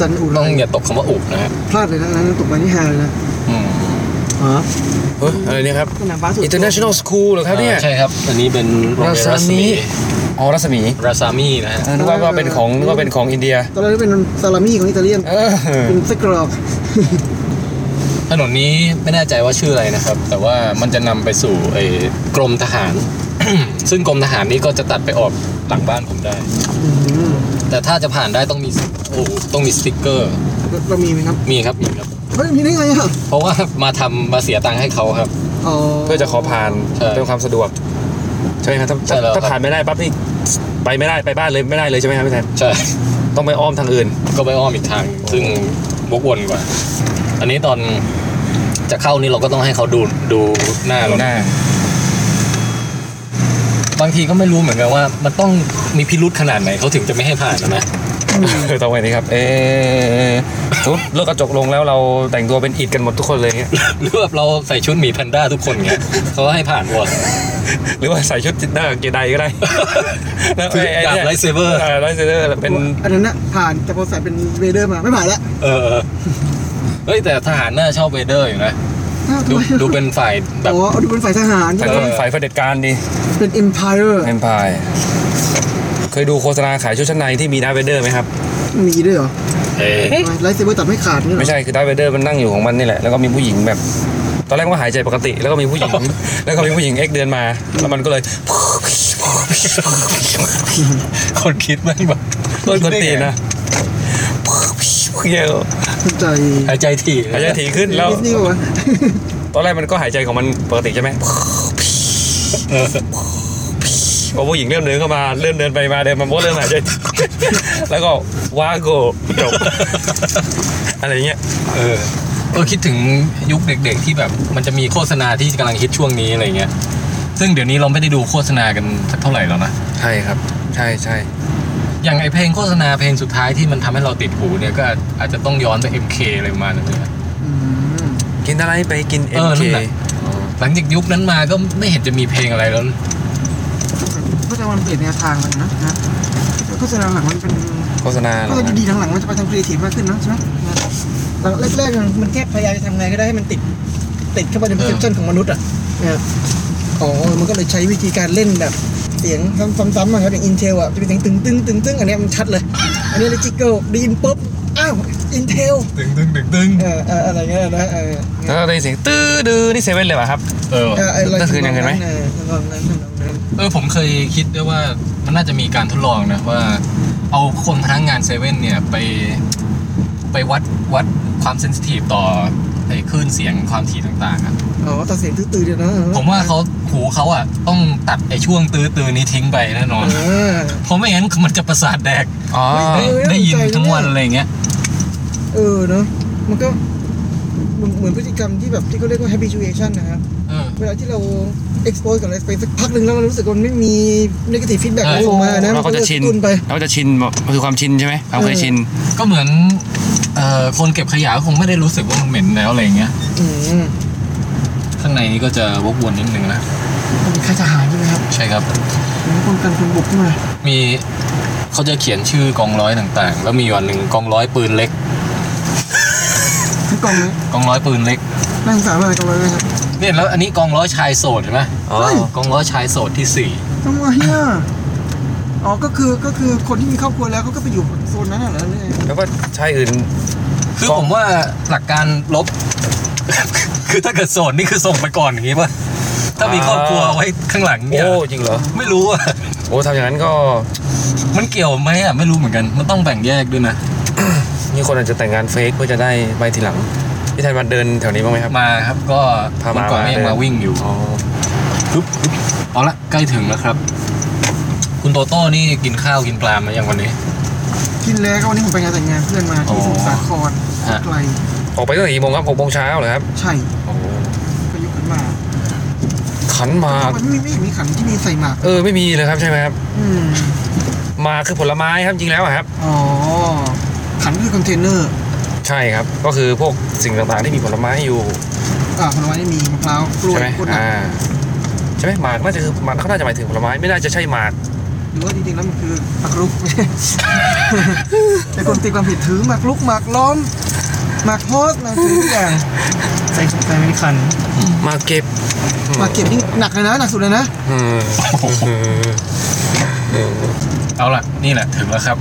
Speaker 4: จันอุไร
Speaker 2: ต้องอย่าตกคำว่าอุบนะฮะ
Speaker 4: พลาดเลยนะอันนั้นตกไปนี่ฮาเลยนะ
Speaker 2: อืม
Speaker 4: อ๋อ
Speaker 3: เฮ้ยอะไรเนี่ยครับ
Speaker 4: สนามบาสสุด
Speaker 3: international school เหรอครับเนี่ย
Speaker 2: อ่าใช่ครับ อันนี้เป็นโรงเรี
Speaker 3: รา
Speaker 2: ยนรา
Speaker 3: ซามิ
Speaker 2: ซามี
Speaker 3: อ๋อรัศมี
Speaker 2: ราซามีนะฮะ
Speaker 3: เออนึกว่าว่าเป็นของนึกว่าเป็นของอินเดีย
Speaker 4: ตอนแรกเป็นซาลามี่ของอิตาเลียน
Speaker 3: เออ
Speaker 4: เป็นไส้กรอก
Speaker 2: ถนนนี้ไม่แน่ใจว่าชื่ออะไรนะครับ แต่ว่ามันจะนำไปสู่ไอ้กรมทหาร (coughs) ซึ่งกรมทหารนี้ก็จะตัดไปออกหลังบ้านผมได้
Speaker 4: อืม
Speaker 2: แต่ถ้าจะผ่านได้ต้องมีโอ้ต้องมีสติกเกอร์
Speaker 4: แล้วเรามีไหมครับ
Speaker 2: มีครับมีครับ
Speaker 4: เฮ้ยมีได้ไงอ่ะ
Speaker 2: เพราะว่ามาทำมาเสียตังค์ให้เขาครับ
Speaker 4: อ๋อ
Speaker 3: เพื่อจะขอผ่าน
Speaker 2: ใช่
Speaker 3: เป็นความสะดวกใช่ไหมครับถ้า
Speaker 2: ใช่แล้ว
Speaker 3: ถ้า
Speaker 2: ครับ
Speaker 3: ผ่านไม่ได้ปั๊บนี่ไปไม่ได้ไปบ้านเลยไม่ได้เลยใช่ไหมครับพี่แทน
Speaker 2: ใช่
Speaker 3: ต้องไปอ้อมทางอื่น
Speaker 2: ก็ไปอ้อมอีกทาง ซึ่งวกวนกว่า อันนี้ตอนจะเข้านี่เราก็ต้องให้เขาดูดูหน้าเราบางทีก็ไม่รู้เหมือนกันว่า มันต้องมีพิรุธขนาดไหนเขาถึงจะไม่ให้ผ่านนะนะ
Speaker 3: ต้องไปนี่ครับ เออทุบเลิกกระจกลงแล้วเราแต่งตัวเป็นอิดกันหมดทุกคนเลยเงี้ย
Speaker 2: หรือแบบเราใส่ชุดหมีแพนด้าทุกคนเงี้ยเขาให้ผ่านหมด
Speaker 3: หรือว่าใส่ชุดหน้ากางเกงใดก็ (laughs) ได้แล้ว
Speaker 2: คือ
Speaker 3: อ้
Speaker 2: ดาบ
Speaker 3: นี่ย
Speaker 2: lightsaber
Speaker 3: เออไลท์เซเบอร์เป็น
Speaker 4: อันนั้นน่ะผ่านแต่พอใส่เป็นเรเดอร์มาไม่ผ่านละ
Speaker 2: เออเฮ้ยแต่ทหารน่าชอบเวเดอร์อยู่นะ
Speaker 4: อ้าวทำ
Speaker 2: ดู
Speaker 4: ไม
Speaker 2: ดูเป็นฝ่ายแบบ
Speaker 4: อ๋อเอาดูเป็นฝ่ายทหาร
Speaker 3: ฝ่าย
Speaker 2: เออ
Speaker 3: ฝ่ายเผด็จการดี
Speaker 4: เป็น empire
Speaker 3: เอ็มพายเคยดูโฆษณาขายชุดชั้นในที่มีดาร์ธเวเดอร์ไหมครับ
Speaker 4: มีด้วยเหรอ
Speaker 2: เอ๊ะ
Speaker 4: ไลท์เซเบอร์ตัดไม่ขาดนี่เหรอ
Speaker 3: ไม่ใช่คือดาร์ธเวเดอร์มันนั่งอยู่ของมันนี่แหละแล้วก็มีผู้หญิงแบบ ตอนแรกว่าหายใจปกติ แล้วก็มีผู้หญิง แล้วก็มีผู้หญิงเอ็กเดินมา แล้วมันก็เลย
Speaker 2: คนคิดแมันแบบ
Speaker 3: ต้นกวนตีนนะเยอะ
Speaker 4: เข้าใจ
Speaker 2: หายใจถี่นะ
Speaker 3: หายใจถี่ขึ้นแล้ว
Speaker 4: ดิสนีย์ป่าวะ
Speaker 3: ตอนแรกมันก็หายใจของมันปกติใช่ไหม
Speaker 2: เออ
Speaker 3: พอผู้หญิงเริ่มเดินเข้ามาเริ่มเดินไปมาเดินมาโมดเริ่มหายใจ แล้วก็ว้าโกจบอะไรเงี้ย
Speaker 2: เออก็คิดถึงยุคเด็ก ๆ ที่แบบมันจะมีโฆษณาที่กำลังฮิตช่วงนี้อะไรเงี้ย ซึ่งเดี๋ยวนี้เราไม่ได้ดูโฆษณากันสักเท่าไหร่แล้วนะ
Speaker 3: ใช่ครับ ใช่ใช่
Speaker 2: อย่างไอเพลงโฆษณาเพลงสุดท้ายที่มันทำให้เราติดหูเนี่ยก็อาจจะต้องย้อนไป MK อะไรประมาณนั้นเลยนะ
Speaker 4: อืม
Speaker 3: กินอะไรไปกินเอ็
Speaker 2: เอ
Speaker 3: ม
Speaker 2: อนั่
Speaker 3: เคน
Speaker 2: แหละ หลังจากยุคนั้นมาก็ไม่เห็นจะมีเพลงอะไรแล้ว
Speaker 4: ก็จะ (laughs) มันเปลี่ยนแนวทางมันนะนะแล้วก็แสดงหลังมันเป็น
Speaker 3: โฆษณาเหร
Speaker 4: ก็
Speaker 3: อ
Speaker 4: จะดีๆหลังๆมันจะไปทางครีเอทีฟมากขึ้นเนอะใช่ไหมหลังแรกๆมันแค่พยายามจะทำไงก็ได้ให้มันติดติดเข้าไปใน perception ของมนุษย์อ่ะเนี่ยอ๋อ มันก็เลยใช้วิธีการเล่นแบบ เสียงซ้ำๆๆอะครับอย่างอินเทลอ่ะจะเป็นเสียงตึงตึงตึงตึงอันเนี้ยมันชัดเลย อันนี้เลยจิกเกิลได้ยินปุ๊บ อ้าวอินเทล
Speaker 2: ตึงตึงตึงตึง
Speaker 4: เอ่อเอ่ออะไรเงี้ยนะเออ
Speaker 3: แล้วได้ยินเสียงตื้อดื้อนี่เซเว่นเลยป่ะครับ
Speaker 2: เออ
Speaker 4: เออไอ้
Speaker 3: นั่นคือยังไงไหม
Speaker 4: เออลองนั้นลองนั้น
Speaker 2: เออผมเคยคิดด้วยว่ามันน่าจะมีการทดลองนะว่า เอาคนพนักงานเซเว่นเนี่ยไป ไปวัดวัดความเซนซิทีฟต่อไอ้คลื่นเสียงความถี่ต่างๆอะ
Speaker 4: อ๋อตัดเสียงตื้อๆเดียวนะ
Speaker 2: ผมว่าเขาหูเขาอ่ะต้องตัดไอ้ช่วงตื้อตือๆนี้ทิ้งไปแน่นอน
Speaker 4: อ่า
Speaker 2: เพราะไม่งั้นมันจะประสาทแดก
Speaker 3: อ๋อ
Speaker 4: เฮ้ย
Speaker 2: ได้ยินทั้งวันอะไรอย่างเงี้ย
Speaker 4: เออเนอะมันก็เหมือนเหมือนพฤติกรรมที่แบบที่เขาเรียกว่า habituation นะครับ
Speaker 2: เออ
Speaker 4: เวลาที่เรา expose กับอะไรไปสักพักหนึ่งแล้วเรารู้สึกว่ามันไม่มี negative feedback
Speaker 2: เออ
Speaker 4: ส่งมานะ
Speaker 3: เราก็จะชิน
Speaker 4: ตุนไป
Speaker 3: เราก็จะชินแบบมันคือความชินใช่ไหมเราเคยชิน
Speaker 2: ก็เหมือนเอ่อคนเก็บขยะคงไม่ได้รู้สึกว่ามันเหม็นแล้วอะไรอย่างเงี้ย
Speaker 4: อืม
Speaker 2: ข้างในนี้ก็จะวกวนนิดนึงนะ
Speaker 4: มันเป็นค่ายทหารใช่ไหมครับ
Speaker 2: ใช่ครับ
Speaker 4: หรือป้องกันคนบุกเข้ามา
Speaker 2: มีเขาจะเขียนชื่อกองร้อยต่างๆ แล้วมีวันหนึ่งกองร้อยปืนเล็ก
Speaker 4: ทั้งกองเลย
Speaker 2: กองร้อยปืนเล็ก
Speaker 4: นั่าสงสารมากกองเลยนะครับ
Speaker 2: เนี่ยแล้วอันนี้กองร้อยชายโสดเห็นไหม
Speaker 3: อ๋อ
Speaker 4: เฮ้ย
Speaker 2: กองร้อยชายโสดที่สี่
Speaker 4: ทำไมอ่ะอ๋อก็คือก็คือคนที่มีครอบครัวแล้วเขาก็ไปอยู่โซนนั้นน่ะเหรอเนี่ย
Speaker 3: แล้วก็ชายอื่น
Speaker 2: คือ
Speaker 3: ก็
Speaker 2: ผมว่าหลักการลบ (laughs) คือถ้าเกิดโสดนี่คือส่งไปก่อนอย่างนี้ป่ะถ้ามีครอบครัวไว้ข้างหลังเนี่ย
Speaker 3: โอ้จริงเหรอ
Speaker 2: ไม่รู้อ่ะ
Speaker 3: โอ้ทำอย่างนั้นก็
Speaker 2: มันเกี่ยวไหมอ่ะ ไม่รู้เหมือนกัน มันต้องแบ่งแยก
Speaker 3: (coughs)
Speaker 2: ด้วยนะ
Speaker 3: นี่คนอาจจะแต่งงานเฟกเพื่อจะได้ใบทีหลังพี่ไทยมาเดินแถวนี้บ้างไหมครับ
Speaker 2: มาครับก็
Speaker 3: พามา
Speaker 2: เมื่อก่อนนี่ยั
Speaker 3: มา
Speaker 2: งมา
Speaker 3: เลย
Speaker 2: วิ่งอยู่
Speaker 3: อ๋อ
Speaker 2: ปึ๊บปึ๊บเอาละใกล้ถึงแล้วครับ คุณโตโต้นี่กินข้าวกินปลามาอย่างวันนี้
Speaker 4: กินแล้วก็วันนี้ผมไปงานแต่งงานเพื่อนมาที่สมุทรสาคร
Speaker 2: ฮะ
Speaker 4: ไกล
Speaker 3: ออกไปตั้งแต่กี่โมงครับหกโมงเช้าเหรอครับ
Speaker 4: ใช่
Speaker 3: โอ้
Speaker 4: ก็ยกขึ้นมา
Speaker 3: ขันหมาก
Speaker 4: มันไม่มีไม่มีขันที่มีใส่หมาก
Speaker 3: เออไม่มีเลยครับใช่ไหมครับ
Speaker 4: อืม
Speaker 3: หมากคือผลไม้ครับจริงแล้วอะครับ
Speaker 4: อ๋อขันคือคอนเทนเนอร์
Speaker 3: ใช่ครับ ก็คือพวกสิ่งต่างๆที่มีผลไม้อยู่
Speaker 4: อ่าผลไม้ไม่มีมะพร้าวกล้วย
Speaker 3: ใช่ไหม
Speaker 4: กล้วยหนัก
Speaker 3: อ่าใช่ไหมหมากน่าจะคือหมากเขาน่าจะหมายถึงผลไม้ไม่น่าจะใช่หมาก
Speaker 4: หรือว่าจริงๆแล้วมันคือหมากรุ (laughs) ก แต่คนตีความผิดถือหมากรุกหมากล้อมหมากโพสต์หมากถือทุกอย่างใส่ใส่ไม่ได้ขัน
Speaker 3: หมากเก็บ
Speaker 4: หมากเก็บนี่หนักเลยนะหนักสุดเลยนะ
Speaker 3: อืมอืม
Speaker 2: เอาละนี่แหละถึงแล้วครับ